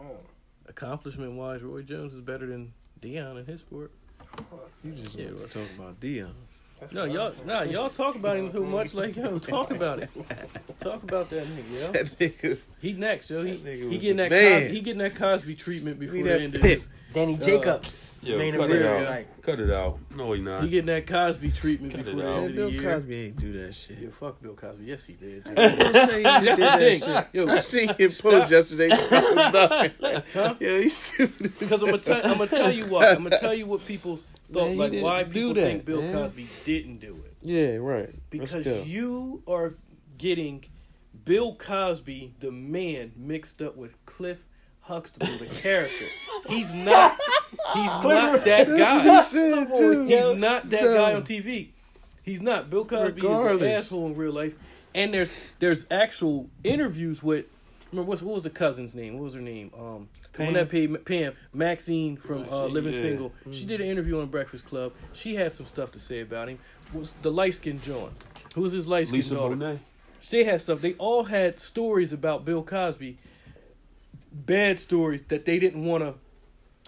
[SPEAKER 1] Accomplishment wise, Roy Jones is better than Dion in his sport.
[SPEAKER 2] fuck.
[SPEAKER 4] You just
[SPEAKER 1] Yeah,
[SPEAKER 4] want to
[SPEAKER 1] right.
[SPEAKER 4] talk about Dion.
[SPEAKER 2] That's
[SPEAKER 1] No,
[SPEAKER 2] what I
[SPEAKER 1] y'all,
[SPEAKER 2] was
[SPEAKER 1] nah,
[SPEAKER 2] thinking.
[SPEAKER 1] y'all talk about him too much. Like, yo, talk about it. Talk about that nigga, yo.
[SPEAKER 4] That nigga,
[SPEAKER 1] He next, yo. He,
[SPEAKER 4] That nigga
[SPEAKER 1] he
[SPEAKER 4] was
[SPEAKER 1] getting
[SPEAKER 4] the
[SPEAKER 1] that Cos-
[SPEAKER 4] man.
[SPEAKER 1] he getting that Cosby treatment before
[SPEAKER 4] Me
[SPEAKER 1] the
[SPEAKER 4] that
[SPEAKER 1] end of
[SPEAKER 4] pit.
[SPEAKER 1] this.
[SPEAKER 2] Danny Jacobs.
[SPEAKER 3] Yo,
[SPEAKER 2] main
[SPEAKER 3] cut it
[SPEAKER 2] event
[SPEAKER 3] out.
[SPEAKER 2] tonight.
[SPEAKER 3] Cut it out. No, he not.
[SPEAKER 1] He getting that Cosby treatment
[SPEAKER 3] Cut it
[SPEAKER 1] before the
[SPEAKER 3] out.
[SPEAKER 1] end
[SPEAKER 4] man,
[SPEAKER 1] of the
[SPEAKER 4] Bill
[SPEAKER 1] year.
[SPEAKER 4] Cosby ain't do that
[SPEAKER 1] Yo,
[SPEAKER 4] shit.
[SPEAKER 1] fuck Bill Cosby. Yes, he did.
[SPEAKER 4] I ain't gonna say he
[SPEAKER 1] That's
[SPEAKER 4] did
[SPEAKER 1] the
[SPEAKER 4] that
[SPEAKER 1] thing.
[SPEAKER 4] shit.
[SPEAKER 1] Yo.
[SPEAKER 4] I seen him post yesterday. talking about it. Yeah, he's stupid.
[SPEAKER 1] Because I'm gonna tell, I'm gonna tell you what. I'm gonna tell you what people thought.
[SPEAKER 4] Man, he
[SPEAKER 1] like,
[SPEAKER 4] didn't
[SPEAKER 1] why
[SPEAKER 4] do
[SPEAKER 1] people
[SPEAKER 4] that,
[SPEAKER 1] think Bill
[SPEAKER 4] man.
[SPEAKER 1] Cosby didn't do it.
[SPEAKER 4] Yeah, right.
[SPEAKER 1] Because
[SPEAKER 4] Let's go.
[SPEAKER 1] you are getting Bill Cosby, the man, mixed up with Cliff Huxtable, the character. He's not. He's not that
[SPEAKER 4] That's what he
[SPEAKER 1] guy.
[SPEAKER 4] said too.
[SPEAKER 1] He's not that
[SPEAKER 4] No.
[SPEAKER 1] guy on TV. He's not. Bill Cosby is an
[SPEAKER 4] Regardless.
[SPEAKER 1] asshole in real life. And there's there's actual interviews with. Remember what's, what was the cousin's name? What was her name? Um, Pam.
[SPEAKER 3] Pam.
[SPEAKER 1] That paid, Pam Maxine from uh,
[SPEAKER 3] Maxine,
[SPEAKER 1] Living
[SPEAKER 3] yeah.
[SPEAKER 1] Single. She did an interview on Breakfast Club. She had some stuff to say about him. Was the light skinned John? Who was his light skinned
[SPEAKER 3] Lisa
[SPEAKER 1] daughter?
[SPEAKER 3] Bonet.
[SPEAKER 1] They had stuff. They all had stories about Bill Cosby, bad stories that they didn't want to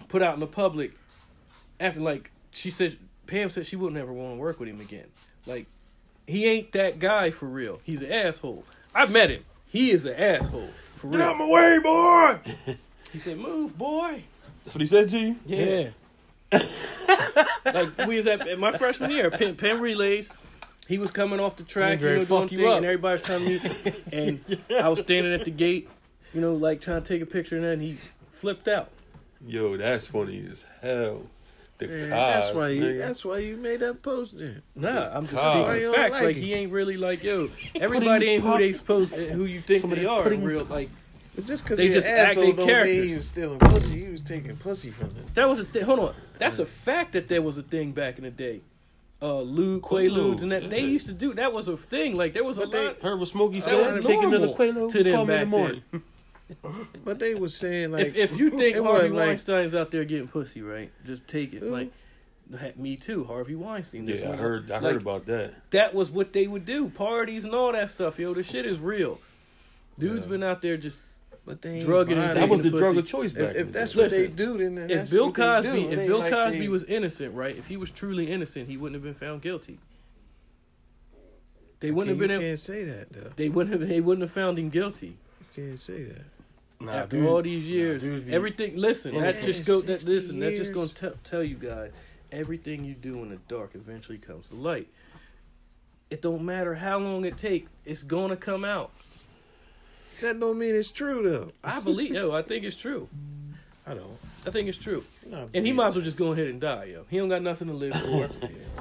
[SPEAKER 1] put out in the public. After like she said, Pam said she would never want to work with him again. Like he ain't that guy for real. He's an asshole. I met him. He is an asshole for real.
[SPEAKER 3] my way, boy.
[SPEAKER 1] He said, "Move, boy."
[SPEAKER 3] That's what he said to you.
[SPEAKER 1] Yeah. like we was at, at my freshman year, pin, pin relays. He was coming off the track, you
[SPEAKER 2] ready
[SPEAKER 1] know,
[SPEAKER 2] to
[SPEAKER 1] doing
[SPEAKER 2] fuck you
[SPEAKER 1] thing,
[SPEAKER 2] up.
[SPEAKER 1] and everybody's trying to meet. And I was standing at the gate, you know, like trying to take a picture, and then he flipped out.
[SPEAKER 3] Yo, that's funny as hell. The
[SPEAKER 4] Man,
[SPEAKER 3] Cosby.
[SPEAKER 4] that's why you.
[SPEAKER 3] Ah, nigga.
[SPEAKER 4] That's why you made that poster.
[SPEAKER 1] Nah, I'm just
[SPEAKER 3] God.
[SPEAKER 4] Why you
[SPEAKER 1] speaking
[SPEAKER 4] don't
[SPEAKER 1] facts.
[SPEAKER 4] like
[SPEAKER 1] Like
[SPEAKER 4] him?
[SPEAKER 1] he ain't really like yo. Everybody ain't who they supposed, eh, who you think
[SPEAKER 3] Somebody
[SPEAKER 1] they are
[SPEAKER 3] put
[SPEAKER 1] in
[SPEAKER 3] in-
[SPEAKER 1] real. Like
[SPEAKER 4] But just because
[SPEAKER 1] They
[SPEAKER 4] he
[SPEAKER 1] just
[SPEAKER 4] an asshole
[SPEAKER 1] acting
[SPEAKER 4] don't mean
[SPEAKER 1] characters.
[SPEAKER 4] he was stealing pussy. He was taking pussy from them.
[SPEAKER 1] that was a thing. Hold on, that's a fact that there was a thing back in the day. uh, lewd, quaaludes, and that they used to do that was a thing. Like there was a
[SPEAKER 4] But they-
[SPEAKER 1] lot.
[SPEAKER 3] Heard what Smokey
[SPEAKER 1] That
[SPEAKER 3] said.
[SPEAKER 1] was
[SPEAKER 3] Take another
[SPEAKER 1] normal
[SPEAKER 3] Quaalude.
[SPEAKER 1] to them
[SPEAKER 3] call me
[SPEAKER 1] back
[SPEAKER 3] in the morning.
[SPEAKER 4] But they was saying like,
[SPEAKER 1] if, if you think
[SPEAKER 4] it
[SPEAKER 1] Harvey
[SPEAKER 4] wasn't like-
[SPEAKER 1] Weinstein's out there getting pussy, right? Just take it.
[SPEAKER 4] Who?
[SPEAKER 1] Like ha- me too, Harvey Weinstein. this
[SPEAKER 3] Yeah, I
[SPEAKER 1] one.
[SPEAKER 3] heard. I heard
[SPEAKER 1] Like,
[SPEAKER 3] about that.
[SPEAKER 1] That was what they would do, parties and all that stuff. Yo, the shit is real. Dudes
[SPEAKER 4] Yeah.
[SPEAKER 1] been out there just
[SPEAKER 4] but they ain't
[SPEAKER 1] Drug it
[SPEAKER 4] violent.
[SPEAKER 1] Taking
[SPEAKER 3] That was the
[SPEAKER 1] the
[SPEAKER 3] drug
[SPEAKER 1] pussy.
[SPEAKER 3] of choice back.
[SPEAKER 4] If, if
[SPEAKER 3] then.
[SPEAKER 4] that's what
[SPEAKER 1] Listen,
[SPEAKER 4] they do, then that-
[SPEAKER 1] if
[SPEAKER 4] that's
[SPEAKER 1] Bill
[SPEAKER 4] what they do.
[SPEAKER 1] Cosby,
[SPEAKER 4] It
[SPEAKER 1] if
[SPEAKER 4] ain't
[SPEAKER 1] Bill
[SPEAKER 4] like
[SPEAKER 1] Cosby
[SPEAKER 4] they-
[SPEAKER 1] was innocent, right? If he was truly innocent, he wouldn't have been found guilty. They wouldn't
[SPEAKER 4] you
[SPEAKER 1] have been.
[SPEAKER 4] can't say that though.
[SPEAKER 1] They wouldn't have. They wouldn't have found him guilty
[SPEAKER 4] You can't say that.
[SPEAKER 2] Nah,
[SPEAKER 1] after
[SPEAKER 2] dude.
[SPEAKER 1] all these years.
[SPEAKER 2] dudes be-
[SPEAKER 1] everything. Listen,
[SPEAKER 4] Yeah,
[SPEAKER 1] that's just go. That
[SPEAKER 4] 60
[SPEAKER 1] listen. That's just gonna
[SPEAKER 4] years.
[SPEAKER 1] tell tell you guys. Everything you do in the dark eventually comes to light. It don't matter how long it take. It's gonna come out.
[SPEAKER 4] That don't mean it's true though.
[SPEAKER 1] I believe. yo, I think it's true.
[SPEAKER 4] I don't.
[SPEAKER 1] I think it's true.
[SPEAKER 4] I
[SPEAKER 1] And he
[SPEAKER 4] believe
[SPEAKER 1] might
[SPEAKER 4] it.
[SPEAKER 1] as well just go ahead and die, yo. He don't got nothing to live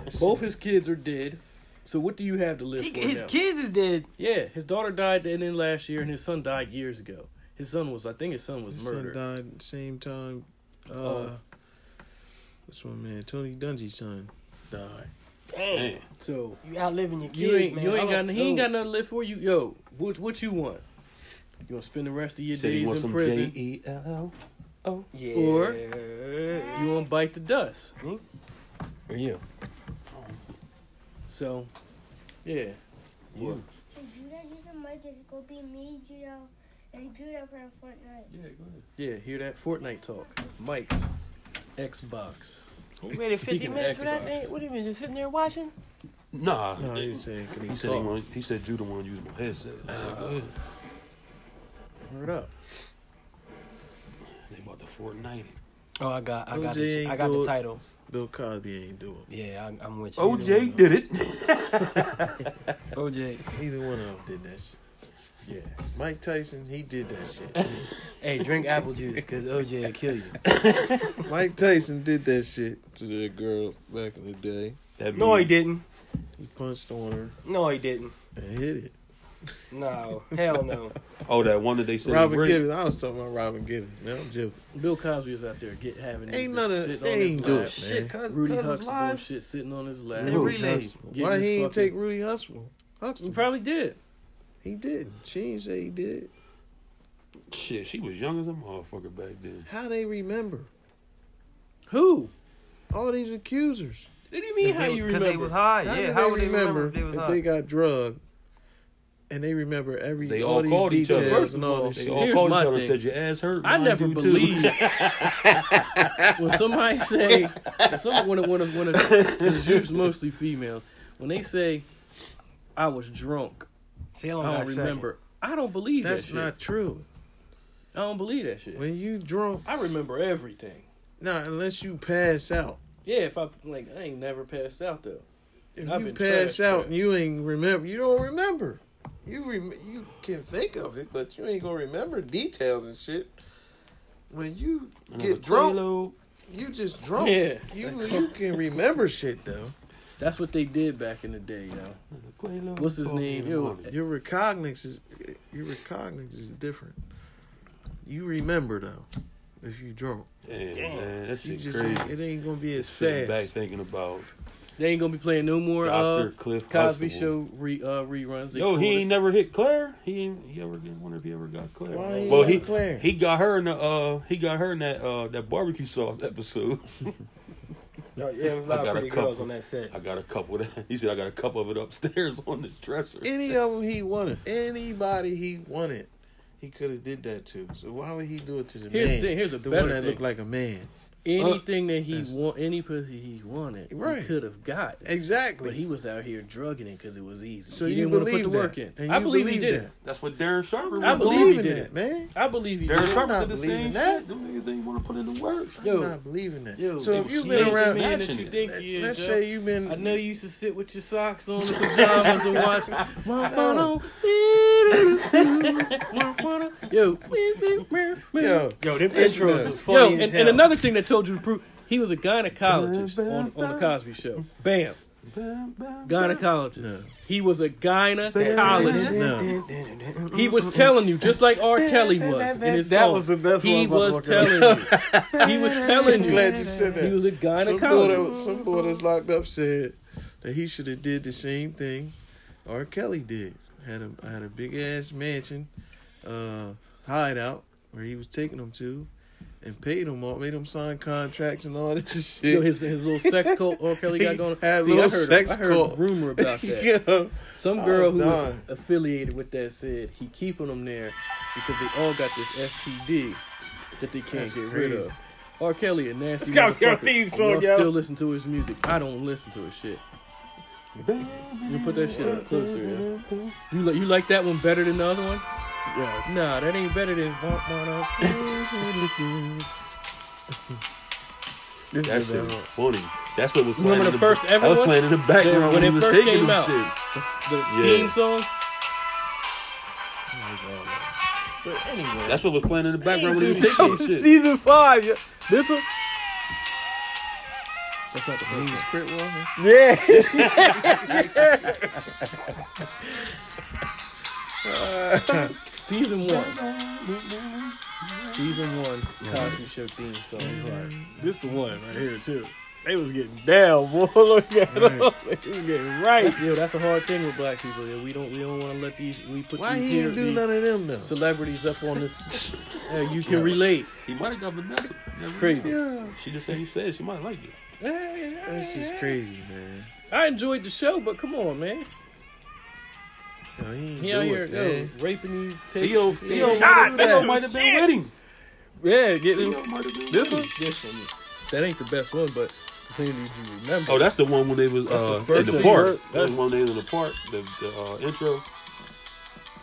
[SPEAKER 1] for. Both his kids are dead. So what do you have to live
[SPEAKER 2] He-
[SPEAKER 1] for?
[SPEAKER 2] his
[SPEAKER 1] now?
[SPEAKER 2] kids is dead.
[SPEAKER 1] Yeah, his daughter died and then last year, and his son died years ago. His son was, I think, his son was
[SPEAKER 4] His son
[SPEAKER 1] murdered.
[SPEAKER 4] died same time. Uh,
[SPEAKER 1] Oh.
[SPEAKER 4] What's my man? Tony Dungy's son died.
[SPEAKER 3] Damn.
[SPEAKER 1] So
[SPEAKER 2] You outliving your kids,
[SPEAKER 1] you ain't,
[SPEAKER 2] man.
[SPEAKER 1] you
[SPEAKER 2] I
[SPEAKER 1] ain't got,
[SPEAKER 2] don't
[SPEAKER 1] he ain't
[SPEAKER 2] know.
[SPEAKER 1] got nothing to live for you, yo. What, what you want? You want to spend the rest of your
[SPEAKER 3] Said he
[SPEAKER 1] days
[SPEAKER 3] wants
[SPEAKER 1] in
[SPEAKER 3] some J
[SPEAKER 1] prison?
[SPEAKER 3] E L L.
[SPEAKER 2] Yeah.
[SPEAKER 1] Or-
[SPEAKER 2] or
[SPEAKER 1] You want to bite the dust?
[SPEAKER 3] Hmm?
[SPEAKER 2] yeah.
[SPEAKER 1] So, yeah,
[SPEAKER 3] Yeah.
[SPEAKER 6] If Judah used a mic, it's gonna be me, Judah, and Judah playing Fortnite.
[SPEAKER 3] Yeah, go ahead.
[SPEAKER 1] yeah. Hear that Fortnite talk? Mike's Xbox.
[SPEAKER 2] You waited 50
[SPEAKER 1] Speaking of
[SPEAKER 2] minutes for that
[SPEAKER 1] Xbox.
[SPEAKER 2] thing? What do you mean? Just sitting there watching?
[SPEAKER 3] Nah.
[SPEAKER 4] No, he
[SPEAKER 3] he,
[SPEAKER 4] was saying, can he,
[SPEAKER 3] he said he,
[SPEAKER 4] talk?
[SPEAKER 3] wanted, he said Judah wanted to use my headset. I said,
[SPEAKER 1] Uh-huh.
[SPEAKER 3] go ahead.
[SPEAKER 1] Word up.
[SPEAKER 3] They about to Fortnite it.
[SPEAKER 2] Oh, I got, I got,
[SPEAKER 4] OJ
[SPEAKER 2] the,
[SPEAKER 4] ain't
[SPEAKER 2] I got
[SPEAKER 4] do
[SPEAKER 2] the
[SPEAKER 4] it.
[SPEAKER 2] title.
[SPEAKER 4] Bill Cosby ain't doing
[SPEAKER 2] Yeah, I, I'm with you.
[SPEAKER 3] OJ did it.
[SPEAKER 2] OJ.
[SPEAKER 4] it. Neither one of them did that shit.
[SPEAKER 1] Yeah.
[SPEAKER 4] Mike Tyson, he did that shit.
[SPEAKER 2] Hey, drink apple juice because OJ will kill you.
[SPEAKER 4] Mike Tyson did that shit to that girl back in the day.
[SPEAKER 3] That
[SPEAKER 2] No, he
[SPEAKER 3] mean-
[SPEAKER 2] didn't.
[SPEAKER 4] He punched on her
[SPEAKER 2] No, he didn't.
[SPEAKER 4] and hit it.
[SPEAKER 2] No, hell no.
[SPEAKER 3] Oh, that one that they said.
[SPEAKER 4] Robin
[SPEAKER 3] Robert
[SPEAKER 4] Givens. I was talking about Robin Givens. Man, I'm joking.
[SPEAKER 1] Bill Cosby is out there get having
[SPEAKER 4] Ain't
[SPEAKER 1] niggas
[SPEAKER 4] none of-
[SPEAKER 1] sitting
[SPEAKER 4] they
[SPEAKER 1] on his
[SPEAKER 4] ain't
[SPEAKER 1] lap.
[SPEAKER 4] do it.
[SPEAKER 2] Shit, cuz,
[SPEAKER 1] Rudy
[SPEAKER 2] cuz was
[SPEAKER 1] Huxtable
[SPEAKER 2] live.
[SPEAKER 1] shit sitting on his lap.
[SPEAKER 2] Uh, Rudy relays.
[SPEAKER 4] Huxtable.
[SPEAKER 1] Getting
[SPEAKER 4] Why
[SPEAKER 1] his
[SPEAKER 4] he ain't
[SPEAKER 1] fucking-
[SPEAKER 4] take Rudy Huxtable?
[SPEAKER 1] He
[SPEAKER 4] Huxtable.
[SPEAKER 1] probably did.
[SPEAKER 4] he did. She ain't say he did.
[SPEAKER 3] Shit, she was young as a motherfucker back then.
[SPEAKER 4] How they remember?
[SPEAKER 1] Who?
[SPEAKER 4] All these accusers.
[SPEAKER 1] What do you mean how you
[SPEAKER 2] Because
[SPEAKER 1] remember?
[SPEAKER 2] they was high.
[SPEAKER 4] How
[SPEAKER 2] yeah,
[SPEAKER 4] do
[SPEAKER 2] how
[SPEAKER 4] they
[SPEAKER 2] would they remember if they was
[SPEAKER 4] if
[SPEAKER 2] high?
[SPEAKER 4] they got drugged and they remember every
[SPEAKER 3] They all
[SPEAKER 4] all,
[SPEAKER 3] called
[SPEAKER 4] these
[SPEAKER 3] each other.
[SPEAKER 4] details
[SPEAKER 1] First
[SPEAKER 4] and
[SPEAKER 1] of
[SPEAKER 4] all
[SPEAKER 1] all,
[SPEAKER 4] this
[SPEAKER 3] They
[SPEAKER 4] shit?
[SPEAKER 3] all
[SPEAKER 1] Here's
[SPEAKER 3] called each
[SPEAKER 1] my
[SPEAKER 3] other and
[SPEAKER 1] thing.
[SPEAKER 3] said your ass hurt.
[SPEAKER 1] I
[SPEAKER 3] Mine
[SPEAKER 1] never
[SPEAKER 3] do, too."
[SPEAKER 1] believed when somebody say when some when a- when a- when a- 'cause it's mostly females when they say I was drunk.
[SPEAKER 2] See,
[SPEAKER 1] I
[SPEAKER 2] I don't,
[SPEAKER 1] don't
[SPEAKER 2] got second.
[SPEAKER 1] remember. I don't believe
[SPEAKER 4] That's
[SPEAKER 1] that shit.
[SPEAKER 4] not true.
[SPEAKER 1] I don't believe that shit.
[SPEAKER 4] When you drunk,
[SPEAKER 1] I remember everything.
[SPEAKER 4] now unless you pass out.
[SPEAKER 1] Yeah, if I like, I ain't never passed out though.
[SPEAKER 4] If
[SPEAKER 1] I've
[SPEAKER 4] you
[SPEAKER 1] been
[SPEAKER 4] pass
[SPEAKER 1] trashed,
[SPEAKER 4] out,
[SPEAKER 1] man.
[SPEAKER 4] you ain't remember. You don't remember. You rem- you can think of it, but you ain't gonna remember details and shit. When you
[SPEAKER 3] Another
[SPEAKER 4] get drunk,
[SPEAKER 3] Quaalude.
[SPEAKER 4] you just drunk.
[SPEAKER 1] Yeah.
[SPEAKER 4] You you can remember shit though.
[SPEAKER 1] That's what they did back in the day, yo.
[SPEAKER 3] Quaalude.
[SPEAKER 1] What's his
[SPEAKER 3] Fuck
[SPEAKER 1] name?
[SPEAKER 3] me,
[SPEAKER 1] Ew.
[SPEAKER 3] money.
[SPEAKER 4] Your recognizance is your recognizance is different. You remember though, if you drunk.
[SPEAKER 3] Damn, man, that
[SPEAKER 4] You
[SPEAKER 3] shit
[SPEAKER 4] just
[SPEAKER 3] crazy.
[SPEAKER 4] it ain't gonna be as
[SPEAKER 3] Sitting back
[SPEAKER 4] fast.
[SPEAKER 3] thinking about
[SPEAKER 1] They ain't gonna be playing no more
[SPEAKER 3] Dr.
[SPEAKER 1] uh,
[SPEAKER 3] Cliff
[SPEAKER 1] Cosby
[SPEAKER 3] Huxtable.
[SPEAKER 1] Show re, uh, reruns. They
[SPEAKER 3] Yo,
[SPEAKER 1] called
[SPEAKER 3] he
[SPEAKER 1] it-
[SPEAKER 3] ain't never hit Claire. He ain't, he ever get- wonder if he ever got Claire.
[SPEAKER 4] Why he
[SPEAKER 3] well,
[SPEAKER 4] got
[SPEAKER 3] he
[SPEAKER 4] Claire?
[SPEAKER 3] he got her in the uh he got her in that uh that barbecue sauce episode.
[SPEAKER 2] Yeah, it was a
[SPEAKER 3] I
[SPEAKER 2] lot
[SPEAKER 3] got
[SPEAKER 2] of
[SPEAKER 3] a
[SPEAKER 2] pretty girls
[SPEAKER 3] couple.
[SPEAKER 2] on that set.
[SPEAKER 3] I got a cup of that. He said I got a cup of it upstairs on the dresser.
[SPEAKER 4] Any of them he wanted, anybody he wanted, he could have did that to. So why would he do it to the
[SPEAKER 1] Here's the
[SPEAKER 4] man?
[SPEAKER 1] thing- here's the
[SPEAKER 4] the
[SPEAKER 1] better
[SPEAKER 4] one that
[SPEAKER 1] thing.
[SPEAKER 4] looked like a man.
[SPEAKER 1] anything that he
[SPEAKER 4] uh, that's-
[SPEAKER 1] want, any pussy he wanted,
[SPEAKER 4] Right.
[SPEAKER 1] he could have got.
[SPEAKER 4] Exactly.
[SPEAKER 1] But he was out here drugging it because it was easy.
[SPEAKER 4] so
[SPEAKER 1] he
[SPEAKER 4] you
[SPEAKER 1] didn't want to
[SPEAKER 4] believe
[SPEAKER 1] put the
[SPEAKER 4] that?
[SPEAKER 1] work in.
[SPEAKER 4] And
[SPEAKER 1] I
[SPEAKER 4] you
[SPEAKER 1] believe, he did.
[SPEAKER 4] that.
[SPEAKER 1] it.
[SPEAKER 3] That's what Darren Sharper.
[SPEAKER 1] I
[SPEAKER 4] I
[SPEAKER 3] was
[SPEAKER 1] believe
[SPEAKER 4] believe,
[SPEAKER 1] he did
[SPEAKER 3] doing.
[SPEAKER 4] in
[SPEAKER 1] it.
[SPEAKER 4] that, man.
[SPEAKER 1] I believe he did.
[SPEAKER 3] Darren
[SPEAKER 1] it.
[SPEAKER 4] not
[SPEAKER 3] Sharper did the same
[SPEAKER 4] believing that.
[SPEAKER 3] shit. Them niggas ain't want to put in the work.
[SPEAKER 1] Yo.
[SPEAKER 4] I'm not believing that.
[SPEAKER 1] Yo,
[SPEAKER 4] so
[SPEAKER 1] they
[SPEAKER 4] if
[SPEAKER 1] were
[SPEAKER 4] you've
[SPEAKER 1] snitching
[SPEAKER 4] been around,
[SPEAKER 1] man that you
[SPEAKER 3] Snitching.
[SPEAKER 1] think you
[SPEAKER 4] let's
[SPEAKER 1] is, yo.
[SPEAKER 4] say you've been.
[SPEAKER 1] I know you used to sit with your socks on and pajamas and watch. Wah, wah, wah, wah, wah, Yo,
[SPEAKER 4] Yo,
[SPEAKER 2] Yo, them
[SPEAKER 4] Yes,
[SPEAKER 2] intros
[SPEAKER 4] he does.
[SPEAKER 2] was
[SPEAKER 1] Yo,
[SPEAKER 2] funny
[SPEAKER 1] and,
[SPEAKER 2] as
[SPEAKER 1] and
[SPEAKER 2] hell.
[SPEAKER 1] another thing that told you to prove he was a gynecologist on, on the Cosby Show. Bam,
[SPEAKER 3] Bam, bam, bam.
[SPEAKER 1] gynecologist.
[SPEAKER 4] No.
[SPEAKER 1] He was a gynecologist.
[SPEAKER 4] no.
[SPEAKER 1] He was telling you, just like R. Kelly was in his
[SPEAKER 2] That
[SPEAKER 1] song.
[SPEAKER 2] was the best
[SPEAKER 1] He
[SPEAKER 2] one,
[SPEAKER 1] was
[SPEAKER 2] motherfucker.
[SPEAKER 1] telling you. He was telling
[SPEAKER 4] I'm glad
[SPEAKER 1] you.
[SPEAKER 4] you said that.
[SPEAKER 1] He was a
[SPEAKER 4] some boy,
[SPEAKER 1] gynecologist.
[SPEAKER 4] Mm-hmm. that, some boy that's locked up said that he should have did the same thing R. Kelly did. Had a had a big ass mansion, uh, hideout where he was taking them to, and paid them all, made them sign contracts and all this shit.
[SPEAKER 1] Yo, his his little sex cult R. Kelly got
[SPEAKER 4] He
[SPEAKER 1] going.
[SPEAKER 4] had a
[SPEAKER 1] See, I
[SPEAKER 4] little
[SPEAKER 1] heard,
[SPEAKER 4] sex
[SPEAKER 1] I heard
[SPEAKER 4] cult.
[SPEAKER 1] a rumor about that.
[SPEAKER 4] Yo,
[SPEAKER 1] Some
[SPEAKER 4] Oh,
[SPEAKER 1] girl who was
[SPEAKER 4] done.
[SPEAKER 1] affiliated with that said he keeping them there because they all got this STD that they can't
[SPEAKER 4] That's
[SPEAKER 1] get rid of.
[SPEAKER 4] crazy.
[SPEAKER 1] R. Kelly a nasty
[SPEAKER 2] It's gotta be our
[SPEAKER 1] motherfucker.
[SPEAKER 2] theme song,
[SPEAKER 1] Y'all
[SPEAKER 2] yo.
[SPEAKER 1] still listen to his music. I don't listen to his shit. You put that shit up closer. Yeah. You like you like that one better than the other one?
[SPEAKER 2] Yes.
[SPEAKER 1] Nah, that ain't better than. Remember
[SPEAKER 2] This is
[SPEAKER 3] That shit
[SPEAKER 2] the
[SPEAKER 3] was
[SPEAKER 2] best
[SPEAKER 3] funny. That's what was playing.
[SPEAKER 1] the
[SPEAKER 3] in
[SPEAKER 1] first ever
[SPEAKER 3] I was
[SPEAKER 1] one?
[SPEAKER 3] playing in the background
[SPEAKER 1] When
[SPEAKER 3] when,
[SPEAKER 1] it
[SPEAKER 3] he was
[SPEAKER 1] first
[SPEAKER 3] taking
[SPEAKER 1] came
[SPEAKER 3] them
[SPEAKER 1] out.
[SPEAKER 3] shit.
[SPEAKER 1] the
[SPEAKER 3] Yeah.
[SPEAKER 1] theme song.
[SPEAKER 4] but anyway,
[SPEAKER 3] That's what was playing in the background when he was taking
[SPEAKER 2] one.
[SPEAKER 3] them shit.
[SPEAKER 2] Season five. Yeah. This one.
[SPEAKER 1] That's not the
[SPEAKER 4] he
[SPEAKER 1] first.
[SPEAKER 4] was crit walking.
[SPEAKER 2] Yeah.
[SPEAKER 1] Season one. Season one. Cosby Show theme song.
[SPEAKER 2] this the one right here too. They was getting down, boy. Look at them. They was getting right.
[SPEAKER 1] That's, yo, that's a hard thing with black people. Yo. We don't we don't want to let these we put
[SPEAKER 4] Why
[SPEAKER 1] these
[SPEAKER 4] he
[SPEAKER 1] here-
[SPEAKER 4] didn't do
[SPEAKER 1] these
[SPEAKER 4] none of them though?
[SPEAKER 1] celebrities up on this. Yeah, you can relate.
[SPEAKER 3] He might have got Vanessa.
[SPEAKER 1] Crazy.
[SPEAKER 3] She just said he said she might like it.
[SPEAKER 4] That's just crazy, man.
[SPEAKER 1] I enjoyed the show, but come on, man.
[SPEAKER 4] Yo, he ain't
[SPEAKER 1] He
[SPEAKER 4] do
[SPEAKER 1] out here
[SPEAKER 4] it,
[SPEAKER 1] yo,
[SPEAKER 4] man.
[SPEAKER 1] raping these. taking-
[SPEAKER 3] Theo,
[SPEAKER 4] Yeah.
[SPEAKER 3] Theo, might have-
[SPEAKER 4] God,
[SPEAKER 3] Theo
[SPEAKER 4] that
[SPEAKER 3] might have been with him.
[SPEAKER 1] Yeah, get
[SPEAKER 3] Theo might have
[SPEAKER 1] This
[SPEAKER 3] been with him.
[SPEAKER 1] one, this one. That ain't the best one, but the thing that you remember.
[SPEAKER 3] Oh, that's the one when they was
[SPEAKER 1] That's the
[SPEAKER 3] uh,
[SPEAKER 1] first
[SPEAKER 3] in the
[SPEAKER 1] one.
[SPEAKER 3] park.
[SPEAKER 1] That's-
[SPEAKER 3] That's the one they was in the park. The, the uh, intro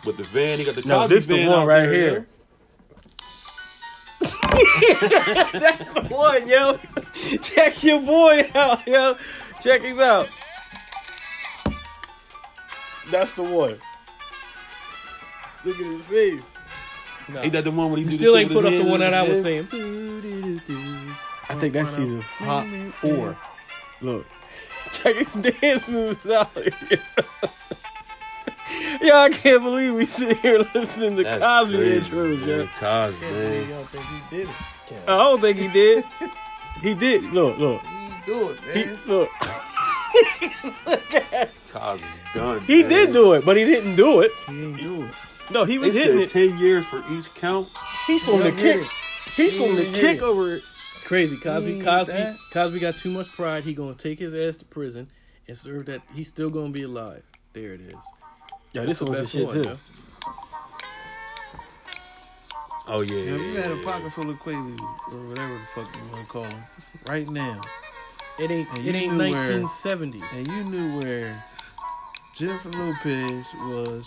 [SPEAKER 3] with the van. He got the Cosby
[SPEAKER 2] No, this the
[SPEAKER 3] van
[SPEAKER 2] one
[SPEAKER 3] out
[SPEAKER 2] right
[SPEAKER 3] there,
[SPEAKER 2] here. That's the one, yo. Check your boy out, yo. Check him out. That's the one. Look at his face.
[SPEAKER 1] No.
[SPEAKER 3] Ain't that the one when he
[SPEAKER 1] you
[SPEAKER 3] do
[SPEAKER 1] still
[SPEAKER 3] the
[SPEAKER 1] ain't
[SPEAKER 3] shit with
[SPEAKER 1] put up
[SPEAKER 3] his
[SPEAKER 1] the
[SPEAKER 3] hand
[SPEAKER 1] one
[SPEAKER 3] in
[SPEAKER 1] that I
[SPEAKER 3] the
[SPEAKER 1] was
[SPEAKER 3] air?
[SPEAKER 1] saying.
[SPEAKER 2] I think that's season hot four. Look. Check his dance moves out. yo, I can't believe we sit here listening to
[SPEAKER 3] That's
[SPEAKER 2] Cosby
[SPEAKER 3] crazy,
[SPEAKER 2] intros, yo.
[SPEAKER 3] man. Cosby.
[SPEAKER 4] Can't believe y'all think he did it.
[SPEAKER 2] I don't think he did. he did. Look, look.
[SPEAKER 4] He do it, man.
[SPEAKER 2] He look.
[SPEAKER 3] Cosby's done.
[SPEAKER 2] He
[SPEAKER 3] man.
[SPEAKER 2] did do it, but he didn't do it.
[SPEAKER 4] He, ain't do it.
[SPEAKER 2] No, he
[SPEAKER 3] They
[SPEAKER 2] was hitting
[SPEAKER 3] said
[SPEAKER 2] it.
[SPEAKER 3] ten years for each count.
[SPEAKER 2] He's from the
[SPEAKER 4] Yeah,
[SPEAKER 2] kick.
[SPEAKER 4] yeah.
[SPEAKER 2] He's from the
[SPEAKER 4] Yeah,
[SPEAKER 2] kick
[SPEAKER 4] yeah.
[SPEAKER 2] over it.
[SPEAKER 1] It's crazy. Cosby,
[SPEAKER 4] Mm,
[SPEAKER 1] Cosby,
[SPEAKER 4] that-
[SPEAKER 1] Cosby got too much pride. He gonna take his ass to prison and serve that. He's still gonna be alive. There it is.
[SPEAKER 2] Yo,
[SPEAKER 1] That's
[SPEAKER 2] this
[SPEAKER 1] the
[SPEAKER 2] one's the
[SPEAKER 1] best
[SPEAKER 2] shit
[SPEAKER 1] one,
[SPEAKER 2] too.
[SPEAKER 1] yo.
[SPEAKER 3] Oh yeah.
[SPEAKER 4] Yo, if you had a pocket full of Quaaludes or whatever the fuck you want to call them, right now,
[SPEAKER 1] It ain't.
[SPEAKER 4] And
[SPEAKER 1] It
[SPEAKER 4] you
[SPEAKER 1] ain't
[SPEAKER 4] knew where-
[SPEAKER 1] 1970.
[SPEAKER 4] and you knew where Jennifer Lopez was,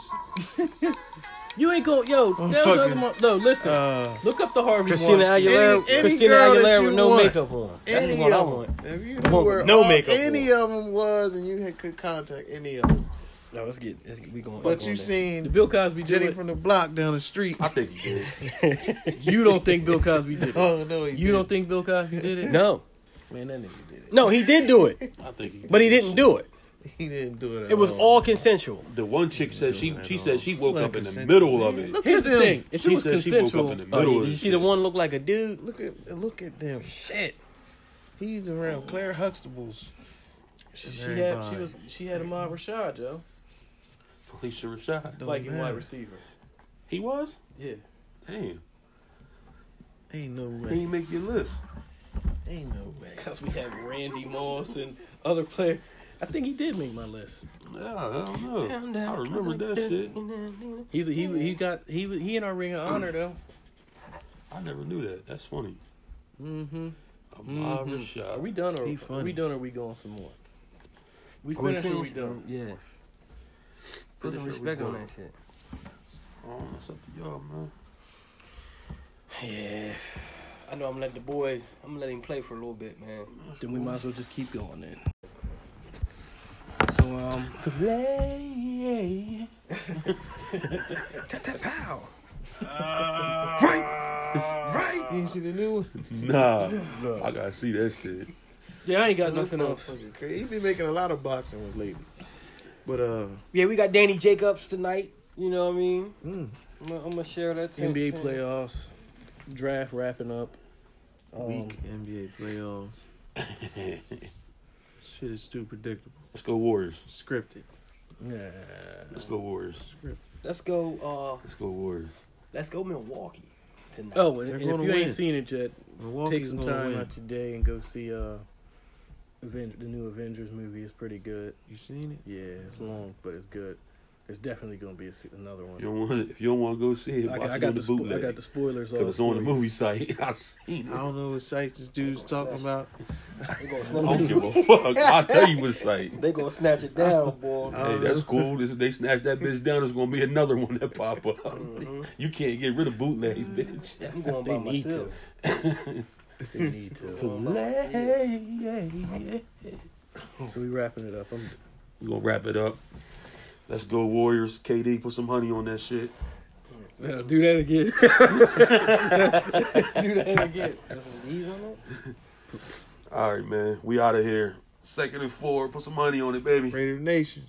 [SPEAKER 1] You ain't gonna. Yo,
[SPEAKER 4] I'm
[SPEAKER 1] that was other
[SPEAKER 4] fucking-
[SPEAKER 1] mo- No, listen.
[SPEAKER 4] uh,
[SPEAKER 1] Look up the Harvey.
[SPEAKER 2] Christina
[SPEAKER 1] Weinstein.
[SPEAKER 2] Aguilera.
[SPEAKER 4] Any- any
[SPEAKER 2] Christina
[SPEAKER 4] girl that
[SPEAKER 2] Aguilera
[SPEAKER 4] you
[SPEAKER 2] with no
[SPEAKER 4] want.
[SPEAKER 2] makeup on. That's the
[SPEAKER 4] any
[SPEAKER 2] one I
[SPEAKER 4] of 'em.
[SPEAKER 2] want.
[SPEAKER 4] If you
[SPEAKER 2] The
[SPEAKER 4] knew
[SPEAKER 2] one with
[SPEAKER 4] where
[SPEAKER 2] no
[SPEAKER 4] all-
[SPEAKER 2] makeup
[SPEAKER 4] any of them was, and you had could contact any of them,
[SPEAKER 2] No, let's get. Let's get we going.
[SPEAKER 4] but you
[SPEAKER 1] The
[SPEAKER 4] seen
[SPEAKER 1] Bill Cosby did
[SPEAKER 4] Jenny
[SPEAKER 1] it.
[SPEAKER 4] from the block down the street.
[SPEAKER 3] I think he did.
[SPEAKER 1] You don't think Bill Cosby did it?
[SPEAKER 4] Oh no, he
[SPEAKER 1] You
[SPEAKER 4] didn't.
[SPEAKER 1] don't think Bill Cosby did it?
[SPEAKER 2] No,
[SPEAKER 1] Man, that nigga did it.
[SPEAKER 2] no, he did do it,
[SPEAKER 3] I think he. Did.
[SPEAKER 2] but he didn't do it.
[SPEAKER 4] he didn't do it. At
[SPEAKER 2] It
[SPEAKER 1] Oh.
[SPEAKER 2] was all consensual.
[SPEAKER 3] The one chick said she she said she woke
[SPEAKER 4] Like
[SPEAKER 3] up in the
[SPEAKER 4] consent-
[SPEAKER 3] middle of it.
[SPEAKER 4] Look
[SPEAKER 1] Here's
[SPEAKER 4] at
[SPEAKER 1] the thing.
[SPEAKER 4] them.
[SPEAKER 1] If it
[SPEAKER 3] She
[SPEAKER 1] was
[SPEAKER 3] said she woke
[SPEAKER 1] consensual,
[SPEAKER 3] up in the
[SPEAKER 2] Oh,
[SPEAKER 3] middle.
[SPEAKER 2] did
[SPEAKER 3] of
[SPEAKER 2] you
[SPEAKER 3] the
[SPEAKER 2] see the
[SPEAKER 3] shit.
[SPEAKER 2] one look like a dude?
[SPEAKER 4] Look at look at them.
[SPEAKER 2] Shit.
[SPEAKER 4] He's around Claire Huxtable's.
[SPEAKER 1] she,
[SPEAKER 4] It's
[SPEAKER 1] she
[SPEAKER 4] very
[SPEAKER 1] had. She
[SPEAKER 4] blind.
[SPEAKER 1] was. She had a mob Rashad, yo.
[SPEAKER 3] Felicia Rashad.
[SPEAKER 4] Don't
[SPEAKER 1] Like a wide
[SPEAKER 4] matter.
[SPEAKER 1] receiver.
[SPEAKER 3] He was.
[SPEAKER 1] Yeah.
[SPEAKER 3] Damn.
[SPEAKER 4] Ain't no
[SPEAKER 3] He
[SPEAKER 4] way.
[SPEAKER 3] ain't make your list.
[SPEAKER 4] Ain't no way.
[SPEAKER 1] Because we have Randy Moss and other player. I think he did make my list.
[SPEAKER 3] Yeah, I don't know. I remember that shit.
[SPEAKER 1] He's he he got he was- he in our ring of honor though.
[SPEAKER 3] I never knew that. That's funny.
[SPEAKER 1] Mm-hmm.
[SPEAKER 3] Ahmad
[SPEAKER 1] Mhm. Are
[SPEAKER 3] Rashad.
[SPEAKER 1] we done or are we
[SPEAKER 4] He funny.
[SPEAKER 1] done or we going some more? We
[SPEAKER 2] We
[SPEAKER 1] finished or we
[SPEAKER 2] finished?
[SPEAKER 1] done?
[SPEAKER 2] Yeah. Put some
[SPEAKER 3] Finished or we
[SPEAKER 2] respect on
[SPEAKER 3] done?
[SPEAKER 2] that shit.
[SPEAKER 3] Oh, that's up to y'all, man.
[SPEAKER 2] Yeah. I know I'm let the boy. I'm gonna let him play for a little bit, man.
[SPEAKER 1] Then we might as well just keep going then. So um
[SPEAKER 3] Play.
[SPEAKER 2] Pow. right. Right.
[SPEAKER 4] You ain't see the new one?
[SPEAKER 3] Nah, I gotta see that shit.
[SPEAKER 1] yeah, I ain't got nothing else.
[SPEAKER 4] Crazy. He be making a lot of boxing with lady. But uh
[SPEAKER 2] Yeah, we got Danny Jacobs tonight. You know what I mean?
[SPEAKER 4] mm,
[SPEAKER 2] I'm gonna, I'm gonna share that. to-
[SPEAKER 1] NBA
[SPEAKER 2] to-
[SPEAKER 1] playoffs, draft wrapping up. Um,
[SPEAKER 4] weak NBA playoffs. Shit is too predictable.
[SPEAKER 3] Let's go Warriors.
[SPEAKER 4] Scripted.
[SPEAKER 1] Um,
[SPEAKER 2] Yeah.
[SPEAKER 3] Let's go Warriors.
[SPEAKER 4] Scripted.
[SPEAKER 2] Let's go. Uh,
[SPEAKER 3] Let's go Warriors.
[SPEAKER 2] let's go Milwaukee tonight.
[SPEAKER 1] Oh, and,
[SPEAKER 4] They're
[SPEAKER 1] and if
[SPEAKER 4] gonna
[SPEAKER 1] you
[SPEAKER 4] win.
[SPEAKER 1] ain't seen it yet, take
[SPEAKER 4] Milwaukee's
[SPEAKER 1] some
[SPEAKER 4] gonna
[SPEAKER 1] time
[SPEAKER 4] win.
[SPEAKER 1] out your day and go see uh, Aven- the new Avengers movie. It's pretty good.
[SPEAKER 4] You seen it?
[SPEAKER 1] Yeah, it's long, but it's good. There's definitely gonna be a, se- another one.
[SPEAKER 3] If you don't want, if you don't want to go see it,
[SPEAKER 1] I,
[SPEAKER 3] watch
[SPEAKER 1] got, I
[SPEAKER 3] it
[SPEAKER 1] got
[SPEAKER 3] on
[SPEAKER 1] the
[SPEAKER 3] the
[SPEAKER 1] spo- I
[SPEAKER 3] bootleg.
[SPEAKER 1] got the spoilers all.
[SPEAKER 3] Because it's on the
[SPEAKER 1] for you.
[SPEAKER 3] movie site. I seen
[SPEAKER 4] I
[SPEAKER 3] it.
[SPEAKER 4] don't know what sites this dude's talking about.
[SPEAKER 2] They gonna
[SPEAKER 3] I
[SPEAKER 2] snatch,
[SPEAKER 3] don't give a fuck. I'll tell you what site.
[SPEAKER 2] they gonna snatch it down, boy.
[SPEAKER 4] I
[SPEAKER 3] Hey,
[SPEAKER 4] don't
[SPEAKER 3] that's
[SPEAKER 4] know.
[SPEAKER 3] cool. This, they snatch that bitch down. There's gonna be another one that pop up.
[SPEAKER 1] Mm. Uh-huh.
[SPEAKER 3] You can't get rid of bootlegs, bitch.
[SPEAKER 2] I'm going
[SPEAKER 1] They
[SPEAKER 2] by
[SPEAKER 1] need
[SPEAKER 2] myself.
[SPEAKER 1] to. they need to. So we wrapping it up. I'm,
[SPEAKER 3] We gonna wrap it up. Let's go Warriors. KD, put some honey on that shit.
[SPEAKER 1] No, do that again. do that again.
[SPEAKER 2] There's some D's on it.
[SPEAKER 3] All right, man. We out of here. Second and four. Put some honey on it, baby.
[SPEAKER 4] Raider Nation.